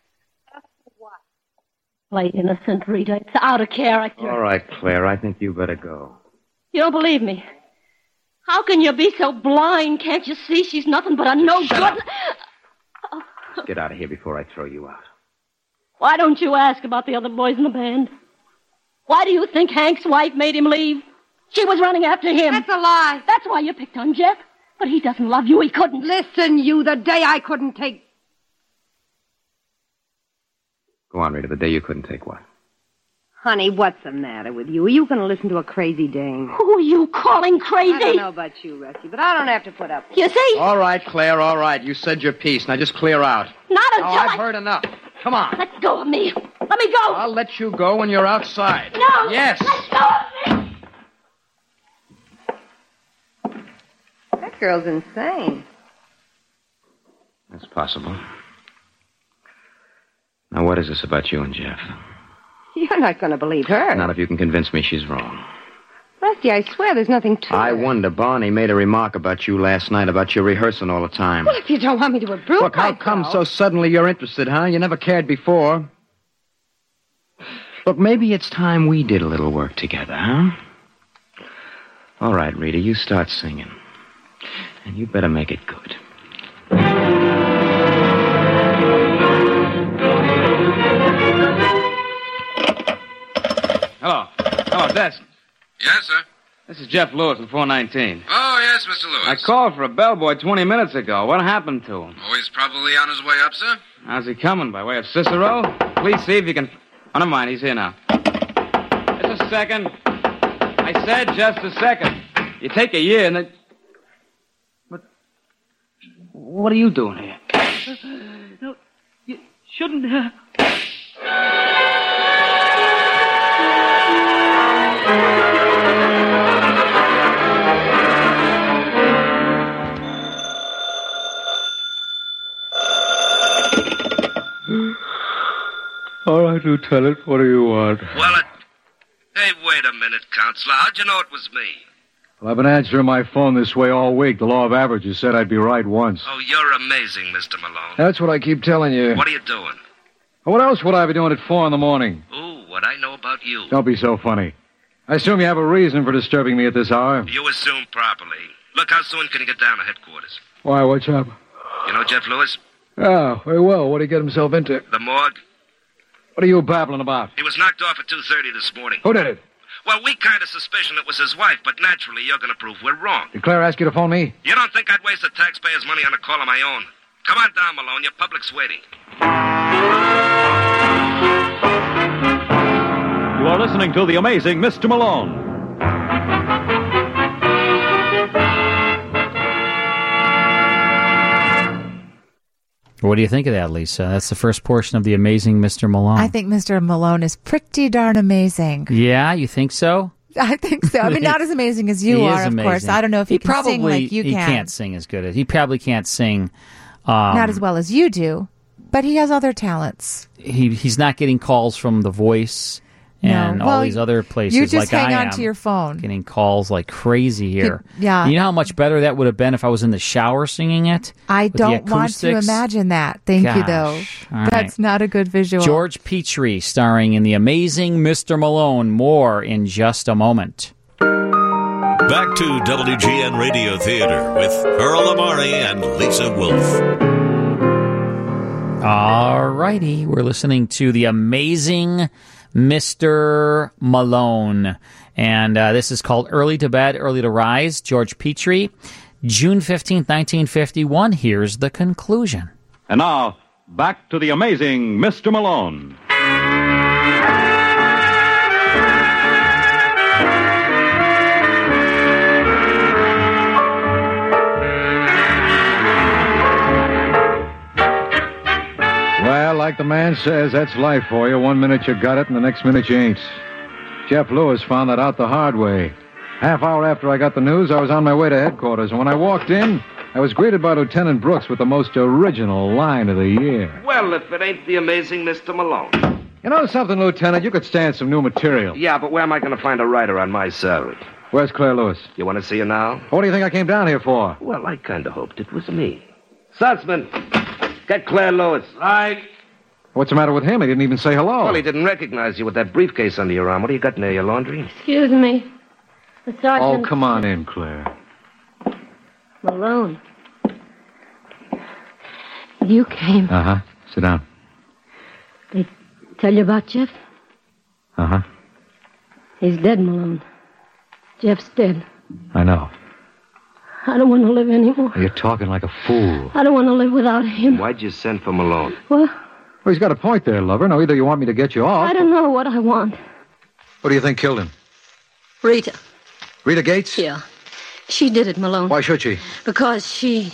S26: Play innocent, Rita. It's out of character.
S8: All right, Claire, I think you better go.
S26: You don't believe me. How can you be so blind? Can't you see she's nothing but a no good?
S8: Get out of here before I throw you out.
S26: Why don't you ask about the other boys in the band? Why do you think Hank's wife made him leave? She was running after him. That's
S2: a lie.
S26: That's why you picked on Jeff. But he doesn't love you. He couldn't.
S2: Listen, you, the day I couldn't take.
S8: Go on, Rita, the day you couldn't take what?
S2: Honey, what's the matter with you? Are you gonna listen to a crazy dame?
S26: Who are you calling crazy?
S2: I don't know about you, Rusty, but I don't have to put up with
S26: You see?
S8: All right, Claire, all right. You said your piece. Now just clear out.
S26: Not until
S8: oh, I've
S26: I-
S8: heard enough. Come on.
S26: Let go of me. Let me go.
S8: I'll let you go when you're outside.
S26: No.
S8: Yes.
S26: Let go of me.
S2: That girl's insane.
S8: That's possible. Now, what is this about you and Jeff?
S2: You're not gonna believe her.
S8: None of you can convince me she's wrong.
S2: Rusty, I swear there's nothing to
S8: I
S2: it.
S8: wonder. Barney made a remark about you last night about you rehearsing all the time.
S2: Well, if you don't want me to approve
S8: Look, how
S2: myself-
S8: come so suddenly you're interested, huh? You never cared before. Look, maybe it's time we did a little work together, huh? All right, Rita, you start singing. And you better make it good.
S27: Hello. Hello, desk.
S25: Yes, sir.
S27: This is Jeff Lewis in 419.
S25: Oh, yes, Mr. Lewis.
S27: I called for a bellboy 20 minutes ago. What happened to him?
S25: Oh, he's probably on his way up, sir.
S27: How's he coming? By way of Cicero? Please see if you can. Oh, never mind. He's here now. Just a second. I said just a second. You take a year and then. But. What are you doing here?
S6: No, you shouldn't uh. have.
S5: All right, Lieutenant, what do you want?
S25: Well, it... Hey, wait a minute, Counselor. How'd you know it was me? Well, I've been answering my phone this way all week. The law of averages said I'd be right once.
S28: Oh, you're amazing, Mr. Malone.
S25: That's what I keep telling you.
S28: What are you doing?
S25: What else would I be doing at four in the morning?
S28: Ooh, what I know about you.
S25: Don't be so funny. I assume you have a reason for disturbing me at this hour.
S28: You assume properly. Look, how soon can you get down to headquarters?
S25: Why, what's up?
S28: You know Jeff Lewis?
S25: Oh, very well. What did he get himself into?
S28: The morgue?
S25: What are you babbling about?
S28: He was knocked off at 2.30 this morning.
S25: Who did it?
S28: Well, we kind of suspicion it was his wife, but naturally you're going to prove we're wrong.
S25: Did Claire ask you to phone me?
S28: You don't think I'd waste the taxpayers' money on a call of my own? Come on down, Malone. Your public's waiting.
S23: You are listening to The Amazing Mr. Malone.
S17: What do you think of that, Lisa? That's the first portion of the amazing Mr. Malone.
S18: I think Mr. Malone is pretty darn amazing.
S17: yeah, you think so?
S18: I think so. I mean, not as amazing as you
S17: He
S18: are,
S17: is
S18: of course.
S17: amazing.
S18: I don't know if he, can
S17: probably
S18: sing like you
S17: he
S18: can.
S17: not sing as good as he probably can't sing. Um,
S18: not as well as you do, but he has other talents.
S17: he he's not getting calls from The Voice and
S18: No.
S17: all
S18: Well,
S17: these other places.
S18: you just
S17: like
S18: hang
S17: I
S18: on
S17: am,
S18: to your phone.
S17: Getting calls like crazy here.
S18: yeah.
S17: You know how much better that would have been if I was in the shower singing it.
S18: I
S17: With the
S18: don't want to
S17: acoustics?
S18: imagine that. Thank you, though.
S17: Gosh. All right.
S18: That's not a good visual.
S17: George Petrie starring in The Amazing Mr. Malone. More in just a moment.
S15: Back to WGN Radio Theater with Earl Amari and Lisa Wolf.
S17: All righty. We're listening to The Amazing Mr. Malone. And uh, this is called Early to Bed, Early to Rise, George Petrie. June fifteenth, 1951. Here's the conclusion.
S23: And now, back to The Amazing Mr. Malone.
S25: Well, like the man says, that's life for you. One minute you got it, and the next minute you ain't. Jeff Lewis found that out the hard way. Half hour after I got the news, I was on my way to headquarters, and when I walked in, I was greeted by Lieutenant Brooks with the most original line of the year.
S28: Well, if it ain't the amazing Mr. Malone.
S25: You know something, Lieutenant? You could stand some new material.
S28: Yeah, but where am I going to find a writer on my salary?
S25: Where's Claire Lewis?
S28: You want to see her now?
S25: What do you think I came down here for?
S28: Well, I kind of hoped it was me. Sussman, get Claire Lewis. Right.
S25: What's the matter with him? He didn't even say hello.
S28: Well, he didn't recognize you with that briefcase under your arm. What do you got near your laundry?
S26: Excuse me. The
S25: Oh,
S26: sergeant
S25: come on in, Claire.
S26: Malone. You came.
S25: Uh huh. Sit down.
S26: They tell you about Jeff?
S25: Uh huh.
S26: He's dead, Malone. Jeff's dead.
S25: I know.
S26: I don't want to live anymore.
S25: You're talking like a fool.
S26: I don't want to live without him.
S25: Why'd you send for Malone?
S26: Well,
S25: Well, he's got a point there, lover. Now, either you want me to get you off.
S26: I don't know what I want.
S25: What do you think killed him?
S26: Rita.
S25: Rita Gates?
S26: Yeah. She did it, Malone.
S25: Why should she?
S26: Because she.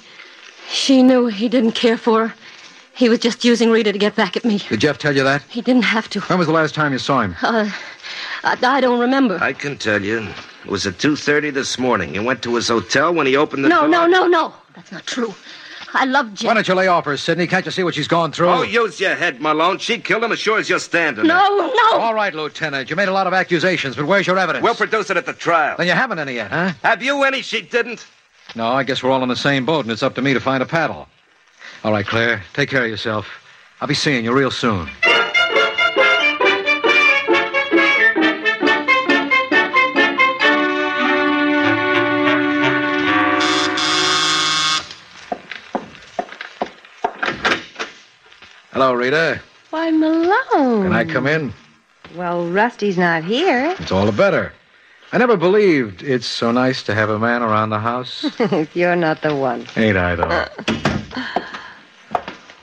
S26: She knew he didn't care for her. He was just using Rita to get back at me.
S25: Did Jeff tell you that?
S26: He didn't have to.
S25: When was the last time you saw him?
S26: Uh, I, I don't remember.
S28: I can tell you. It was at 2.30 this morning. You went to his hotel when he opened the
S26: no,
S28: door.
S26: no, no, no. That's not true. I love Jeff.
S25: Why don't you lay off her, Sidney? Can't you see what she's gone through?
S28: Oh, use your head, Malone. She killed him as sure as you're standing there.
S26: no.
S25: All right, Lieutenant. You made a lot of accusations, but where's your evidence?
S28: We'll produce it at the trial.
S25: Then you haven't any yet, huh?
S28: Have you any? She didn't.
S25: No, I guess we're all in the same boat, and it's up to me to find a paddle. All right, Claire. Take care of yourself. I'll be seeing you real soon. Hello, Rita.
S2: Why, Malone.
S25: Can I come in?
S2: Well, Rusty's not here.
S25: It's all the better. I never believed it's so nice to have a man around the house.
S2: if you're not the one.
S25: Ain't I, though?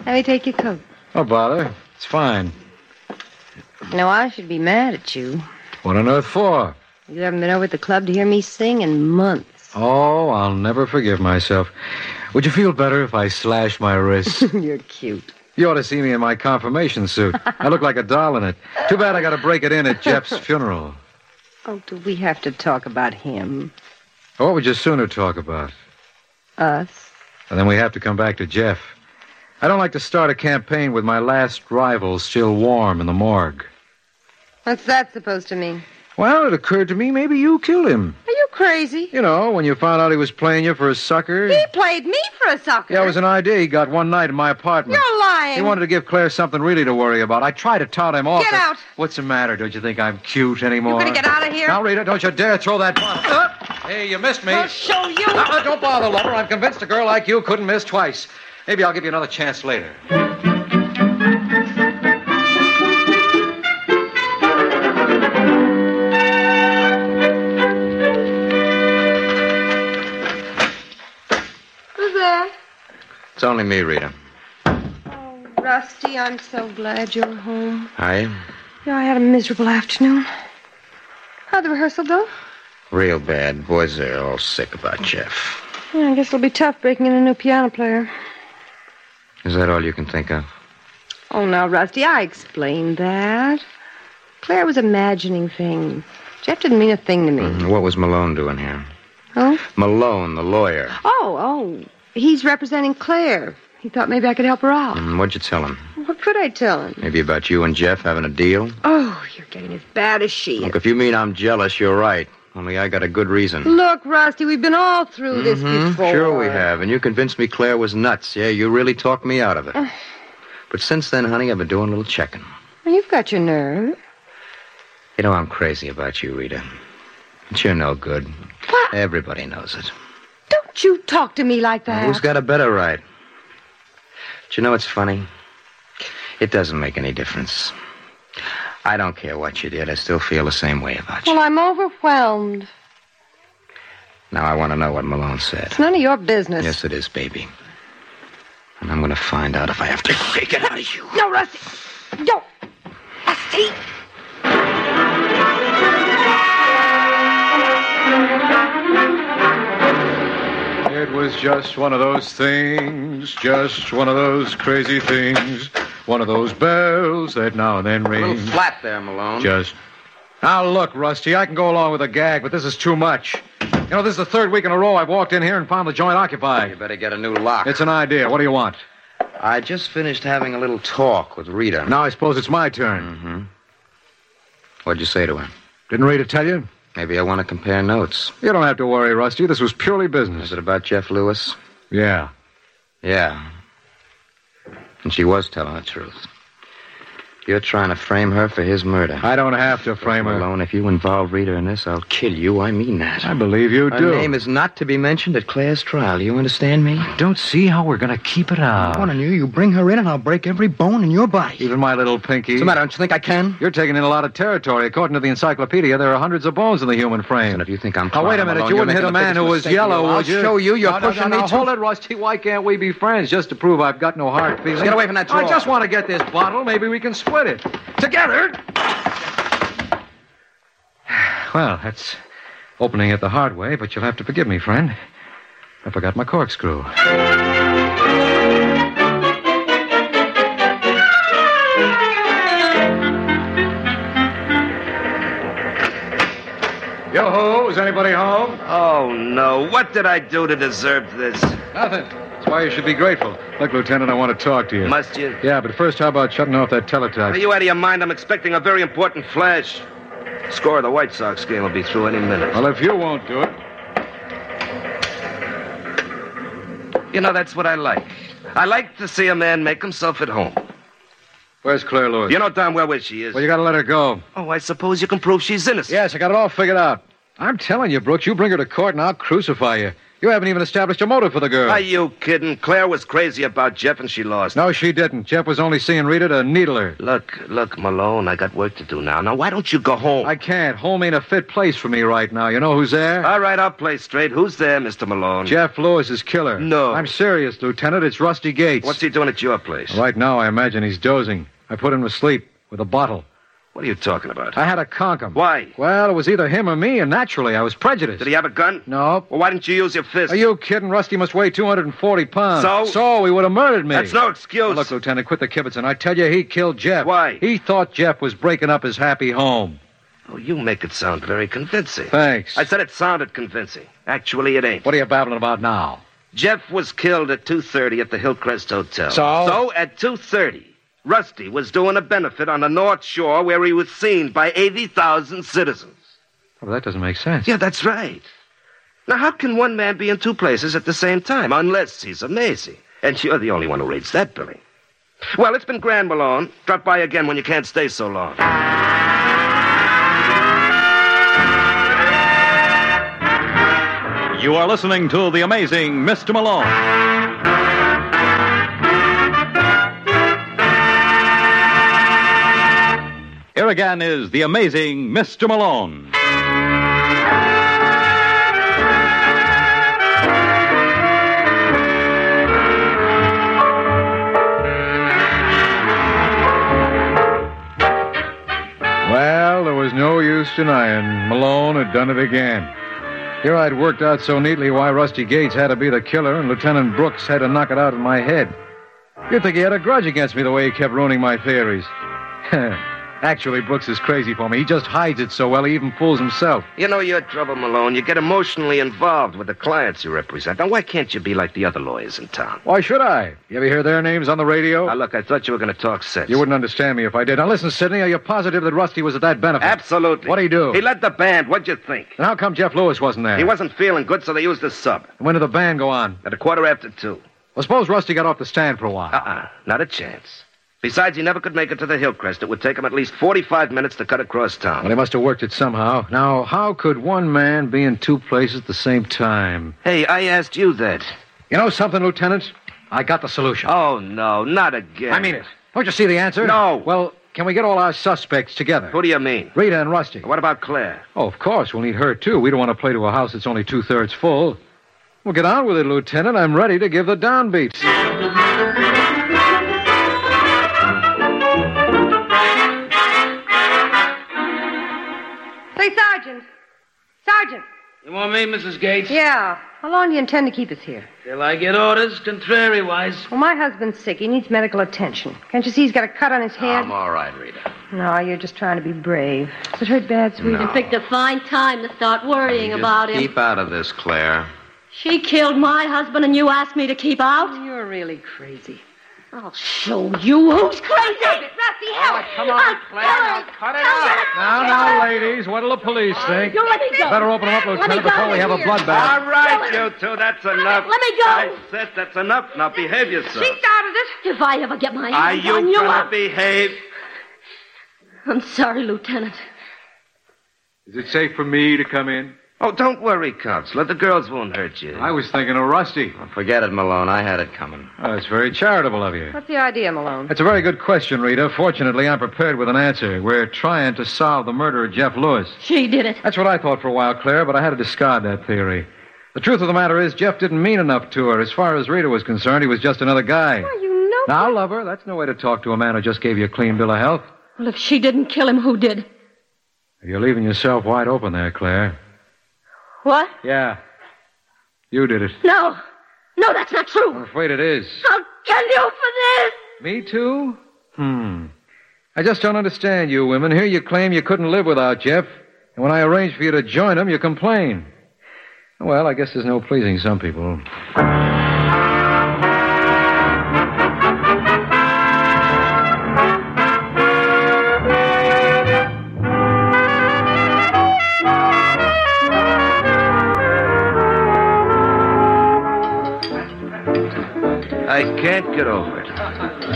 S2: Let me take your coat.
S25: Don't bother. It's fine.
S2: No, I should be mad at you.
S25: What on earth for?
S2: You haven't been over at the club to hear me sing in months.
S25: Oh, I'll never forgive myself. Would you feel better if I slashed my wrist?
S2: You're cute.
S25: You ought to see me in my confirmation suit. I look like a doll in it. Too bad I got to break it in at Jeff's funeral.
S2: Oh, do we have to talk about him?
S25: What would you sooner talk about?
S2: Us?
S25: And then we have to come back to Jeff. I don't like to start a campaign with my last rival still warm in the morgue.
S2: What's that supposed to mean?
S8: Well, it occurred to me maybe you killed him.
S2: Are you crazy?
S8: You know, when you found out he was playing you for a sucker.
S2: He played me for a sucker.
S8: Yeah, it was an idea he got one night in my apartment.
S2: You're lying.
S8: He wanted to give Claire something really to worry about. I tried to tout him off.
S2: Get
S8: but-
S2: out.
S8: What's the matter? Don't you think I'm cute anymore?
S2: gonna get out of here?
S8: Now, Rita, don't you dare throw that bottle. Hey, you missed me.
S2: I'll show you.
S8: Uh, don't bother, lover. I'm convinced a girl like you couldn't miss twice. Maybe I'll give you another chance later.
S2: Who's there?
S8: It's only me, Rita.
S2: Rusty, I'm so glad you're home.
S8: I
S2: You know, I had a miserable afternoon. How'd the rehearsal go?
S8: real bad. Boys are all sick about Jeff.
S2: Yeah, I guess it'll be tough breaking in a new piano player.
S8: Is that all you can think of?
S2: Oh, now, Rusty, I explained that. Claire was imagining things. Jeff didn't mean a thing to me.
S8: Mm, What was Malone doing here?
S2: Huh?
S8: Malone, the lawyer.
S2: Oh, oh. He's representing Claire. He thought maybe I could help her out.
S8: Mm, What'd you tell him?
S2: What could I tell him?
S8: Maybe about you and Jeff having a deal?
S2: Oh, you're getting as bad as she is.
S8: Look, if you mean I'm jealous, you're right. Only I got a good reason.
S2: Look, Rusty, we've been all through this
S8: Mhm,
S2: before.
S8: Sure, we have. And you convinced me Claire was nuts. Yeah, you really talked me out of it.
S2: Ugh.
S8: but since then, honey, I've been doing a little checking.
S2: Well, you've got your nerve.
S8: You know, I'm crazy about you, Rita. But you're no good. Everybody knows it.
S2: Don't you talk to me like that.
S8: Who's got a better right? But you know what's funny? It doesn't make any difference. I don't care what you did. I still feel the same way about
S2: Well, I'm overwhelmed.
S8: you. Now, I want to know what Malone said.
S2: It's none of your business.
S8: Yes, it is, baby. And I'm going to find out if I have to kick it out of you.
S2: No, Rusty. Don't. Rusty.
S25: It was just one of those things, just one of those crazy things, one of those bells that now and then
S8: A
S25: ring.
S8: little flat there, Malone.
S25: Just.
S8: Now, look, Rusty, I can go along with a gag, but this is too much. You know, this is the third week in a row I've walked in here and found the joint occupied. You better get a new lock. It's an idea. What do you want? I just finished having a little talk with Rita. Now I suppose it's my turn. Mm-hmm. What'd you say to her? Didn't Rita tell you? Maybe I want to compare notes.
S25: You don't have to worry, Rusty. This was purely business.
S8: Is it about Jeff Lewis?
S25: Yeah.
S8: Yeah. And she was telling the truth. You're trying to frame her for his murder. I don't have to frame her. Malone, if you involve Rita in this, I'll kill you. I mean that. I
S25: believe you
S8: her
S25: do.
S8: name is not to be mentioned at Claire's trial. You understand me? Don't see how we're going to keep it out. on you. You bring her in, and I'll break every bone in your body.
S25: Even my little pinky.
S8: What's the matter? Don't you think I can?
S25: You're taking in a lot of territory. According to the encyclopedia, there are hundreds of bones in the human frame.
S8: And if you think I'm
S25: Now, wait a minute.
S8: Malone,
S25: you
S8: you're
S25: wouldn't hit
S8: making
S25: a
S8: the
S25: man who
S8: biggest
S25: was
S8: mistake in
S25: yellow,
S8: the world.
S25: would you?
S8: I'll show you. You're
S25: No, no, no,
S8: pushing
S25: no,
S8: me too-
S25: Hold it, Rusty. Why can't we be friends just to prove I've got no hard feelings?
S8: Get away from that
S25: I
S8: drawer.
S25: just want to get this bottle. Maybe we can split it. Together. Well, that's opening it the hard way, but you'll have to forgive me, friend. I forgot my corkscrew. Yo ho, is anybody home?
S28: Oh, no. What did I do to deserve this?
S25: Nothing. That's why you should be grateful. Look, Lieutenant, I want to talk to you.
S28: Must you?
S25: Yeah, but first, how about shutting off that teletype?
S28: Are you out of your mind? I'm expecting a very important flash. Score of the White Sox game will be through any minute.
S25: Well, if you won't do it.
S28: You know, that's what I like. I like to see a man make himself at home.
S25: Where's Claire Lewis?
S28: You know darn well where she is.
S25: Well, you gotta let her go.
S28: Oh, I suppose you can prove she's innocent.
S25: Yes, I got it all figured out. I'm telling you, Brooks, you bring her to court and I'll crucify you. You haven't even established a motive for the girl.
S28: Are you kidding? Claire was crazy about Jeff and she lost.
S25: No, she didn't. Jeff was only seeing Rita to needle her.
S28: Look, look, Malone, I got work to do now. Now, why don't you go home?
S25: I can't. Home ain't a fit place for me right now. You know who's there?
S28: All right, I'll play straight. Who's there, Mr. Malone?
S25: Jeff Lewis's killer.
S28: No.
S25: I'm serious, Lieutenant. It's Rusty Gates.
S28: What's he doing at your place?
S25: Right now, I imagine he's dozing. I put him to sleep with a bottle.
S28: What are you talking about?
S25: I had to conk him.
S28: Why?
S25: Well, it was either him or me, and naturally, I was prejudiced.
S28: Did he have a gun?
S25: No.
S28: Well, why didn't you use your fist?
S25: Are you kidding? Rusty must weigh 240 pounds.
S28: So?
S25: So he would have murdered me.
S28: That's no excuse.
S25: Now, look, Lieutenant, quit the kibitzing. I tell you, he killed Jeff.
S28: Why?
S25: He thought Jeff was breaking up his happy home.
S28: Oh, you make it sound very convincing.
S25: Thanks.
S28: I said it sounded convincing. Actually, it ain't.
S25: What are you babbling about now?
S28: Jeff was killed at 2.30 at the Hillcrest Hotel.
S25: So?
S28: So, at 2.30, Rusty was doing a benefit on the North Shore where he was seen by 80,000 citizens.
S29: Well, that doesn't make sense.
S28: Yeah, that's right. Now, how can one man be in two places at the same time unless he's a Maisie? And you're the only one who reads that, Billy. Well, it's been grand, Malone. Drop by again when you can't stay so long.
S30: You are listening to The Amazing Mr. Malone. Here again is The Amazing Mr. Malone.
S25: Well, there was no use denying. Malone had done it again. Here I'd worked out so neatly why Rusty Gates had to be the killer and Lieutenant Brooks had to knock it out in my head. You'd think he had a grudge against me the way he kept ruining my theories. Actually, Brooks is crazy for me. He just hides it so well he even fools himself.
S28: You know your trouble, Malone. You get emotionally involved with the clients you represent. Now, why can't you be like the other lawyers in town?
S25: Why should I? You ever hear their names on the radio?
S28: Now, look, I thought you were going to talk sense.
S25: You wouldn't understand me if I did. Now, listen, Sidney, are you positive that Rusty was at that benefit?
S28: Absolutely.
S25: What'd he do?
S28: He led the band. What'd you think?
S25: And how come Jeff Lewis wasn't there?
S28: He wasn't feeling good, so they used a sub.
S25: When did the band go on?
S28: At a quarter after two.
S25: Well, suppose Rusty got off the stand for a while.
S28: Uh-uh. Not a chance. Besides, he never could make it to the Hillcrest. It would take him at least 45 minutes to cut across town.
S25: Well, he must have worked it somehow. Now, how could one man be in two places at the same time?
S28: Hey, I asked you that.
S25: You know something, Lieutenant? I got the solution.
S28: Oh, no, not again. Oh,
S25: I mean it. Don't you see the answer?
S28: No.
S25: Well, can we get all our suspects together?
S28: Who do you mean?
S25: Rita and Rusty.
S28: What about Claire?
S25: Oh, of course. We'll need her, too. We don't want to play to a house that's only two thirds full. Well, get on with it, Lieutenant. I'm ready to give the downbeats.
S2: Say, Sergeant. Sergeant.
S8: You want me, Mrs. Gates?
S2: Yeah. How long do you intend to keep us here?
S8: Till I get orders, contrariwise.
S2: Well, my husband's sick. He needs medical attention. Can't you see he's got a cut on his hand?
S8: I'm all right, Rita.
S2: No, you're just trying to be brave. Does it hurt bad, sweetie?
S8: No. You
S26: Picked a fine time to start worrying
S8: Just
S26: about him.
S8: Keep out of this, Claire.
S26: She killed my husband, and you asked me to keep out?
S2: You're really crazy.
S26: I'll show you who's crazy.
S2: Rusty, help!
S25: Oh,
S8: come on,
S2: I'll
S8: Claire. Now, cut it out.
S25: Now, now, ladies, what'll the police think?
S26: You let me go.
S25: Better open 'em up,
S26: Let me
S25: Lieutenant,
S26: go
S25: before we have a
S26: here.
S25: bloodbath.
S28: All right, you two, that's enough.
S26: Let me go.
S28: I said that's enough. Now behave yourself.
S26: started it. If I ever get my
S28: Are
S26: hands
S28: you
S26: on you,
S28: gonna
S26: I'll...
S28: behave?
S26: I'm sorry, Lieutenant.
S25: Is it safe for me to come in?
S28: Oh, don't worry, Counselor. The girls won't hurt you.
S25: I was thinking of Rusty.
S8: Forget it, Malone. I had it coming.
S25: Oh, that's very charitable of you.
S2: What's the idea, Malone?
S25: That's a very good question, Rita. Fortunately, I'm prepared with an answer. We're trying to solve the murder of Jeff Lewis.
S26: She did it.
S25: That's what I thought for a while, Claire, but I had to discard that theory. The truth of the matter is, Jeff didn't mean enough to her. As far as Rita was concerned, he was just another guy.
S26: Why, you know...
S25: Now, lover, that's no way to talk to a man who just gave you a clean bill of health.
S26: Well, if she didn't kill him, who did?
S25: You're leaving yourself wide open there, Claire.
S26: What?
S25: Yeah. You did it.
S26: No. No, that's not true.
S25: I'm afraid it is.
S26: I'll kill you for this.
S25: Me too? Hmm. I just don't understand you women. Here you claim you couldn't live without Jeff, and when I arrange for you to join him, you complain. Well, I guess there's no pleasing some people.
S28: I can't get over it.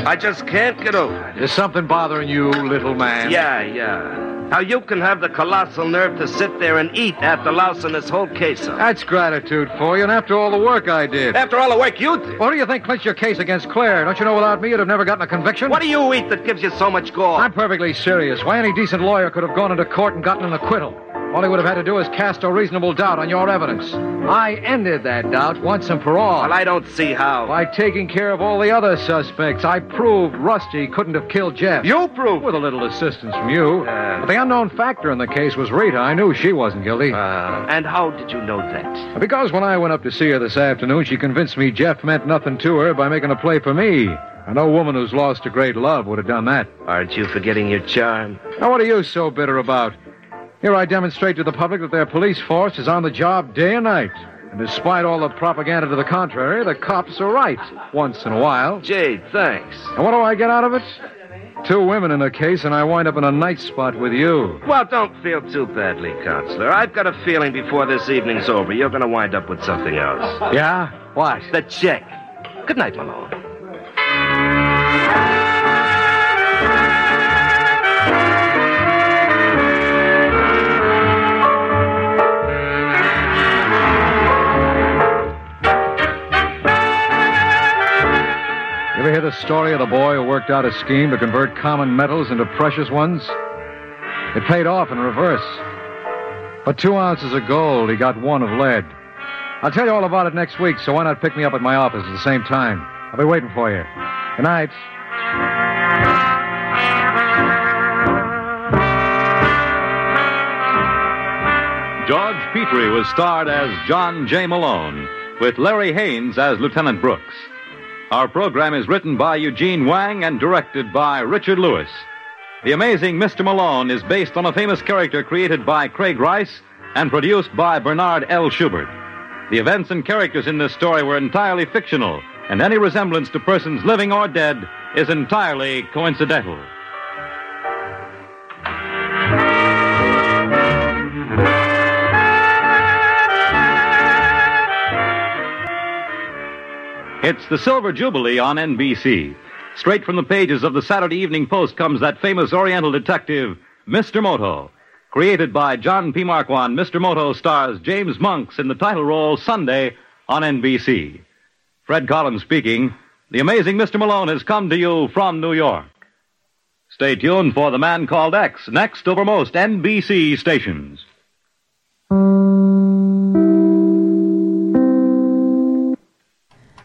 S28: I just can't get over it.
S25: There's something bothering you, little man.
S28: Yeah, yeah. How you can have the colossal nerve to sit there and eat after lousing this whole case up.
S25: That's gratitude for you, and after all the work I did.
S28: After all the work you did.
S25: What do you think clinched your case against Claire? Don't you know without me you'd have never gotten a conviction?
S28: What do you eat that gives you so much gall?
S25: I'm perfectly serious. Why, any decent lawyer could have gone into court and gotten an acquittal. All he would have had to do is cast a reasonable doubt on your evidence. I ended that doubt once and for all.
S28: Well, I don't see how.
S25: By taking care of all the other suspects, I proved Rusty couldn't have killed Jeff.
S28: You prove. Uh.
S25: With a little assistance from you. but the unknown factor in the case was Rita. I knew she wasn't guilty.
S28: Uh. And how did you know that?
S25: because when I went up to see her this afternoon, she convinced me Jeff meant nothing to her by making a play for me. And no woman who's lost a great love would have done that.
S28: Aren't you forgetting your charm?
S25: Now, what are you so bitter about? Here I demonstrate to the public that their police force is on the job day and night. And despite all the propaganda to the contrary, the cops are right once in a while.
S28: Jade, thanks.
S25: And what do I get out of it? Two women in a case, and I wind up in a night spot with you.
S28: Well, don't feel too badly, Counselor. I've got a feeling before this evening's over, you're going to wind up with something else.
S25: Yeah?
S28: What? The check. Good night, Malone.
S25: You ever hear the story of the boy who worked out a scheme to convert common metals into precious ones? It paid off in reverse. For two ounces of gold, he got one of lead. I'll tell you all about it next week, so why not pick me up at my office at the same time? I'll be waiting for you. Good night.
S23: George Petrie was starred as John J. Malone, with Larry Haynes as Lieutenant Brooks. Our program is written by Eugene Wang and directed by Richard Lewis. The Amazing Mr. Malone is based on a famous character created by Craig Rice and produced by Bernard L. Schubert. The events and characters in this story were entirely fictional, and any resemblance to persons living or dead is entirely coincidental. It's the Silver Jubilee on NBC. Straight from the pages of the Saturday Evening Post comes that famous Oriental detective, Mr. Moto. Created by John P. Marquand, Mr. Moto stars James Monks in the title role Sunday on NBC. Fred Collins speaking. The amazing Mr. Malone has come to you from New York. Stay tuned for The Man Called X, next over most NBC stations.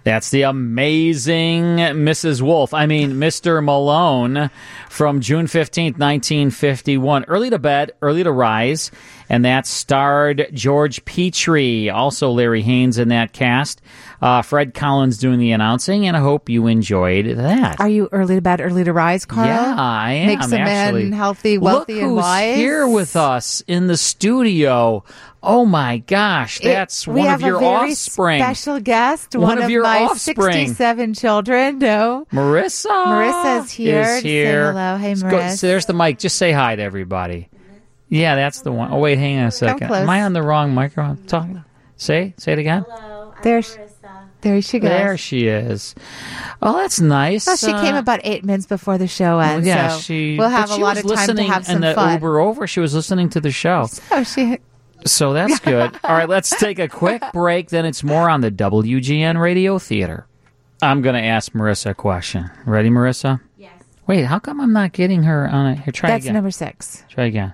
S17: That's the amazing Mrs. Wolf. I mean, Mr. Malone from June 15th, 1951. Early to bed, early to rise. And that starred George Petrie, also Larry Haynes in that cast. Uh, Fred Collins doing the announcing, and I hope you enjoyed that.
S18: Are you early to bed, early to rise, Carl?
S17: Yeah, I am.
S18: Makes a
S17: actually.
S18: man healthy, wealthy,
S17: Look
S18: and
S17: who's
S18: wise.
S17: here with us in the studio. Oh my gosh,
S18: It-
S17: that's
S18: we
S17: one
S18: have
S17: of your
S18: a very
S17: offspring.
S18: Special guest,
S17: One
S18: one,
S17: of your
S18: my
S17: offspring.
S18: 67 children. No.
S17: Marissa.
S18: Marissa's here. to
S17: Is
S18: say
S17: here.
S18: hello. Hey,
S17: Let's go-
S18: Marissa.
S17: so there's the mic. Just say hi to everybody. Yeah, that's the one. Oh, wait, hang on a second.
S18: close.
S17: Am I on the wrong microphone? Talking. Say, say it again.
S18: There's, there she goes.
S17: There she is. Oh, that's nice.
S18: Well, she came
S17: Uh,
S18: about eight minutes before the show ends.
S17: yeah,
S18: so
S17: she.
S18: We'll
S17: but
S18: have a
S17: she
S18: lot
S17: was
S18: of time to
S17: listening
S18: have
S17: in
S18: some
S17: the
S18: fun.
S17: Uber over. She was listening to the show.
S18: Oh, she.
S17: So that's good. All right, let's take a quick break. Then it's more on the WGN Radio Theater. I'm going to ask Marissa a question. Ready, Marissa? Yes. Wait, how come I'm not getting her on it? Here, try
S18: That's
S17: again.
S18: number six.
S17: Try again.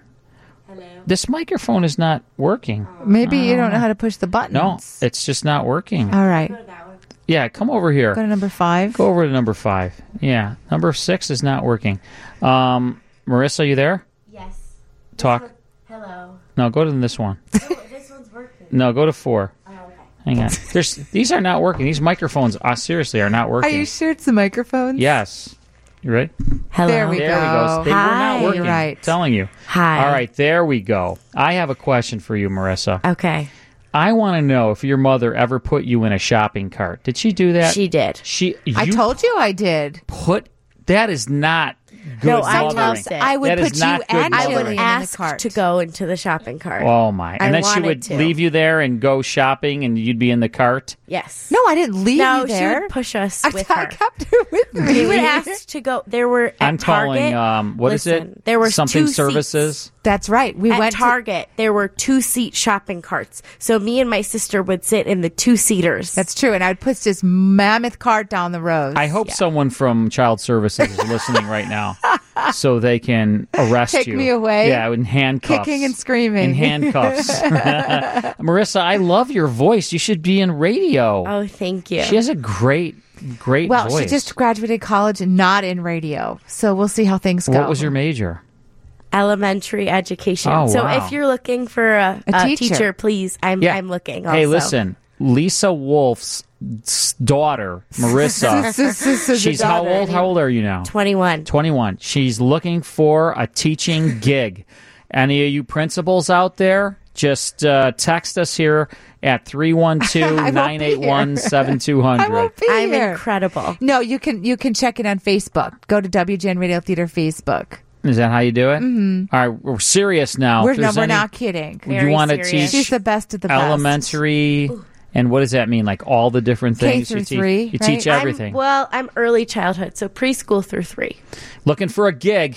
S17: Hello. This microphone is not working.
S31: Oh.
S18: Maybe you don't know how to push the button.
S17: No, it's just not working.
S18: All right.
S17: Yeah, come over
S18: Go
S17: here.
S18: to number five.
S17: Go over to number five. Yeah, number six is not working. Um, Marissa, you there?
S31: Yes.
S17: Talk.
S31: Hello.
S17: No, go to this one.
S31: this one's working. Oh,
S17: No, go to four. Hang on. There's these are not working. These microphones uh, seriously are not
S18: Are
S17: working.
S18: you sure it's the microphone?
S17: yes. You ready?
S18: Hello. There we
S17: there
S18: go.
S17: We go. They were
S18: Hi.
S17: not working.
S18: Right.
S17: I'm telling you.
S18: Hi.
S17: All right, there we go. I have a question for you, Marissa.
S31: Okay.
S17: I want to know if your mother ever put you in a shopping cart. Did she do that?
S31: She did.
S17: She.
S18: I
S17: you
S18: told you I did.
S17: Put that is not good
S31: no,
S17: mothering.
S31: sometimes I would
S17: That is
S31: put you
S17: not good
S31: and I
S17: mothering.
S31: would ask to go into the shopping cart.
S17: Oh my! And
S31: I
S17: then she
S31: wanted
S17: would
S31: to.
S17: leave you there and go shopping, and you'd be in the cart.
S31: Yes.
S18: No, I didn't leave
S31: no,
S18: you
S31: she
S18: there.
S31: would push us with her.
S18: me.
S31: We would ask to go. There were at
S17: I'm calling.
S31: Target.
S17: Um, what is
S31: Listen,
S17: it?
S31: There were
S17: something
S31: two seats.
S17: services.
S18: That's right. We
S31: at
S18: went to-
S31: Target. there were two seat shopping carts, so me and my sister would sit in the two seaters.
S18: That's true. And I'd push this mammoth cart down the road.
S17: I hope someone from Child Services is listening right now, so they can arrest
S18: Take
S17: you.
S18: me away.
S17: Yeah, in handcuffs.
S18: Kicking and screaming.
S17: In handcuffs. Marissa, I love your voice. You should be in radio.
S31: Oh, thank you.
S17: She has a great, great
S18: well,
S17: voice.
S18: she just graduated college and not in radio. So we'll see how things go.
S17: What was your major?
S31: elementary education.
S17: Oh,
S31: so
S17: wow.
S31: if you're looking for a,
S18: A
S31: a
S18: teacher.
S31: teacher. please, I'm
S17: Yeah.
S31: I'm looking.
S17: Hey,
S31: also.
S17: listen, Lisa Wolf's s- daughter, Marissa. she's how
S31: Daughter.
S17: old? How old are you now?
S31: 21.
S17: 21. She's looking for a teaching gig. Any of you principals out there? just uh, text us here at 312 981 7200.
S11: I'm incredible.
S18: No, you can you can check it on Facebook. Go to WGN Radio Theater Facebook.
S17: Is that how you do it?
S18: Mhm.
S17: All right, we're serious now. If
S18: we're, no,
S17: there's
S18: we're
S17: any
S18: not kidding.
S17: Would you Very wanna serious. teach
S18: She's the best of the best.
S17: elementary, and what does that mean? Like all the different
S11: K
S17: things
S11: through
S17: you teach?
S11: three,
S17: you
S11: right?
S17: teach
S11: I'm-
S17: everything.
S11: well, I'm early childhood, so preschool through three.
S17: Looking for a gig.